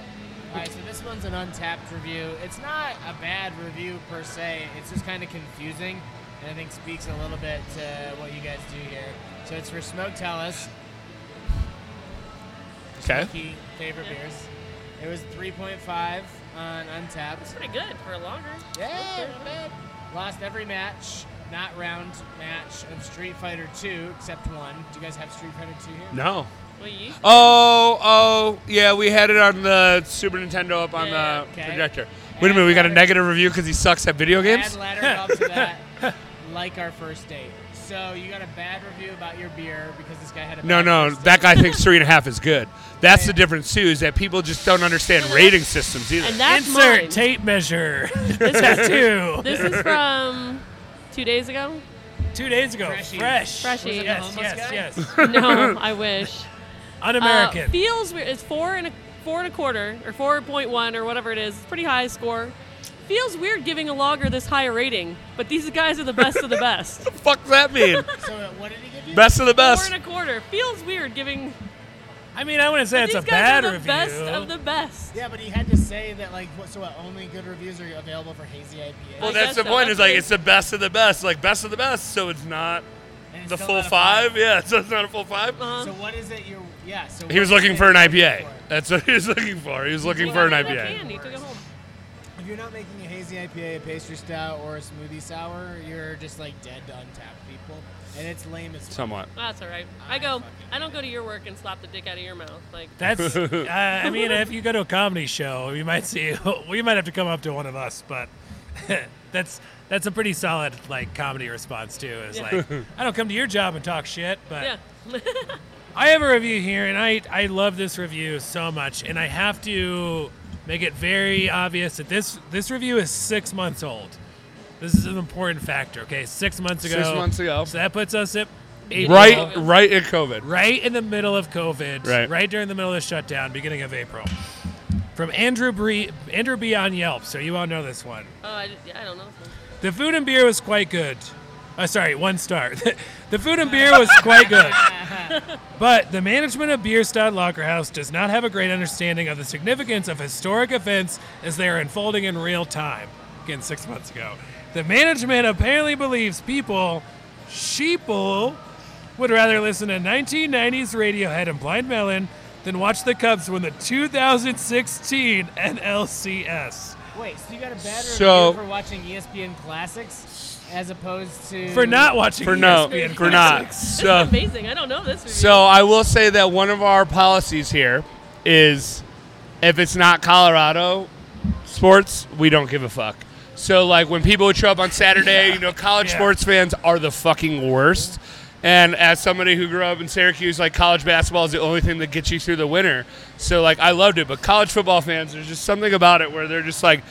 [SPEAKER 4] All right, so this one's an untapped review. It's not a bad review per se. It's just kind of confusing, and I think speaks a little bit to what you guys do here. So it's for Smoke Tell Us.
[SPEAKER 5] Okay.
[SPEAKER 4] Key favorite beers. It was 3.5 on Untapped.
[SPEAKER 6] Pretty good for a lager.
[SPEAKER 4] Yeah, man. Lost every match, not round match of Street Fighter 2 except one. Do you guys have Street Fighter 2 here?
[SPEAKER 5] No.
[SPEAKER 6] Well, you
[SPEAKER 5] Oh, oh, yeah, we had it on the Super Nintendo up on
[SPEAKER 6] Yeah,
[SPEAKER 5] the
[SPEAKER 4] okay.
[SPEAKER 5] projector. Wait a minute, we got a negative review because he sucks at video games?
[SPEAKER 4] Bad ladder up to that, like our first date. So you got a bad review about your beer because this guy had a
[SPEAKER 5] No,
[SPEAKER 4] bad
[SPEAKER 5] no,
[SPEAKER 4] first
[SPEAKER 5] that guy thinks three and a half is good. That's the difference, too, is that people just don't understand rating systems either.
[SPEAKER 6] And that's
[SPEAKER 3] Insert
[SPEAKER 6] mine.
[SPEAKER 3] tape measure.
[SPEAKER 6] This is,
[SPEAKER 3] Two.
[SPEAKER 6] this is from two days ago.
[SPEAKER 3] Two days ago.
[SPEAKER 4] Freshie.
[SPEAKER 3] Fresh.
[SPEAKER 6] Freshie. Was it the
[SPEAKER 3] Yes,
[SPEAKER 4] homeless
[SPEAKER 3] yes,
[SPEAKER 4] guy?
[SPEAKER 3] yes.
[SPEAKER 6] No, I wish. Uh,
[SPEAKER 3] Un-American.
[SPEAKER 6] feels weird. It's four and a four and a quarter or four point one or whatever it is. It's a pretty high score. Feels weird giving a logger this high a rating, but these guys are the best of the best.
[SPEAKER 5] What the fuck does that mean?
[SPEAKER 4] date. So uh, what did he give you?
[SPEAKER 5] Best of the
[SPEAKER 6] Four
[SPEAKER 5] best.
[SPEAKER 6] and a quarter. Feels weird giving.
[SPEAKER 3] I mean, I wouldn't say it's
[SPEAKER 6] these
[SPEAKER 3] a
[SPEAKER 6] guys
[SPEAKER 3] bad
[SPEAKER 6] are the
[SPEAKER 3] review.
[SPEAKER 6] best of the best.
[SPEAKER 4] Yeah, but he had to say that like what, so what, only good reviews are available for hazy IPA.
[SPEAKER 5] Well,
[SPEAKER 6] I
[SPEAKER 5] that's
[SPEAKER 6] guess
[SPEAKER 5] the
[SPEAKER 6] so.
[SPEAKER 5] point, is
[SPEAKER 6] That's
[SPEAKER 5] like,
[SPEAKER 6] what
[SPEAKER 5] it's the best of the best. Like, best of the best, so it's not
[SPEAKER 4] And it's
[SPEAKER 5] the
[SPEAKER 4] still
[SPEAKER 5] full
[SPEAKER 4] not a
[SPEAKER 5] five. Yeah, so it's not a full five.
[SPEAKER 6] Uh-huh.
[SPEAKER 4] So what is it? You yeah. So
[SPEAKER 5] He
[SPEAKER 4] what
[SPEAKER 5] was
[SPEAKER 4] is
[SPEAKER 5] looking
[SPEAKER 4] it
[SPEAKER 5] for an
[SPEAKER 4] you're
[SPEAKER 5] IPA.
[SPEAKER 4] looking for?
[SPEAKER 5] That's what he was looking for. He was looking
[SPEAKER 6] Well,
[SPEAKER 5] for an
[SPEAKER 6] I got that
[SPEAKER 5] IPA.
[SPEAKER 6] Candy. Took it home.
[SPEAKER 4] If you're not making a hazy IPA, a pastry stout, or a smoothie sour, you're just like dead to untapped people, and it's lame as fuck.
[SPEAKER 5] Somewhat.
[SPEAKER 6] That's all right. I go. I don't go to your work and slap the dick out of your mouth. Like
[SPEAKER 3] That's. Uh, I mean, if you go to a comedy show, you might see. We might have to come up to one of us, but that's that's a pretty solid like comedy response too. Is
[SPEAKER 6] Yeah.
[SPEAKER 3] like, I don't come to your job and talk shit, but
[SPEAKER 6] yeah.
[SPEAKER 3] I have a review here, and I I love this review so much, and I have to make it very obvious that this this review is six months old. This is an important factor. Okay, six months ago.
[SPEAKER 5] Six months ago.
[SPEAKER 3] So that puts us at April.
[SPEAKER 5] Right, right at COVID.
[SPEAKER 3] right in the middle of COVID,
[SPEAKER 5] Right.
[SPEAKER 3] during the middle of the shutdown, beginning of April. From Andrew Bree, Andrew B on Yelp, so you all know this one.
[SPEAKER 6] Oh, I, I don't know.
[SPEAKER 3] The food and beer was quite good. Uh, sorry, one star. the food and beer was quite good. But the management of Bierstadt Lagerhaus does not have a great understanding of the significance of historic events as they are unfolding in real time. Again, six months ago. The management apparently believes people, sheeple, would rather listen to 1990s Radiohead and Blind Melon than watch the Cubs win the 2016 NLCS.
[SPEAKER 4] Wait, so you got a bad
[SPEAKER 5] So-
[SPEAKER 4] review for watching E ESPN Classics as opposed to
[SPEAKER 3] For not watching E
[SPEAKER 5] For no,
[SPEAKER 3] ESPN
[SPEAKER 5] for not.
[SPEAKER 3] Classics.
[SPEAKER 6] This
[SPEAKER 5] So,
[SPEAKER 6] is amazing. I don't know this. Review.
[SPEAKER 5] so I will say that one of our policies here is if it's not Colorado sports, we don't give a fuck. So like when people would show up on Saturday, you know, college
[SPEAKER 3] Yeah.
[SPEAKER 5] sports fans are the fucking worst. And as somebody who grew up in Syracuse, like college basketball is the only thing that gets you through the winter. So like I loved it, but college football fans, there's just something about it where they're just like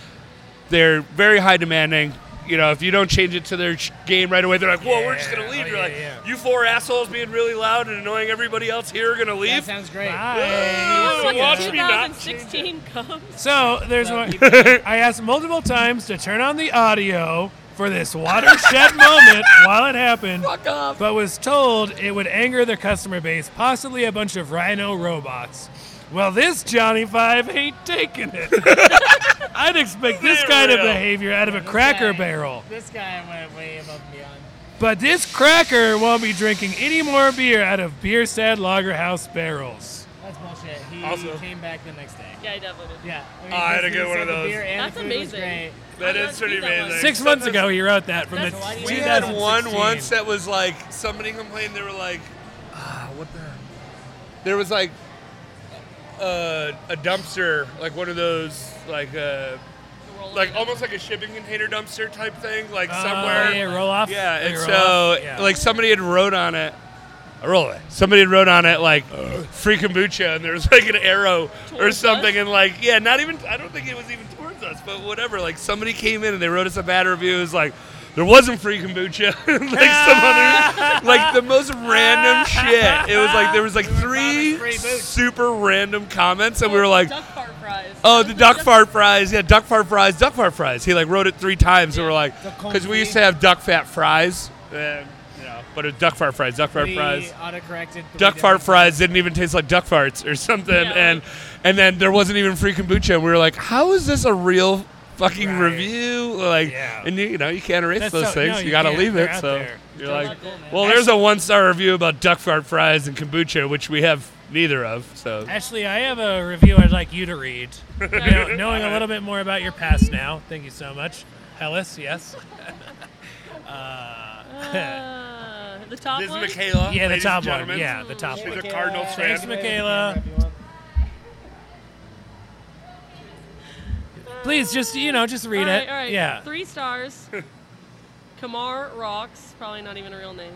[SPEAKER 5] they're very high demanding. You know, if you don't change it to their sh- game right away, they're like, "Whoa, we're just gonna
[SPEAKER 3] Yeah.
[SPEAKER 5] leave."
[SPEAKER 3] Oh,
[SPEAKER 5] You're
[SPEAKER 3] yeah,
[SPEAKER 5] like,
[SPEAKER 3] yeah.
[SPEAKER 5] "You four assholes being really loud and annoying everybody else here are gonna leave."
[SPEAKER 4] That sounds great.
[SPEAKER 5] Oh,
[SPEAKER 6] Once
[SPEAKER 5] watch me not change it.
[SPEAKER 6] 2016 comes.
[SPEAKER 3] So there's one. I asked multiple times to turn on the audio for this watershed moment while it happened,
[SPEAKER 5] Fuck off.
[SPEAKER 3] but was told it would anger their customer base, possibly a bunch of rhino robots. Well, this Johnny Five ain't taking it. I'd expect this kind of
[SPEAKER 5] Zero.
[SPEAKER 3] behavior out of a cracker barrel.
[SPEAKER 4] This guy went way above and beyond.
[SPEAKER 3] But this cracker won't be drinking any more beer out of Bierstad Lager House barrels.
[SPEAKER 4] That's bullshit. He
[SPEAKER 5] Also-
[SPEAKER 4] came back the next day.
[SPEAKER 6] Yeah, I definitely did.
[SPEAKER 4] Yeah. I, mean,
[SPEAKER 5] Oh, I had to
[SPEAKER 4] he
[SPEAKER 5] get one
[SPEAKER 4] said
[SPEAKER 5] of
[SPEAKER 4] the
[SPEAKER 5] those.
[SPEAKER 4] beer and the
[SPEAKER 6] That's
[SPEAKER 4] food was
[SPEAKER 6] amazing.
[SPEAKER 4] great.
[SPEAKER 5] That
[SPEAKER 6] I
[SPEAKER 5] is pretty
[SPEAKER 6] love that one.
[SPEAKER 5] amazing.
[SPEAKER 3] Six months
[SPEAKER 5] Sometimes-
[SPEAKER 3] ago, he wrote that from
[SPEAKER 6] That's
[SPEAKER 3] the
[SPEAKER 6] why do you-
[SPEAKER 5] We had one
[SPEAKER 3] 2016.
[SPEAKER 5] once that was like somebody complained they were like, ah, what the? There was like uh, a dumpster, like one of those, like uh,
[SPEAKER 6] The roll
[SPEAKER 5] like
[SPEAKER 6] of-
[SPEAKER 5] almost like a shipping container dumpster type thing, like
[SPEAKER 3] Oh,
[SPEAKER 5] somewhere.
[SPEAKER 3] yeah, roll off.
[SPEAKER 5] Yeah,
[SPEAKER 3] Like
[SPEAKER 5] and
[SPEAKER 3] roll
[SPEAKER 5] so
[SPEAKER 3] off. Yeah.
[SPEAKER 5] like somebody had wrote on it. Roll it. Somebody had wrote on it like "free kombucha" and there was like an arrow or
[SPEAKER 6] Towards
[SPEAKER 5] something,
[SPEAKER 6] us?
[SPEAKER 5] and like yeah, not even. I don't think it was even towards us, but whatever. Like somebody came in and they wrote us a bad review. It was like there wasn't free kombucha, like some other, like the most random shit. It was like there was like three super random comments, and we were like,
[SPEAKER 6] duck fart fries.
[SPEAKER 5] Oh, the duck fart fries. Yeah, duck fart fries, duck fart fries. He like wrote it three times, and we're like, because we used to have duck fat fries, and, you know, but it was duck fart fries, duck fart
[SPEAKER 4] We
[SPEAKER 5] fries.
[SPEAKER 4] autocorrected. three
[SPEAKER 5] Duck fart
[SPEAKER 4] different-
[SPEAKER 5] fries didn't even taste like duck farts or something,
[SPEAKER 6] Yeah,
[SPEAKER 5] and and then there wasn't even free kombucha. And we were like, how is this a real fucking
[SPEAKER 3] Right.
[SPEAKER 5] review? Like,
[SPEAKER 3] Yeah.
[SPEAKER 5] and you, you know you can't erase
[SPEAKER 3] That's
[SPEAKER 5] those
[SPEAKER 3] so-
[SPEAKER 5] things.
[SPEAKER 3] no,
[SPEAKER 5] you,
[SPEAKER 3] you
[SPEAKER 5] gotta
[SPEAKER 3] can't.
[SPEAKER 5] leave
[SPEAKER 3] They're
[SPEAKER 5] it.
[SPEAKER 3] out
[SPEAKER 5] So
[SPEAKER 3] there.
[SPEAKER 5] you're
[SPEAKER 6] I
[SPEAKER 5] like,
[SPEAKER 6] loved it, man.
[SPEAKER 5] well, there's a one star review about duck fart fries and kombucha, which we have neither of. So
[SPEAKER 3] Ashley, I have a review I'd like you to read. Now, knowing a little bit more about your past now, thank you so much. Hellas, yes.
[SPEAKER 6] Uh, the top
[SPEAKER 5] this is
[SPEAKER 6] one.
[SPEAKER 3] Yeah,
[SPEAKER 5] Michaela.
[SPEAKER 3] the
[SPEAKER 5] ladies and
[SPEAKER 3] top one.
[SPEAKER 5] gentlemen.
[SPEAKER 3] Yeah, the top
[SPEAKER 5] She's
[SPEAKER 3] one.
[SPEAKER 5] a Cardinals fan.
[SPEAKER 3] Thanks, Michaela. Please, just you know, just read
[SPEAKER 6] All right,
[SPEAKER 3] it.
[SPEAKER 6] all right.
[SPEAKER 3] Yeah.
[SPEAKER 6] Three stars. Kamar Rocks, probably not even a real name.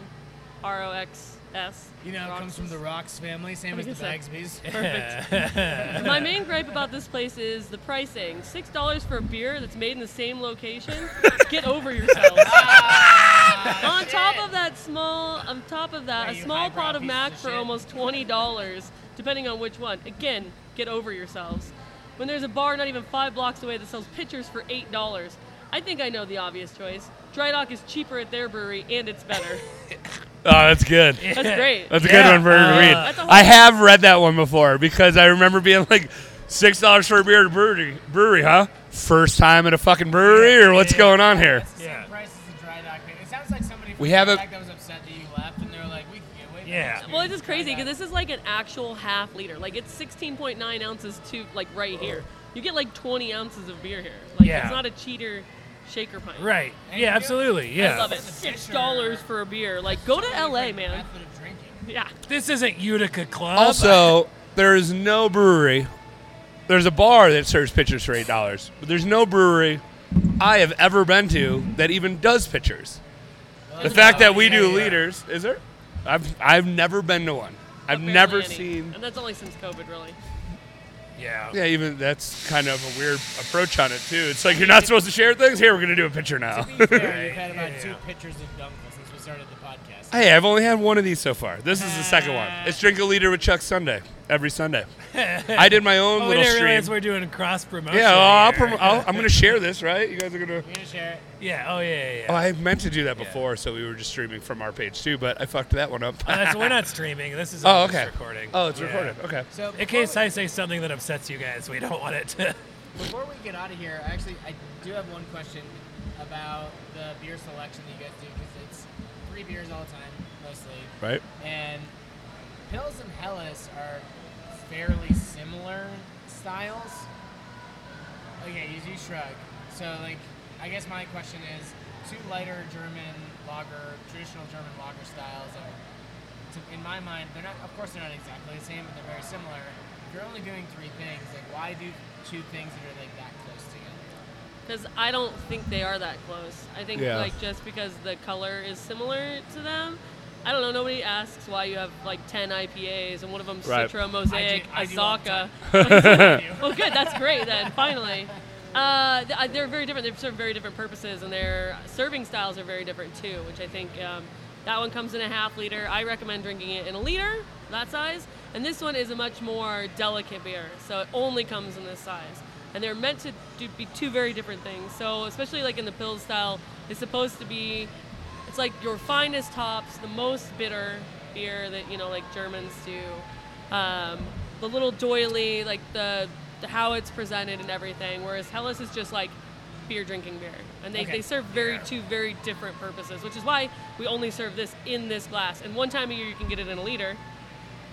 [SPEAKER 6] R O X S.
[SPEAKER 4] You know, it comes from the Rocks family, same as the
[SPEAKER 6] gonna say.
[SPEAKER 4] Bagsby's.
[SPEAKER 6] Perfect. My main gripe about this place is the pricing. Six dollars for a beer that's made in the same location. Get over yourselves. on top of that small, on top of that,
[SPEAKER 4] you
[SPEAKER 6] a small
[SPEAKER 4] highbrow
[SPEAKER 6] pot of
[SPEAKER 4] pieces
[SPEAKER 6] Mac
[SPEAKER 4] of
[SPEAKER 6] for
[SPEAKER 4] shit.
[SPEAKER 6] almost twenty dollars, depending on which one. Again, get over yourselves. When there's a bar not even five blocks away that sells pitchers for eight dollars, I think I know the obvious choice. Dry Dock is cheaper at their brewery and it's better.
[SPEAKER 5] Oh, that's good.
[SPEAKER 6] That's great.
[SPEAKER 5] That's a
[SPEAKER 3] Yeah,
[SPEAKER 5] good one for her to
[SPEAKER 3] uh,
[SPEAKER 5] read.
[SPEAKER 6] That's a whole-
[SPEAKER 5] I have read that one before because I remember being like six dollars for a beer at a brewery. Brewery, huh? First time at a fucking brewery, or what's going on here?
[SPEAKER 4] It's the
[SPEAKER 3] Yeah.
[SPEAKER 4] same price as the dry dock. Man. It sounds like somebody from
[SPEAKER 5] We have
[SPEAKER 4] Dry
[SPEAKER 5] a-
[SPEAKER 4] Dock that was upset that you left, and they were like, "We can get away." from
[SPEAKER 3] Yeah.
[SPEAKER 4] this
[SPEAKER 6] Well, it's just
[SPEAKER 4] beer at
[SPEAKER 6] crazy
[SPEAKER 4] Dry
[SPEAKER 6] because
[SPEAKER 4] Dock."
[SPEAKER 6] this is like an actual half liter. Like it's 16.9 ounces to like right here. You get like 20 ounces of beer here. Like
[SPEAKER 3] Yeah.
[SPEAKER 6] it's not a cheater shaker pint.
[SPEAKER 3] Right. Yeah, absolutely. Yeah.
[SPEAKER 6] I love it. Six dollars for a beer. Like go to LA,
[SPEAKER 4] Different
[SPEAKER 6] man.
[SPEAKER 4] Method of drinking.
[SPEAKER 6] Yeah.
[SPEAKER 3] This isn't Utica Club.
[SPEAKER 5] Also, there is no brewery. There's a bar that serves pitchers for eight dollars, but there's no brewery I have ever been to that even does pitchers. The fact that we do liters, is there? I've I've never been to one. I've
[SPEAKER 6] Apparently
[SPEAKER 5] never
[SPEAKER 6] any.
[SPEAKER 5] seen.
[SPEAKER 6] And that's only since COVID, really.
[SPEAKER 3] yeah.
[SPEAKER 5] Yeah, even that's kind of a weird approach on it too. It's like you're not supposed to share things. Here, we're gonna do a picture now.
[SPEAKER 4] To be fair, you've had about
[SPEAKER 3] Yeah.
[SPEAKER 4] two pitchers of Dunkel since we started the podcast.
[SPEAKER 5] hey, I've only had one of these so far. This is the second one.
[SPEAKER 3] Ah.
[SPEAKER 5] It's drink a liter with Chuck Sunday every Sunday. I did my own
[SPEAKER 3] Oh, we
[SPEAKER 5] little
[SPEAKER 3] didn't
[SPEAKER 5] stream.
[SPEAKER 3] realize we're doing cross promotion.
[SPEAKER 5] Yeah, oh, I'll
[SPEAKER 3] here.
[SPEAKER 5] prom- I'll, I'm gonna share this, right? You guys are gonna.
[SPEAKER 4] You're gonna share it.
[SPEAKER 3] Yeah. Oh yeah. Yeah.
[SPEAKER 5] Oh,
[SPEAKER 3] yeah.
[SPEAKER 5] I meant to do that before, so we were just streaming from our page too, but I fucked that one up.
[SPEAKER 3] Oh, that's, we're not streaming. This is
[SPEAKER 5] oh,
[SPEAKER 3] all just
[SPEAKER 5] okay.
[SPEAKER 3] recording.
[SPEAKER 5] Oh, it's
[SPEAKER 3] Yeah.
[SPEAKER 5] recorded. Okay.
[SPEAKER 4] So
[SPEAKER 3] In case I say something that upsets you guys, we don't want it to.
[SPEAKER 4] Before we get out of here, actually, I do have one question about the beer selection that you guys do because it's three beers all the time, mostly.
[SPEAKER 5] Right.
[SPEAKER 4] And Pills and Hellas are fairly similar styles. Okay, you do shrug. So, like, I guess my question is two lighter German lager, traditional German lager styles are, to, in my mind, they're not, of course, they're not exactly the same, but they're very similar. you're only doing three things, like why do two things that are like that close together?
[SPEAKER 6] because I don't think they are that close. I think
[SPEAKER 5] Yeah.
[SPEAKER 6] like just because the color is similar to them, I don't know. Nobody asks why you have like ten IPAs and one of them
[SPEAKER 5] Right.
[SPEAKER 6] Citra, Mosaic,
[SPEAKER 4] I do all the
[SPEAKER 6] Azaka. well, good. That's great then. Finally, uh, th- uh, they're very different. They serve very different purposes, and their serving styles are very different too. Which I think um, that one comes in a half liter. I recommend drinking it in a liter, that size. And this one is a much more delicate beer, so it only comes in this size. And they're meant to do, be two very different things. So especially like in the pill style, it's supposed to be it's like your finest hops, the most bitter beer that you know, like Germans do. Um, the little doily, like the, the how it's presented and everything. Whereas Hellas is just like beer drinking beer, and they,
[SPEAKER 4] Okay.
[SPEAKER 6] they serve very two very different purposes, which is why we only serve this in this glass. And one time a year you can get it in a liter.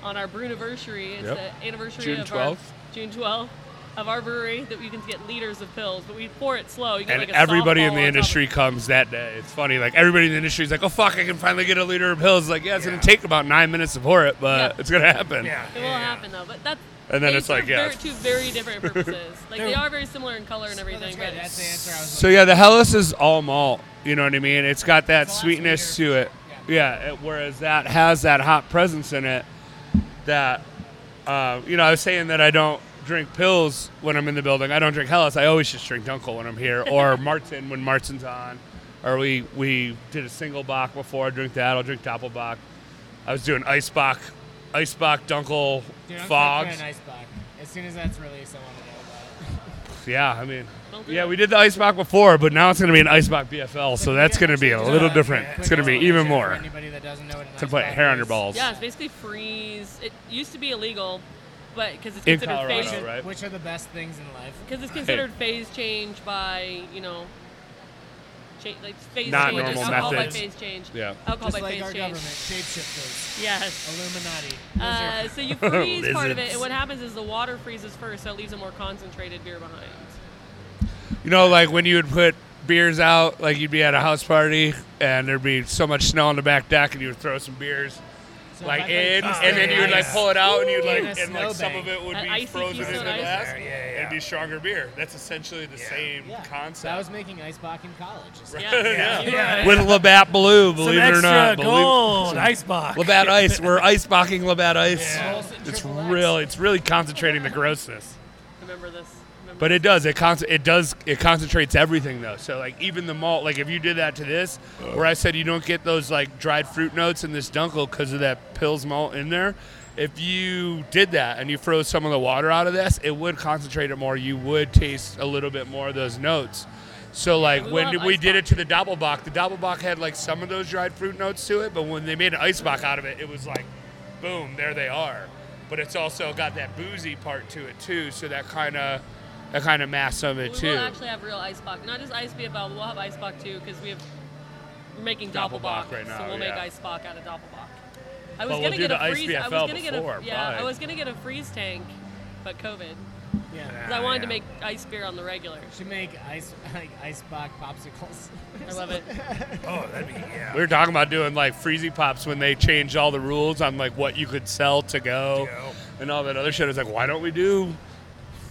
[SPEAKER 6] On our brewniversary, it's
[SPEAKER 5] Yep.
[SPEAKER 6] the anniversary
[SPEAKER 5] June
[SPEAKER 6] of
[SPEAKER 5] 12th.
[SPEAKER 6] our June 12th of our brewery that you can get liters of pills, but we pour it slow. You get
[SPEAKER 5] And
[SPEAKER 6] like a
[SPEAKER 5] everybody in
[SPEAKER 6] softball
[SPEAKER 5] the
[SPEAKER 6] on top of-
[SPEAKER 5] industry comes that day. It's funny. Like everybody in the industry is like, "Oh fuck, I can finally get a liter of pills." Like, yeah, it's gonna take about nine minutes to pour it, but
[SPEAKER 6] Yeah.
[SPEAKER 5] it's gonna happen.
[SPEAKER 3] Yeah.
[SPEAKER 6] It will happen though, but that's.
[SPEAKER 5] And then
[SPEAKER 6] they
[SPEAKER 5] it's like,
[SPEAKER 6] serve
[SPEAKER 5] yeah,
[SPEAKER 6] very, two very different purposes. Like they
[SPEAKER 3] They're-
[SPEAKER 6] are very similar in color and
[SPEAKER 4] No,
[SPEAKER 6] everything,
[SPEAKER 4] Oh, that's great.
[SPEAKER 6] but
[SPEAKER 4] That's the answer I was
[SPEAKER 5] So yeah, the Hellas is all malt. You know what I mean? It's got that
[SPEAKER 4] It's a lot
[SPEAKER 5] sweetness
[SPEAKER 4] sweeter.
[SPEAKER 5] to it. Yeah. it- whereas that has that hot presence in it. That uh, you know, I was saying that I don't drink pills when I'm in the building. I don't drink Hellas. I always just drink Dunkel when I'm here, or Martin when Martin's on. Or we we did a single Bach before. I drink that. I'll drink Doppelbach. I was doing Ice Bach, Ice Bach, Dunkel,
[SPEAKER 4] Dude, I'm
[SPEAKER 5] Fogs.
[SPEAKER 4] An ice buck. As soon as that's released, I want to know about it.
[SPEAKER 5] Yeah, I mean,
[SPEAKER 6] Don't do
[SPEAKER 5] yeah,
[SPEAKER 6] that.
[SPEAKER 5] we did the ice box before, but now it's going to be an ice box BFL, so that's going to be a
[SPEAKER 4] Just,
[SPEAKER 5] little
[SPEAKER 4] uh,
[SPEAKER 5] different.
[SPEAKER 4] quick
[SPEAKER 5] It's going to be
[SPEAKER 4] explanation
[SPEAKER 5] even
[SPEAKER 4] for
[SPEAKER 5] more. It's
[SPEAKER 4] Anybody that doesn't know what an
[SPEAKER 5] going to
[SPEAKER 4] ice
[SPEAKER 5] put
[SPEAKER 4] buck
[SPEAKER 5] hair on your
[SPEAKER 4] is.
[SPEAKER 5] balls.
[SPEAKER 6] yeah, it's basically freeze. It used to be illegal, but because it's
[SPEAKER 5] In
[SPEAKER 6] considered
[SPEAKER 5] Colorado,
[SPEAKER 6] phase
[SPEAKER 5] right?
[SPEAKER 4] Which are the best things in life?
[SPEAKER 6] because it's considered phase change by you know, cha- like phase
[SPEAKER 5] Not
[SPEAKER 6] change, like
[SPEAKER 5] normal
[SPEAKER 6] alcohol
[SPEAKER 5] methods.
[SPEAKER 6] by phase change,
[SPEAKER 5] Yeah.
[SPEAKER 6] alcohol
[SPEAKER 4] Just
[SPEAKER 6] by
[SPEAKER 4] like
[SPEAKER 6] phase
[SPEAKER 4] our
[SPEAKER 6] change.
[SPEAKER 4] government, Oh, shapeshifters,
[SPEAKER 6] Yes.
[SPEAKER 4] Illuminati.
[SPEAKER 6] Uh, so you freeze part of it,
[SPEAKER 5] Oh, Lizards.
[SPEAKER 6] and what happens is the water freezes first, so it leaves a more concentrated beer behind.
[SPEAKER 5] You know, like when you would put beers out, like you'd be at a house party, and there'd be so much snow on the back deck, and you would throw some beers.
[SPEAKER 4] So if
[SPEAKER 5] Like
[SPEAKER 4] I
[SPEAKER 5] in,
[SPEAKER 4] put
[SPEAKER 5] and then you would like
[SPEAKER 4] ice-
[SPEAKER 5] pull it out, and you'd
[SPEAKER 4] In
[SPEAKER 5] like,
[SPEAKER 4] a
[SPEAKER 5] and like some
[SPEAKER 4] snowbank.
[SPEAKER 5] of it would
[SPEAKER 6] An
[SPEAKER 5] be
[SPEAKER 6] icy
[SPEAKER 5] frozen in
[SPEAKER 6] Keystone
[SPEAKER 5] the
[SPEAKER 6] Ice
[SPEAKER 5] glass.
[SPEAKER 6] Beer.
[SPEAKER 3] Yeah, yeah,
[SPEAKER 5] It'd
[SPEAKER 3] yeah.
[SPEAKER 5] be stronger beer. That's essentially the same
[SPEAKER 4] Yeah.
[SPEAKER 5] concept.
[SPEAKER 4] I was making ice buck in college. It's like-
[SPEAKER 6] Yeah.
[SPEAKER 3] Yeah. Yeah.
[SPEAKER 5] With Labatt Blue,
[SPEAKER 3] Some
[SPEAKER 5] believe it or
[SPEAKER 3] extra
[SPEAKER 5] not. Believe-
[SPEAKER 3] gold ice box.
[SPEAKER 5] Labatt Ice. We're ice bocking Labatt Ice.
[SPEAKER 4] Yeah.
[SPEAKER 5] It's
[SPEAKER 4] Triple X.
[SPEAKER 5] real. It's really concentrating the grossness.
[SPEAKER 6] Remember this. Remember
[SPEAKER 5] But it does. It con- It does. It concentrates everything though. So like even the malt. Like if you did that to this, where I said you don't get those like dried fruit notes in this dunkel because of that pills malt in there. If you did that and you froze some of the water out of this, it would concentrate it more. You would taste a little bit more of those notes. So like
[SPEAKER 6] we
[SPEAKER 5] when
[SPEAKER 6] love
[SPEAKER 5] we
[SPEAKER 6] ice
[SPEAKER 5] did
[SPEAKER 6] bock.
[SPEAKER 5] it to the Doppelbock, the Doppelbock had like some of those dried fruit notes to it, but when they made an ice bock out of it, it was like, boom, there they are. But it's also got that boozy part to it too, so that kind of that kind of masks some of it
[SPEAKER 6] We
[SPEAKER 5] too.
[SPEAKER 6] will actually have real ice bock, not just ice BFL. But we'll have ice bock too because we have we're making
[SPEAKER 5] Doppelbock
[SPEAKER 6] doppelbock,
[SPEAKER 5] right now,
[SPEAKER 6] so we'll make
[SPEAKER 5] yeah.
[SPEAKER 6] ice bock out of doppelbock. I was
[SPEAKER 5] But we'll
[SPEAKER 6] gonna
[SPEAKER 5] do
[SPEAKER 6] get a
[SPEAKER 5] the ice
[SPEAKER 6] freeze. I
[SPEAKER 5] BFL
[SPEAKER 6] was gonna get
[SPEAKER 5] before,
[SPEAKER 6] a yeah.
[SPEAKER 5] bye.
[SPEAKER 6] I was gonna get a freeze tank, but COVID.
[SPEAKER 4] Yeah.
[SPEAKER 5] Ah,
[SPEAKER 6] 'Cause I wanted
[SPEAKER 3] yeah.
[SPEAKER 6] to make ice beer on the regular.
[SPEAKER 4] Should make ice like ice buck popsicles.
[SPEAKER 6] I love it.
[SPEAKER 3] Oh, that'd be yeah.
[SPEAKER 5] We were talking about doing like freezy pops when they changed all the rules on like what you could sell to go
[SPEAKER 3] Go.
[SPEAKER 5] and all that other shit. It's like, why don't we do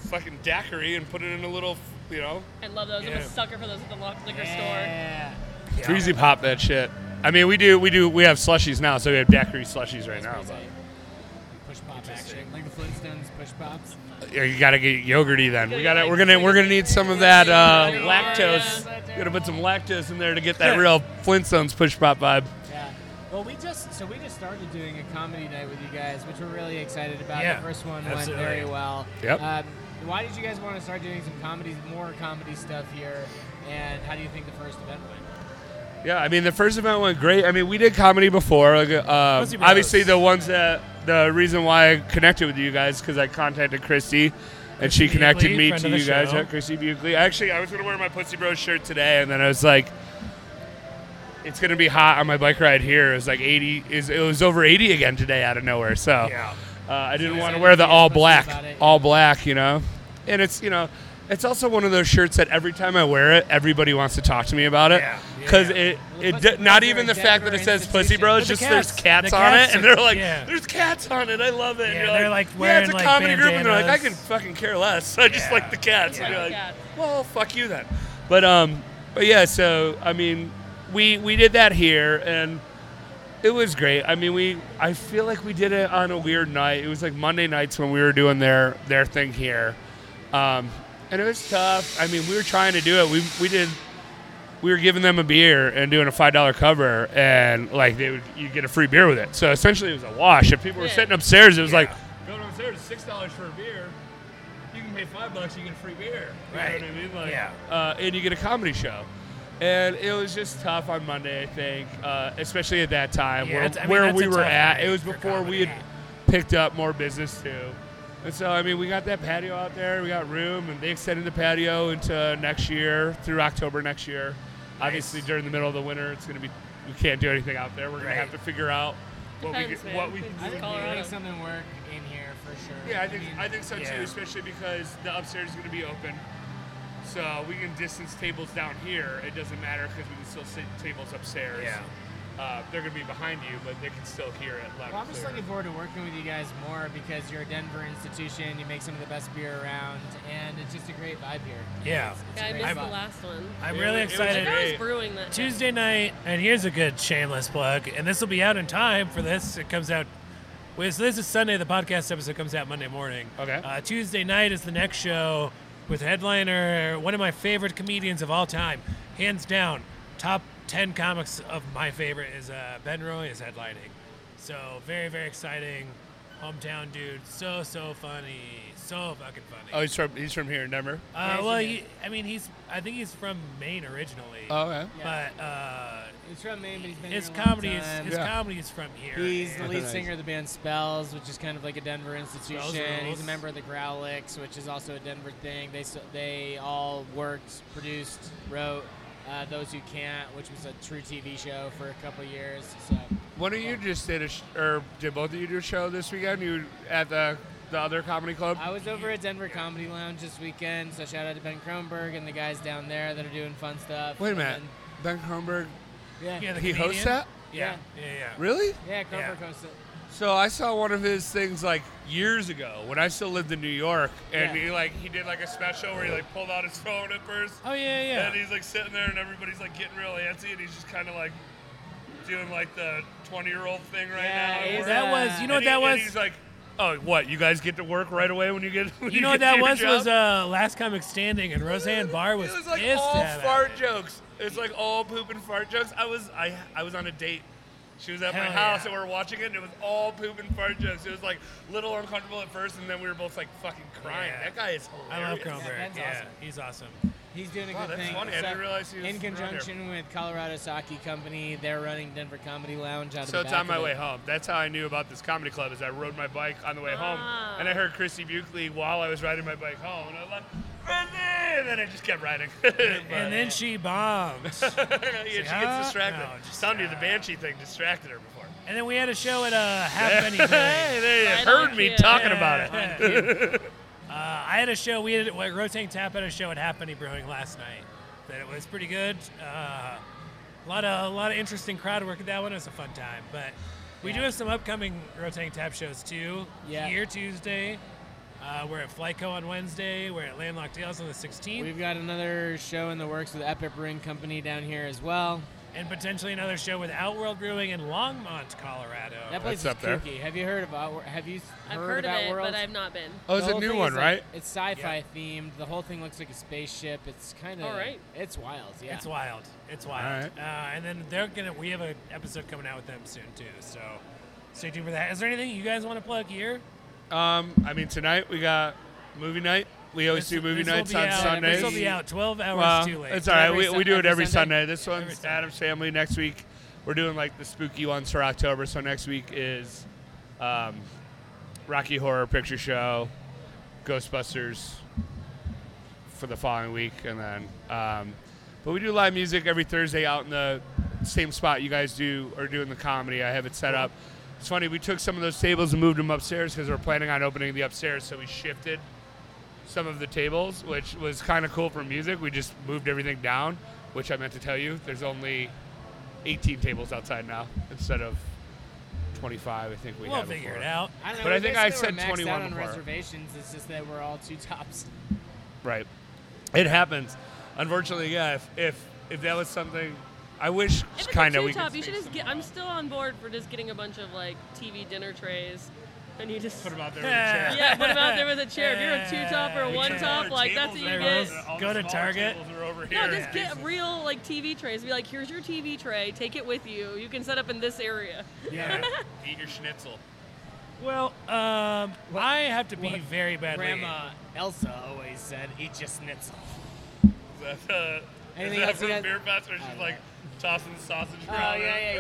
[SPEAKER 5] fucking daiquiri and put it in a little, you know,
[SPEAKER 6] I love those. I'm
[SPEAKER 5] Yeah.
[SPEAKER 6] a sucker for those at the lo- liquor store.
[SPEAKER 4] Yeah.
[SPEAKER 3] Yeah.
[SPEAKER 5] Freezy pop that shit. I mean, we do, we do, we have slushies now, so we have daiquiri slushies right now.
[SPEAKER 4] Pretty tight. Push pop action, like the Flintstones push pops.
[SPEAKER 5] But yeah, you gotta get yogurty then. We
[SPEAKER 6] You gotta
[SPEAKER 5] gotta,
[SPEAKER 6] get,
[SPEAKER 5] we're
[SPEAKER 6] like,
[SPEAKER 5] gonna, we're gonna need some of that uh,
[SPEAKER 6] Yeah.
[SPEAKER 5] lactose.
[SPEAKER 4] Yeah.
[SPEAKER 5] Gotta put some lactose in there to get that real Flintstones push pop vibe.
[SPEAKER 4] Yeah. Well, we just so we just started doing a comedy night with you guys, which we're really excited about.
[SPEAKER 3] Yeah,
[SPEAKER 4] the first one
[SPEAKER 3] absolutely.
[SPEAKER 4] went very well.
[SPEAKER 5] Yep.
[SPEAKER 4] Um, why did you guys want to start doing some comedy, more comedy stuff here? And how do you think the first event went?
[SPEAKER 5] Yeah, I mean the first event went great. I mean we did comedy before. Like, uh,
[SPEAKER 3] Pussy Bros.
[SPEAKER 5] obviously the ones that the reason why I connected with you guys because I contacted Christy, and she
[SPEAKER 3] Christy
[SPEAKER 5] connected
[SPEAKER 3] Buckley,
[SPEAKER 5] me
[SPEAKER 3] friend
[SPEAKER 5] to
[SPEAKER 3] of the
[SPEAKER 5] you guys.
[SPEAKER 3] show.
[SPEAKER 5] Yeah, Christy Buckley. Actually, I was gonna wear my Pussy Bros shirt today, and then I was like, it's gonna be hot on my bike ride here. It was like 80. Is it was over 80 again today out of nowhere. So
[SPEAKER 3] Yeah.
[SPEAKER 5] uh, I didn't want to
[SPEAKER 4] excited
[SPEAKER 5] wear
[SPEAKER 4] to
[SPEAKER 5] the
[SPEAKER 4] hear
[SPEAKER 5] all
[SPEAKER 4] Pussy
[SPEAKER 5] black,
[SPEAKER 4] about it, yeah.
[SPEAKER 5] all black, you know. And it's you know, It's also one of those shirts that every time I wear it, everybody wants to talk to me about it.
[SPEAKER 3] Yeah, yeah,
[SPEAKER 5] Because
[SPEAKER 3] yeah.
[SPEAKER 5] it, it
[SPEAKER 4] plus
[SPEAKER 5] d-
[SPEAKER 4] it's
[SPEAKER 5] not
[SPEAKER 4] for
[SPEAKER 5] even
[SPEAKER 4] a
[SPEAKER 5] the fact that
[SPEAKER 4] Denver
[SPEAKER 5] it says Pussy
[SPEAKER 4] institution.
[SPEAKER 5] Bros,
[SPEAKER 3] But the
[SPEAKER 5] just there's
[SPEAKER 3] cats-
[SPEAKER 5] cats
[SPEAKER 3] the
[SPEAKER 5] on
[SPEAKER 3] cats
[SPEAKER 5] it, and
[SPEAKER 3] are-
[SPEAKER 5] they're like,
[SPEAKER 3] yeah.
[SPEAKER 5] there's cats on it. I love it.
[SPEAKER 3] Yeah,
[SPEAKER 5] and you're
[SPEAKER 3] they're, like,
[SPEAKER 5] like, yeah,
[SPEAKER 3] wearing,
[SPEAKER 5] it's a
[SPEAKER 3] like,
[SPEAKER 5] comedy group, and they're like, I can
[SPEAKER 3] bandanas.
[SPEAKER 5] fucking care less. I just
[SPEAKER 3] Yeah.
[SPEAKER 5] like the cats.
[SPEAKER 6] Yeah.
[SPEAKER 5] And you're like,
[SPEAKER 6] Cats.
[SPEAKER 5] well, fuck you then. But um, but yeah. So I mean, we we did that here, and it was great. I mean, we I feel like we did it on a weird night. It was like Monday nights when we were doing their their thing here, um, and it was tough. I mean, we were trying to do it. We we did. We were giving them a beer and doing a five dollar cover, and like they would, you get a free beer with it. So essentially, it was a wash. If people were
[SPEAKER 6] Yeah.
[SPEAKER 5] sitting upstairs, it was like going upstairs is six dollars for a beer. You can pay five bucks, you get a free beer. You
[SPEAKER 3] Right.
[SPEAKER 5] Know what I mean? Like,
[SPEAKER 3] Yeah.
[SPEAKER 5] Uh, and you get a comedy show. And it was just tough on Monday, I think, uh, especially at that time
[SPEAKER 3] Yeah,
[SPEAKER 5] where,
[SPEAKER 3] it's- I mean,
[SPEAKER 5] where
[SPEAKER 3] that's
[SPEAKER 5] we
[SPEAKER 3] a
[SPEAKER 5] were
[SPEAKER 3] tough
[SPEAKER 5] at.
[SPEAKER 3] night
[SPEAKER 5] It was
[SPEAKER 3] for
[SPEAKER 5] before
[SPEAKER 3] comedy.
[SPEAKER 5] we had picked up more business too. And so, I mean, we got that patio out there. We got room, and they extended the patio into next year through October next year. Obviously, during the middle of the winter, it's going to be we can't do anything out there. We're going
[SPEAKER 3] Right.
[SPEAKER 5] to have to figure out what
[SPEAKER 6] Depends,
[SPEAKER 5] we
[SPEAKER 6] man.
[SPEAKER 5] can, what we can
[SPEAKER 6] It's
[SPEAKER 5] do.
[SPEAKER 4] I think we
[SPEAKER 6] Colorado.
[SPEAKER 4] make something work in here for sure.
[SPEAKER 5] Yeah, I think
[SPEAKER 4] mean,
[SPEAKER 5] I think so too,
[SPEAKER 3] yeah.
[SPEAKER 5] especially because the upstairs is going to be open, so we can distance tables down here. It doesn't matter because we can still sit tables upstairs.
[SPEAKER 3] Yeah.
[SPEAKER 5] Uh, they're going to be behind you, but they can still hear it loud
[SPEAKER 4] Well, I'm
[SPEAKER 5] and
[SPEAKER 4] just
[SPEAKER 5] clear.
[SPEAKER 4] looking forward to working with you guys more because you're a Denver institution. You make some of the best beer around, and it's just a great vibe here.
[SPEAKER 3] Yeah.
[SPEAKER 6] Yeah, I
[SPEAKER 4] Great
[SPEAKER 6] missed the
[SPEAKER 4] spot.
[SPEAKER 6] last one.
[SPEAKER 3] I'm
[SPEAKER 5] It
[SPEAKER 3] really
[SPEAKER 5] was- it was
[SPEAKER 6] I
[SPEAKER 3] excited.
[SPEAKER 6] thought I was
[SPEAKER 5] Hey.
[SPEAKER 6] brewing that. night.
[SPEAKER 3] Tuesday night, and here's a good shameless plug, and this will be out in time for this. It comes out. Well, so this is Sunday. The podcast episode comes out Monday morning.
[SPEAKER 5] Okay.
[SPEAKER 3] Uh, Tuesday night is the next show with headliner, one of my favorite comedians of all time, hands down. Top ten comics of my favorite is uh, Ben Roy is headlining. So very very exciting. Hometown dude, so so funny, so fucking funny.
[SPEAKER 5] Oh, he's from he's from here in Denver.
[SPEAKER 3] Uh, well, he, I mean, he's. I think he's from Maine originally.
[SPEAKER 5] Oh, okay.
[SPEAKER 3] But uh,
[SPEAKER 4] He's from Maine, but he's been
[SPEAKER 3] his
[SPEAKER 4] here a long
[SPEAKER 3] comedy is
[SPEAKER 4] time.
[SPEAKER 3] his
[SPEAKER 5] Yeah.
[SPEAKER 3] comedy is from here.
[SPEAKER 4] He's the
[SPEAKER 3] and-
[SPEAKER 4] lead singer of the band Spells, which is kind of like a Denver
[SPEAKER 3] Spells
[SPEAKER 4] institution. He's
[SPEAKER 3] rules.
[SPEAKER 4] a member of the Growlix, which is also a Denver thing. They s- they all worked, produced, wrote uh, Those Who Can't, which was a true TV show for a couple years. So
[SPEAKER 5] One of you just did a sh- or did both of you do a show this weekend? You at the the other comedy club?
[SPEAKER 4] I was over at Denver Comedy Lounge this weekend. So shout out to Ben Kronberg and the guys down there that are doing fun stuff.
[SPEAKER 5] Wait a
[SPEAKER 4] And
[SPEAKER 5] minute,
[SPEAKER 4] then-
[SPEAKER 5] Ben Kronberg,
[SPEAKER 4] Yeah,
[SPEAKER 3] Yeah,
[SPEAKER 4] yeah,
[SPEAKER 3] the
[SPEAKER 5] he hosts
[SPEAKER 3] comedian?
[SPEAKER 5] that?
[SPEAKER 3] Yeah, yeah, yeah.
[SPEAKER 5] Really?
[SPEAKER 4] Kronberg
[SPEAKER 3] Yeah.
[SPEAKER 4] hosted.
[SPEAKER 5] So I saw one of his things like years ago when I still lived in New York, and
[SPEAKER 4] Yeah.
[SPEAKER 5] he like he did like a special where he like pulled out his phone at first,
[SPEAKER 3] Oh yeah, yeah.
[SPEAKER 5] and he's like sitting there, and everybody's like getting real antsy, and he's just kind of like doing like the twenty year old thing right
[SPEAKER 4] Yeah,
[SPEAKER 5] now. at
[SPEAKER 4] he's
[SPEAKER 5] work.
[SPEAKER 3] that was. You know what
[SPEAKER 5] And he-
[SPEAKER 3] that
[SPEAKER 5] and he's
[SPEAKER 3] was.
[SPEAKER 5] like, oh, what? You guys get to work right away when you get. When
[SPEAKER 3] You know what
[SPEAKER 5] get
[SPEAKER 3] that
[SPEAKER 5] to your
[SPEAKER 3] was was
[SPEAKER 5] job?"
[SPEAKER 3] uh, last comic standing, and Roseanne Barr was,
[SPEAKER 5] It was like
[SPEAKER 3] pissed
[SPEAKER 5] all
[SPEAKER 3] at
[SPEAKER 5] fart
[SPEAKER 3] it.
[SPEAKER 5] jokes. It's like all poop and fart jokes. I was I I was on a date. She was at my
[SPEAKER 3] Hell
[SPEAKER 5] house
[SPEAKER 3] yeah.
[SPEAKER 5] and we were watching it and it was all poop and fart jokes. It was like a little uncomfortable at first and then we were both like fucking crying.
[SPEAKER 3] Yeah.
[SPEAKER 5] That guy is
[SPEAKER 3] I
[SPEAKER 5] hilarious.
[SPEAKER 3] love Kronberg. Yeah,
[SPEAKER 4] Ben's awesome.
[SPEAKER 3] he's awesome.
[SPEAKER 4] He's doing a
[SPEAKER 5] Wow,
[SPEAKER 4] good
[SPEAKER 5] that's
[SPEAKER 4] thing.
[SPEAKER 5] funny. I
[SPEAKER 4] So,
[SPEAKER 5] didn't realize he was
[SPEAKER 4] in
[SPEAKER 5] around here.
[SPEAKER 4] conjunction with Colorado Saki Company. They're running Denver Comedy Lounge out of
[SPEAKER 5] So
[SPEAKER 4] the
[SPEAKER 5] it's
[SPEAKER 4] back
[SPEAKER 5] on my
[SPEAKER 4] of it.
[SPEAKER 5] way home. That's how I knew about this comedy club. Is I rode my bike on the way home,
[SPEAKER 6] Ah.
[SPEAKER 5] and I heard Christy Buckley while I was riding my bike home, and I was like, Christy, and then I just kept riding. But-
[SPEAKER 3] And then she bombed.
[SPEAKER 5] yeah, she
[SPEAKER 3] "Huh?"
[SPEAKER 5] gets distracted.
[SPEAKER 3] No, just,
[SPEAKER 5] Sonya
[SPEAKER 3] uh,
[SPEAKER 5] the banshee thing distracted her before.
[SPEAKER 3] and then we had a show at uh, Halfpenny. Place.
[SPEAKER 5] hey, they
[SPEAKER 6] Right
[SPEAKER 5] heard
[SPEAKER 6] on
[SPEAKER 5] me
[SPEAKER 6] cue.
[SPEAKER 5] talking about it.
[SPEAKER 3] Yeah. uh, I had a show. We had well, Rotating Tap had a show at Halfpenny Brewing last night. That it was pretty good. Uh, a lot of a lot of interesting crowd work at that one. It was a fun time. But we do have some upcoming Rotating Tap shows too.
[SPEAKER 4] Yeah.
[SPEAKER 3] Here Tuesday. Uh, we're at Flyco on Wednesday. We're at Landlocked Ales on the 16th,
[SPEAKER 4] We've got another show in the works with Epic Brewing Company down here as well.
[SPEAKER 3] and potentially another show with Outworld Brewing in Longmont, Colorado.
[SPEAKER 4] That place
[SPEAKER 5] Oh, That's
[SPEAKER 4] is
[SPEAKER 5] up there.
[SPEAKER 4] kooky. Have you heard about? Have you
[SPEAKER 6] I've
[SPEAKER 4] heard,
[SPEAKER 6] heard of
[SPEAKER 4] about
[SPEAKER 6] it,
[SPEAKER 4] Worlds?
[SPEAKER 6] but I've not been.
[SPEAKER 5] Oh,
[SPEAKER 4] The whole thing is like- It's sci-fi themed. The whole thing looks like a spaceship. It's kind of
[SPEAKER 6] All right.
[SPEAKER 4] It's wild. Yeah.
[SPEAKER 3] It's wild. It's wild.
[SPEAKER 5] All right.
[SPEAKER 3] Uh, and then they're gonna. We have an episode coming out with them soon too. So stay tuned for that. Is there anything you guys want to plug here?
[SPEAKER 5] Um, I mean, tonight we got movie night. We always do movie
[SPEAKER 3] will
[SPEAKER 5] nights
[SPEAKER 3] be
[SPEAKER 5] on
[SPEAKER 3] out-
[SPEAKER 5] Sundays.
[SPEAKER 3] This will be out 12 hours
[SPEAKER 5] Well,
[SPEAKER 3] too late.
[SPEAKER 5] It's all right.
[SPEAKER 4] Every
[SPEAKER 5] We,
[SPEAKER 4] Sun-
[SPEAKER 5] we do it
[SPEAKER 4] every
[SPEAKER 5] every
[SPEAKER 4] Sunday?
[SPEAKER 5] Sunday. This
[SPEAKER 3] Yeah, every
[SPEAKER 5] one's
[SPEAKER 3] Sunday.
[SPEAKER 5] Adam's Family. Next week, we're doing like the spooky ones for October. So next week is um, Rocky Horror Picture Show, Ghostbusters for the following week, and then. Um, but we do live music every Thursday out in the same spot you guys do are doing the comedy. I have it set up. It's funny. We took some of those tables and moved them upstairs because we're planning on opening the upstairs, so we shifted some of the tables, which was kind of cool for music. We just moved everything down, which I meant to tell you. There's only 18 tables outside now instead of 25. I think we
[SPEAKER 3] we'll
[SPEAKER 5] had
[SPEAKER 3] figure
[SPEAKER 5] before.
[SPEAKER 3] it out.
[SPEAKER 4] I don't know.
[SPEAKER 5] But
[SPEAKER 4] we
[SPEAKER 5] I think I
[SPEAKER 4] basically were
[SPEAKER 5] said
[SPEAKER 4] maxed
[SPEAKER 5] 21
[SPEAKER 4] out on
[SPEAKER 5] before.
[SPEAKER 4] reservations. It's just that we're all two tops.
[SPEAKER 5] Right. It happens. Unfortunately, yeah. If if, if that was something, I wish
[SPEAKER 6] If it's
[SPEAKER 5] kind
[SPEAKER 6] a
[SPEAKER 5] of we
[SPEAKER 6] two top,
[SPEAKER 5] could
[SPEAKER 6] you should
[SPEAKER 5] space
[SPEAKER 6] just get. I'm still on board for just getting a bunch of like TV dinner trays, and you just
[SPEAKER 5] them out there
[SPEAKER 3] Yeah.
[SPEAKER 5] with a chair.
[SPEAKER 6] yeah, put them out there with a chair. If you're a two top or a
[SPEAKER 3] Yeah.
[SPEAKER 6] one top, like that's what you
[SPEAKER 3] there.
[SPEAKER 6] get.
[SPEAKER 5] All the
[SPEAKER 3] Go to
[SPEAKER 5] smaller
[SPEAKER 3] Target.
[SPEAKER 5] tables are over
[SPEAKER 6] No,
[SPEAKER 5] here.
[SPEAKER 6] just get real like TV trays. Be like, here's your TV tray. Take it with you. You can set up in this area.
[SPEAKER 5] Yeah. Eat your schnitzel.
[SPEAKER 3] Well, um, I have to be very badly.
[SPEAKER 4] Grandma Elsa always said, "Eat your schnitzel."
[SPEAKER 5] Is that, uh, is
[SPEAKER 4] Anything
[SPEAKER 5] that
[SPEAKER 4] else you
[SPEAKER 5] from
[SPEAKER 4] guys-
[SPEAKER 5] Beer Bus, or she's
[SPEAKER 4] I don't
[SPEAKER 5] like tossing the sausage
[SPEAKER 4] Oh
[SPEAKER 5] around?
[SPEAKER 4] yeah, yeah,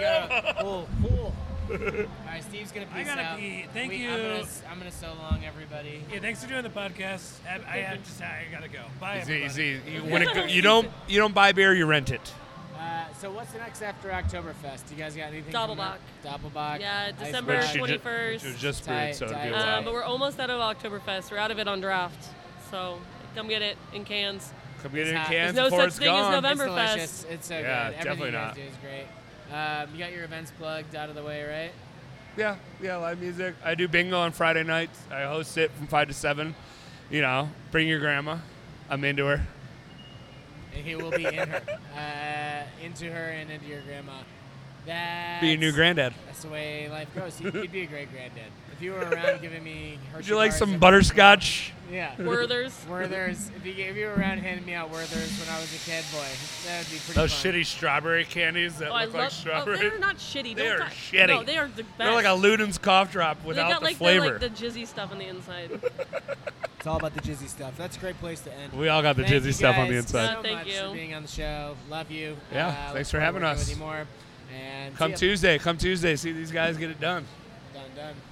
[SPEAKER 4] yeah. Cool, cool. All right, Steve's gonna
[SPEAKER 3] I
[SPEAKER 4] peace
[SPEAKER 3] gotta
[SPEAKER 4] out.
[SPEAKER 3] pee. Thank
[SPEAKER 4] We- I'm gonna,
[SPEAKER 3] you.
[SPEAKER 4] s- I'm gonna so long everybody.
[SPEAKER 3] Yeah, thanks for doing the podcast. I, I have just I gotta go. Bye.
[SPEAKER 5] Easy,
[SPEAKER 3] everybody.
[SPEAKER 5] easy. You, when it, go- you don't you don't buy beer, you rent it.
[SPEAKER 4] Uh, so what's the next after Oktoberfest? You guys got anything? Doppelbach. Doppelbach.
[SPEAKER 6] Yeah,
[SPEAKER 4] Ice
[SPEAKER 6] December
[SPEAKER 4] Rock.
[SPEAKER 5] Which you ju-
[SPEAKER 6] 21st.
[SPEAKER 5] which was just
[SPEAKER 4] Tight,
[SPEAKER 5] brewed, so it'd be a
[SPEAKER 4] tight,
[SPEAKER 5] while.
[SPEAKER 4] tight.
[SPEAKER 6] Um, but we're almost out of Oktoberfest. We're out of it on draft. So come get it in cans.
[SPEAKER 5] Come get it in
[SPEAKER 4] There's
[SPEAKER 5] cans
[SPEAKER 6] no
[SPEAKER 5] before
[SPEAKER 6] such
[SPEAKER 5] it's
[SPEAKER 6] thing as
[SPEAKER 5] gone.
[SPEAKER 6] November.
[SPEAKER 4] It's
[SPEAKER 6] Novemberfest.
[SPEAKER 4] delicious. It's so
[SPEAKER 5] Yeah,
[SPEAKER 4] good. Everything
[SPEAKER 5] definitely
[SPEAKER 4] you
[SPEAKER 5] not.
[SPEAKER 4] guys do is great. Um, you got your events plugged out of the way, right?
[SPEAKER 5] Yeah, yeah, live music. I do bingo on Friday nights. I host it from five to seven. You know, bring your grandma. I'm into her.
[SPEAKER 4] And he will be in her, uh, into her, and into your grandma. That's,
[SPEAKER 5] Be a new granddad.
[SPEAKER 4] That's the way life goes. You- You'd be a great granddad if you were around giving me. Hershey
[SPEAKER 5] Would you like
[SPEAKER 4] bars
[SPEAKER 5] some
[SPEAKER 4] every-
[SPEAKER 5] butterscotch?
[SPEAKER 4] Yeah.
[SPEAKER 6] Werther's.
[SPEAKER 4] Werther's. If you, if you were around handing me out Werther's when I was a kid, boy, that would be pretty.
[SPEAKER 5] Those
[SPEAKER 4] fun.
[SPEAKER 5] shitty strawberry candies that
[SPEAKER 6] Oh, I
[SPEAKER 5] look like
[SPEAKER 6] love. Oh,
[SPEAKER 5] strawberry.
[SPEAKER 6] they're not shitty.
[SPEAKER 5] They
[SPEAKER 6] Don't
[SPEAKER 5] are
[SPEAKER 6] talk-
[SPEAKER 5] shitty.
[SPEAKER 6] No, they are the best.
[SPEAKER 5] They're like a Luden's cough drop
[SPEAKER 6] They
[SPEAKER 5] without
[SPEAKER 6] got
[SPEAKER 5] the
[SPEAKER 6] like
[SPEAKER 5] flavor.
[SPEAKER 6] the like the jizzy stuff on the inside.
[SPEAKER 4] It's all about the jizzy stuff. That's a great place to end.
[SPEAKER 5] we all got the
[SPEAKER 4] Thank you
[SPEAKER 5] jizzy stuff on the
[SPEAKER 4] guys
[SPEAKER 5] inside.
[SPEAKER 6] No,
[SPEAKER 4] So
[SPEAKER 6] thank
[SPEAKER 4] much
[SPEAKER 6] you.
[SPEAKER 4] for being on the show. Love you.
[SPEAKER 5] Yeah,
[SPEAKER 4] Uh, look
[SPEAKER 5] thanks for
[SPEAKER 4] forward to
[SPEAKER 5] having
[SPEAKER 4] working
[SPEAKER 5] us.
[SPEAKER 4] with you more. And
[SPEAKER 5] Come
[SPEAKER 4] see ya.
[SPEAKER 5] Tuesday, come Tuesday. See these guys get it done.
[SPEAKER 4] Done, done.